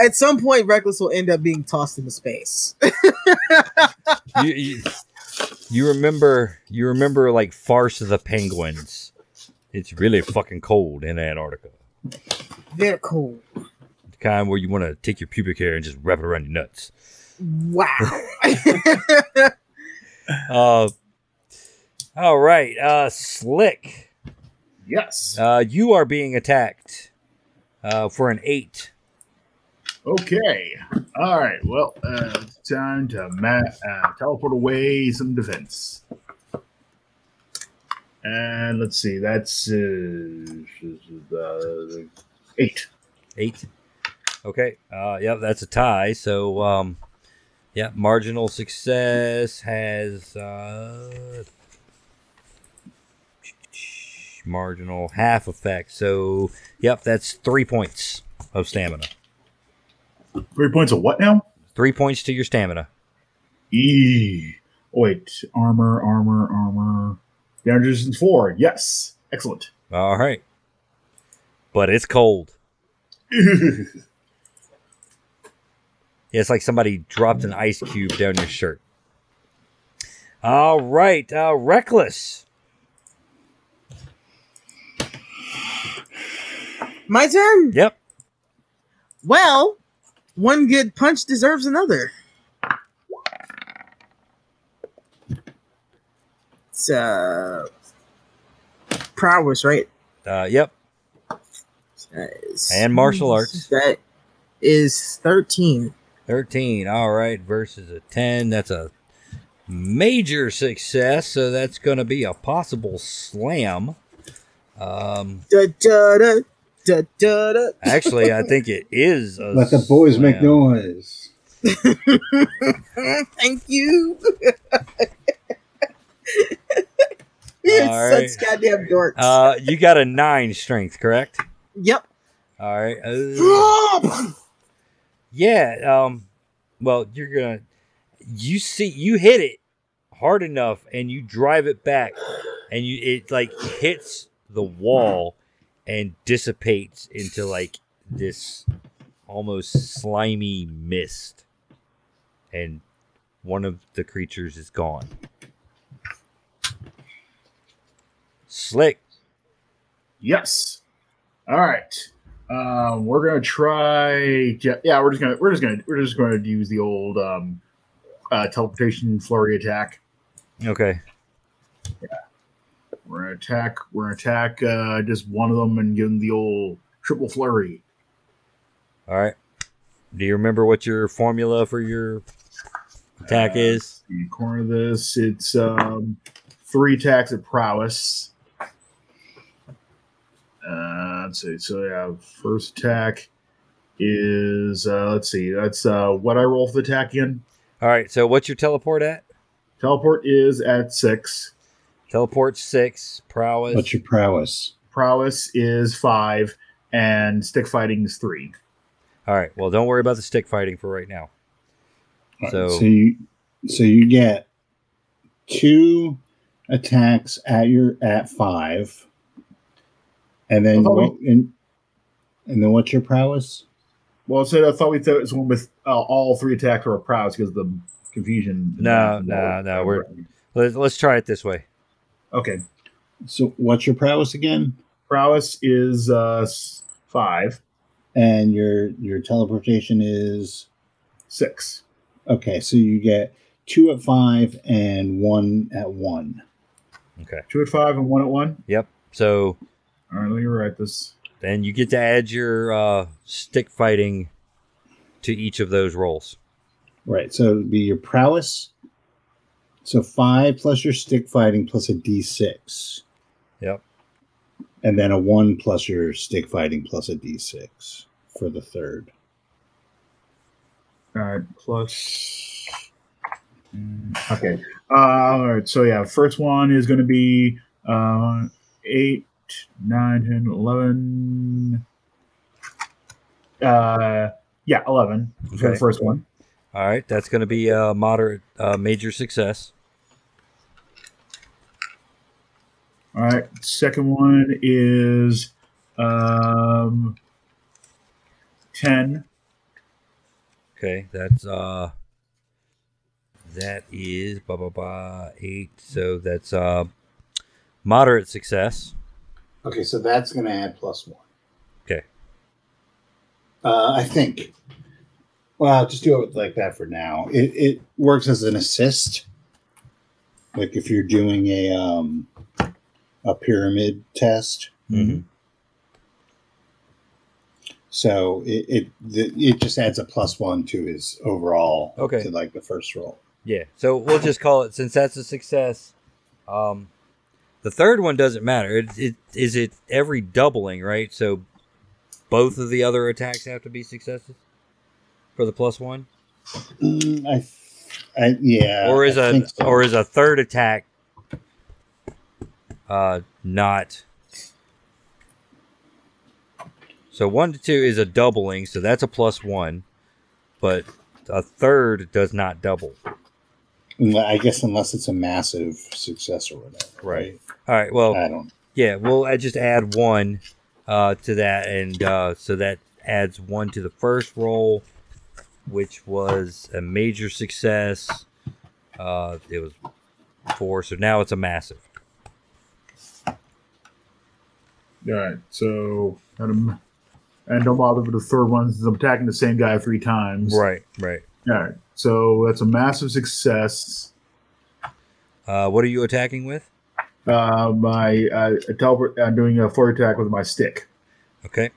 S2: At some point, Reckless will end up being tossed into space.
S3: you, you, you remember you remember like farce of the penguins. It's really fucking cold in Antarctica.
S2: They're cool.
S3: the kind where you want to take your pubic hair and just wrap it around your nuts.
S2: Wow.
S3: Uh, all right, uh, Slick,
S5: Yes.
S3: uh, you are being attacked uh, for an eight.
S5: Okay. All right. Well, uh, it's time to ma- uh, teleport away some defense. And let's see. That's uh, uh, eight.
S3: Eight. Okay. Uh, yep, that's a tie. So, um, yeah, marginal success has uh, marginal half effect. So, yep, that's three points of stamina.
S5: Three points of what now?
S3: Three points to your stamina.
S5: E. Oh, wait. Armor, armor, armor. Down resistance four. Yes. Excellent.
S3: All right. But it's cold. Yeah, it's like somebody dropped an ice cube down your shirt. All right, uh, reckless.
S2: My turn?
S3: Yep.
S2: Well, one good punch deserves another. It's uh, prowess, right?
S3: Uh, yep. And martial arts.
S2: That is thirteen.
S3: Thirteen. All right, versus a ten. That's a major success. So that's going to be a possible slam. Um,
S2: Da da da da da da.
S3: actually, I think it is. A
S1: Let the boys make
S3: slam.
S1: noise.
S2: Ah, Thank you. You're
S3: All
S2: such goddamn dorks.
S3: Uh, you got a nine strength, correct?
S2: yep.
S3: All right. Uh, yeah. Um. Well, you're gonna. You see, you hit it hard enough, and you drive it back, and you it like hits the wall, and dissipates into like this almost slimy mist, and one of the creatures is gone. Slick.
S5: Yes. All right. Um, we're gonna try. ju- Yeah, we're just gonna we're just gonna we're just gonna use the old um, uh, teleportation flurry attack.
S3: Okay.
S5: We're gonna attack. We're gonna attack uh, just one of them and give them the old triple flurry.
S3: All right. Do you remember what your formula for your attack
S5: Uh,
S3: is?
S5: The corner of this, it's um, three attacks of prowess. Uh, let's see. So yeah, first attack is uh, let's see. That's uh, what I roll for the attack in.
S3: All right. So what's your teleport at?
S5: Teleport is at six.
S3: Teleport six. Prowess.
S7: What's your prowess?
S5: Prowess is five, and stick fighting is three.
S3: All right. Well, don't worry about the stick fighting for right now. So,
S7: so you so you get two attacks at your at five, and then
S5: Oh,
S7: what, and, and then what's your prowess?
S5: Well, so I thought we thought it was one with uh, all three attacks were a prowess because of the confusion.
S3: No, no, no, we're- let's, let's try it this way.
S5: okay.
S7: So what's your prowess again?
S5: Prowess is uh, s- five,
S7: And your your teleportation is
S5: six.
S7: okay. So you get two at five and one at one.
S3: Okay.
S5: Two at five and one at one.
S3: So
S5: All right, let me write this.
S3: then you get to add your uh, stick fighting to each of those rolls.
S7: Right. So it'd be your prowess. So five plus your stick fighting plus a D six.
S3: Yep.
S7: And then a one plus your stick fighting plus a D six for the third.
S5: All right, plus. Okay. Uh, all right. So yeah, first one is going to be uh, eight, nine, ten, eleven. Uh, yeah, eleven for the
S3: Okay.
S5: first one.
S3: All right. That's going to be a moderate, uh, major success.
S5: All right. Second one is um, ten.
S3: Okay, that's uh that is blah blah blah eight. So that's uh moderate success.
S7: Okay, so that's gonna add plus one.
S3: Okay.
S7: Uh, I think. Well, I'll just do it like that for now. It it works as an assist. Like if you're doing a um a pyramid test.
S3: Mm-hmm.
S7: So it it, the, it just adds a plus one to his overall.
S3: Okay.
S7: To like the first roll.
S3: Yeah. So we'll just call it since that's a success. Um the third one doesn't matter. It, it is it every doubling, right? So both of the other attacks have to be successes for the plus one,
S7: Mm, I, I yeah.
S3: or is
S7: Uh, I
S3: a
S7: think so.
S3: or is a third attack uh not So one to two is a doubling, so that's a plus one, but a third does not double.
S1: Mm,
S7: I guess unless it's a massive success or whatever.
S3: Right. All right, well,
S7: I don't.
S3: yeah, we'll uh, just add one uh, to that, and uh, so that adds one to the first roll, which was a major success. Uh, it was four, so now it's a massive.
S5: All right. So and, and don't bother with the third one since I'm attacking the same guy three times.
S3: Right, right.
S5: All right. So that's a massive success.
S3: Uh, what are you attacking with?
S5: Uh, my uh, teleport. I'm doing a flurry attack with my stick.
S3: Okay.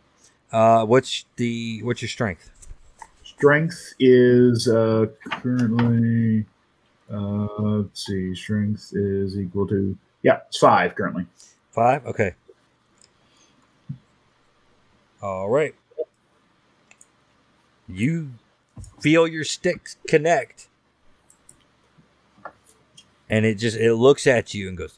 S3: Uh, what's the what's your strength?
S5: Strength is uh, currently. Uh, let's see. Strength is equal to yeah, it's five currently.
S3: Five. Okay. All right. You feel your sticks connect. And it just it looks at you and goes.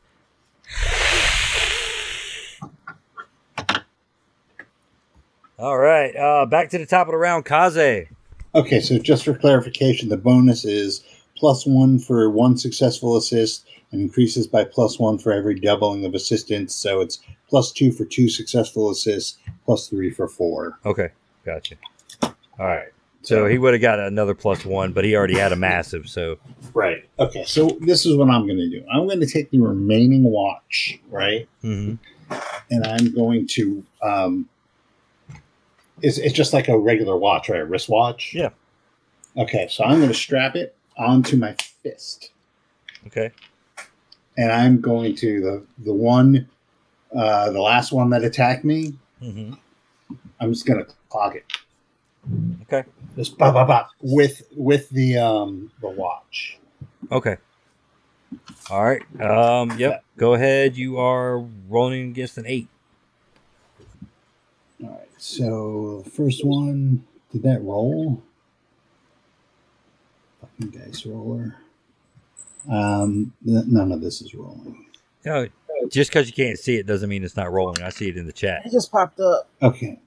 S3: All right, uh, back to the top of the round, Kaze.
S1: Okay, so just for clarification, the bonus is plus one for one successful assist and increases by plus one for every doubling of assistance. So it's plus two for two successful assists, plus three for four.
S3: Okay, gotcha. All right, so he would have got another plus one, but he already had a massive. So
S1: Right. Okay, so this is what I'm going to do I'm going to take the remaining watch, right?
S3: Mhm.
S1: And I'm going to. Um, it's, it's just like a regular watch, right? A wristwatch?
S3: Yeah.
S1: Okay, so I'm going to strap it onto my fist.
S3: okay,
S1: and I'm going to the the one, uh, the last one that attacked me.
S3: hmm
S1: I'm just gonna clog it.
S3: Okay.
S1: Just ba ba ba with with the um the watch.
S3: okay. All right. Um. Yep. Go ahead. You are rolling against an eight.
S1: All right. So first one did that roll? Fucking dice roller. Um, n- none of this is rolling.
S3: No, just because you can't see it doesn't mean it's not rolling. I see it in the chat.
S2: It just popped up.
S1: Okay.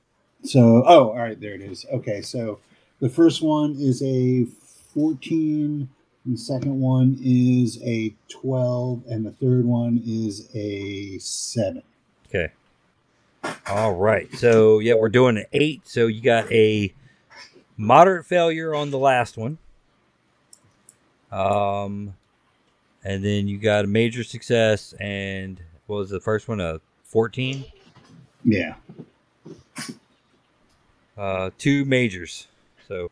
S1: So, oh, all right, there it is. Okay, so the first one is a 14, and the second one is a 12, and the third one is a 7.
S3: Okay. All right. So yeah, we're doing an eight. So you got a moderate failure on the last one. Um, and then you got a major success and what was the first one? A fourteen.
S1: Yeah.
S3: Uh, two majors. So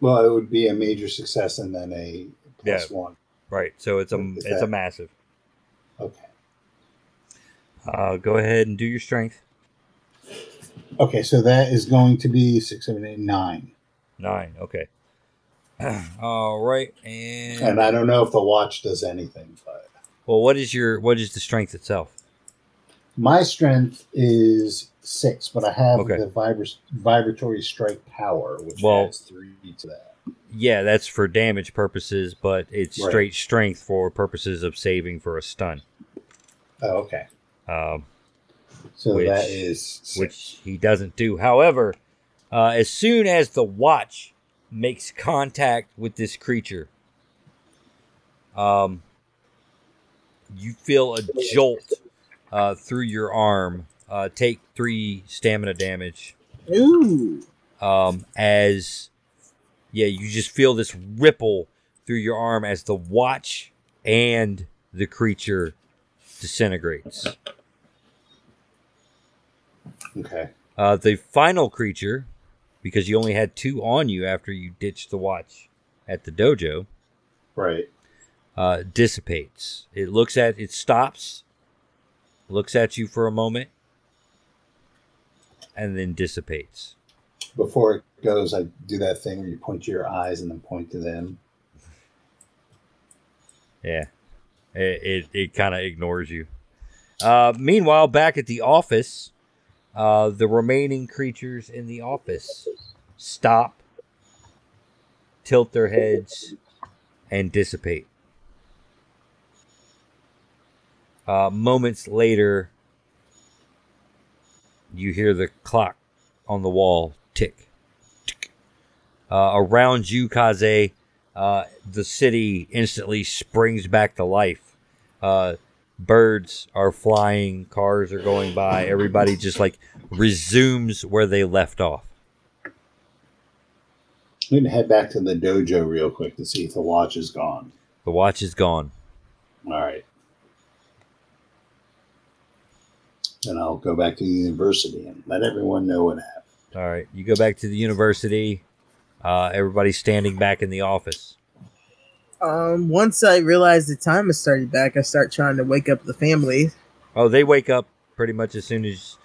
S1: Well, it would be a major success and then a plus one.
S3: right. So it's a
S1: Is
S3: it's a
S1: that-
S3: massive.
S1: Okay.
S3: Uh, go ahead and do your strength
S1: Okay, so that is going to be six, seven, eight, nine.
S3: nine. Okay. All right, and
S1: And I don't know if the watch does anything, but
S3: Well, what is your what is the strength itself?
S1: my strength is six, but I have
S3: Okay.
S1: the vibra- vibratory strike power, which
S3: Well-
S1: adds three to that.
S3: Yeah, that's for damage purposes, but it's
S1: Right.
S3: straight strength for purposes of saving for a stun,
S1: Oh, okay.
S3: um,
S1: So
S3: Which-
S1: that is six.
S3: which he doesn't do. However, uh, as soon as the watch makes contact with this creature, um, you feel a jolt uh, through your arm. Uh, take three stamina damage.
S2: Ooh.
S3: um, as yeah, you just feel this ripple through your arm as the watch and the creature disintegrates.
S1: okay.
S3: Uh, the final creature, because you only had two on you after you ditched the watch at the dojo,
S1: Right.
S3: uh, dissipates. It looks at it stops, looks at you for a moment, and then dissipates.
S1: Before it goes, I do that thing where you point to your eyes and then point to them.
S3: Yeah. It it, it kind of ignores you. Uh, meanwhile, back at the office, uh, the remaining creatures in the office stop, tilt their heads, and dissipate. Uh, moments later, you hear the clock on the wall tick. tick. Uh, around you, Kaze, uh, the city instantly springs back to life. Uh, birds are flying, cars are going by, everybody just like resumes where they left off.
S1: I'm gonna head back to the dojo real quick to see if the watch is gone.
S3: The watch is gone.
S1: All right. Then I'll go back to the university and let everyone know what happened.
S3: All right, you go back to the university. Uh, everybody's standing back in the office.
S2: Um, once I realized the time has started back, I start trying to wake up the family.
S3: Oh, they wake up pretty much as soon as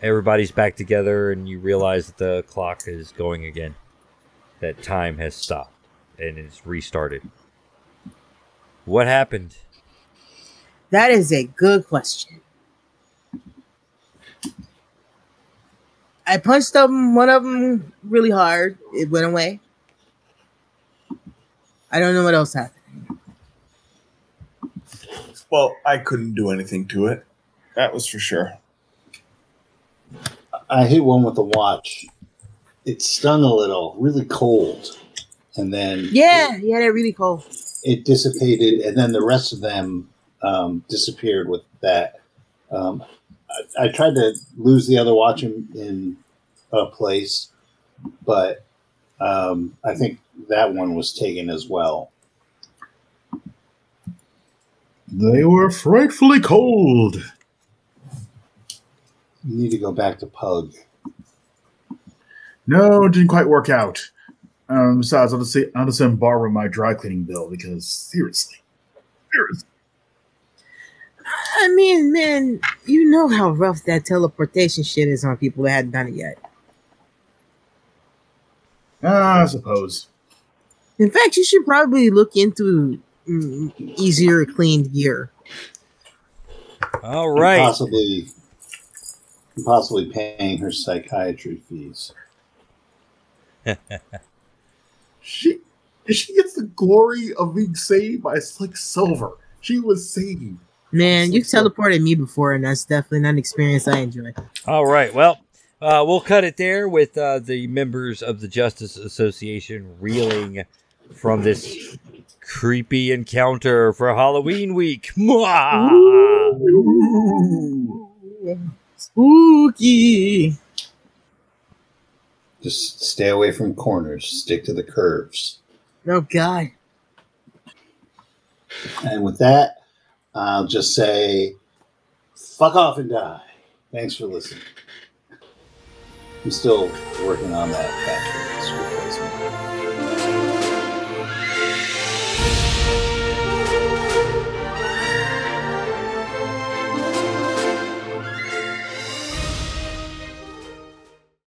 S3: everybody's back together, and you realize that the clock is going again. That time has stopped and it's restarted. What happened?
S2: That is a good question. I punched them, one of them really hard. It went away. I don't know what else happened.
S4: Well, I couldn't do anything to it. That was for sure.
S1: I hit one with a watch. It stung a little, really cold, and then
S2: Yeah, yeah, they're really cool.
S1: it dissipated, and then the rest of them um, disappeared with that. Um, I, I tried to lose the other watch in, in a place, but um, I think that one was taken as well.
S5: They were frightfully cold.
S1: You need to go back to Pug.
S5: No, it didn't quite work out. Um, besides, I'll just say I'll just send Barbara my dry cleaning bill because seriously, seriously,
S2: I mean, man, you know how rough that teleportation shit is on people that hadn't done it yet.
S5: Ah, I suppose.
S2: In fact, you should probably look into mm, easier cleaned gear.
S3: All
S1: and
S3: right.
S1: Possibly, and possibly paying her psychiatry fees.
S5: She she gets the glory of being saved by Slick Silver. She was saved.
S2: Man, you've teleported me before, and that's definitely not an experience I enjoy.
S3: All right. Well, uh, we'll cut it there with uh, the members of the Justice Association reeling from this creepy encounter for Halloween week. Mwah!
S2: Spooky.
S1: Just stay away from corners, stick to the curves.
S2: Oh God.
S1: And with that, I'll just say, fuck off and die. Thanks for listening. I'm still working on that battery replacement.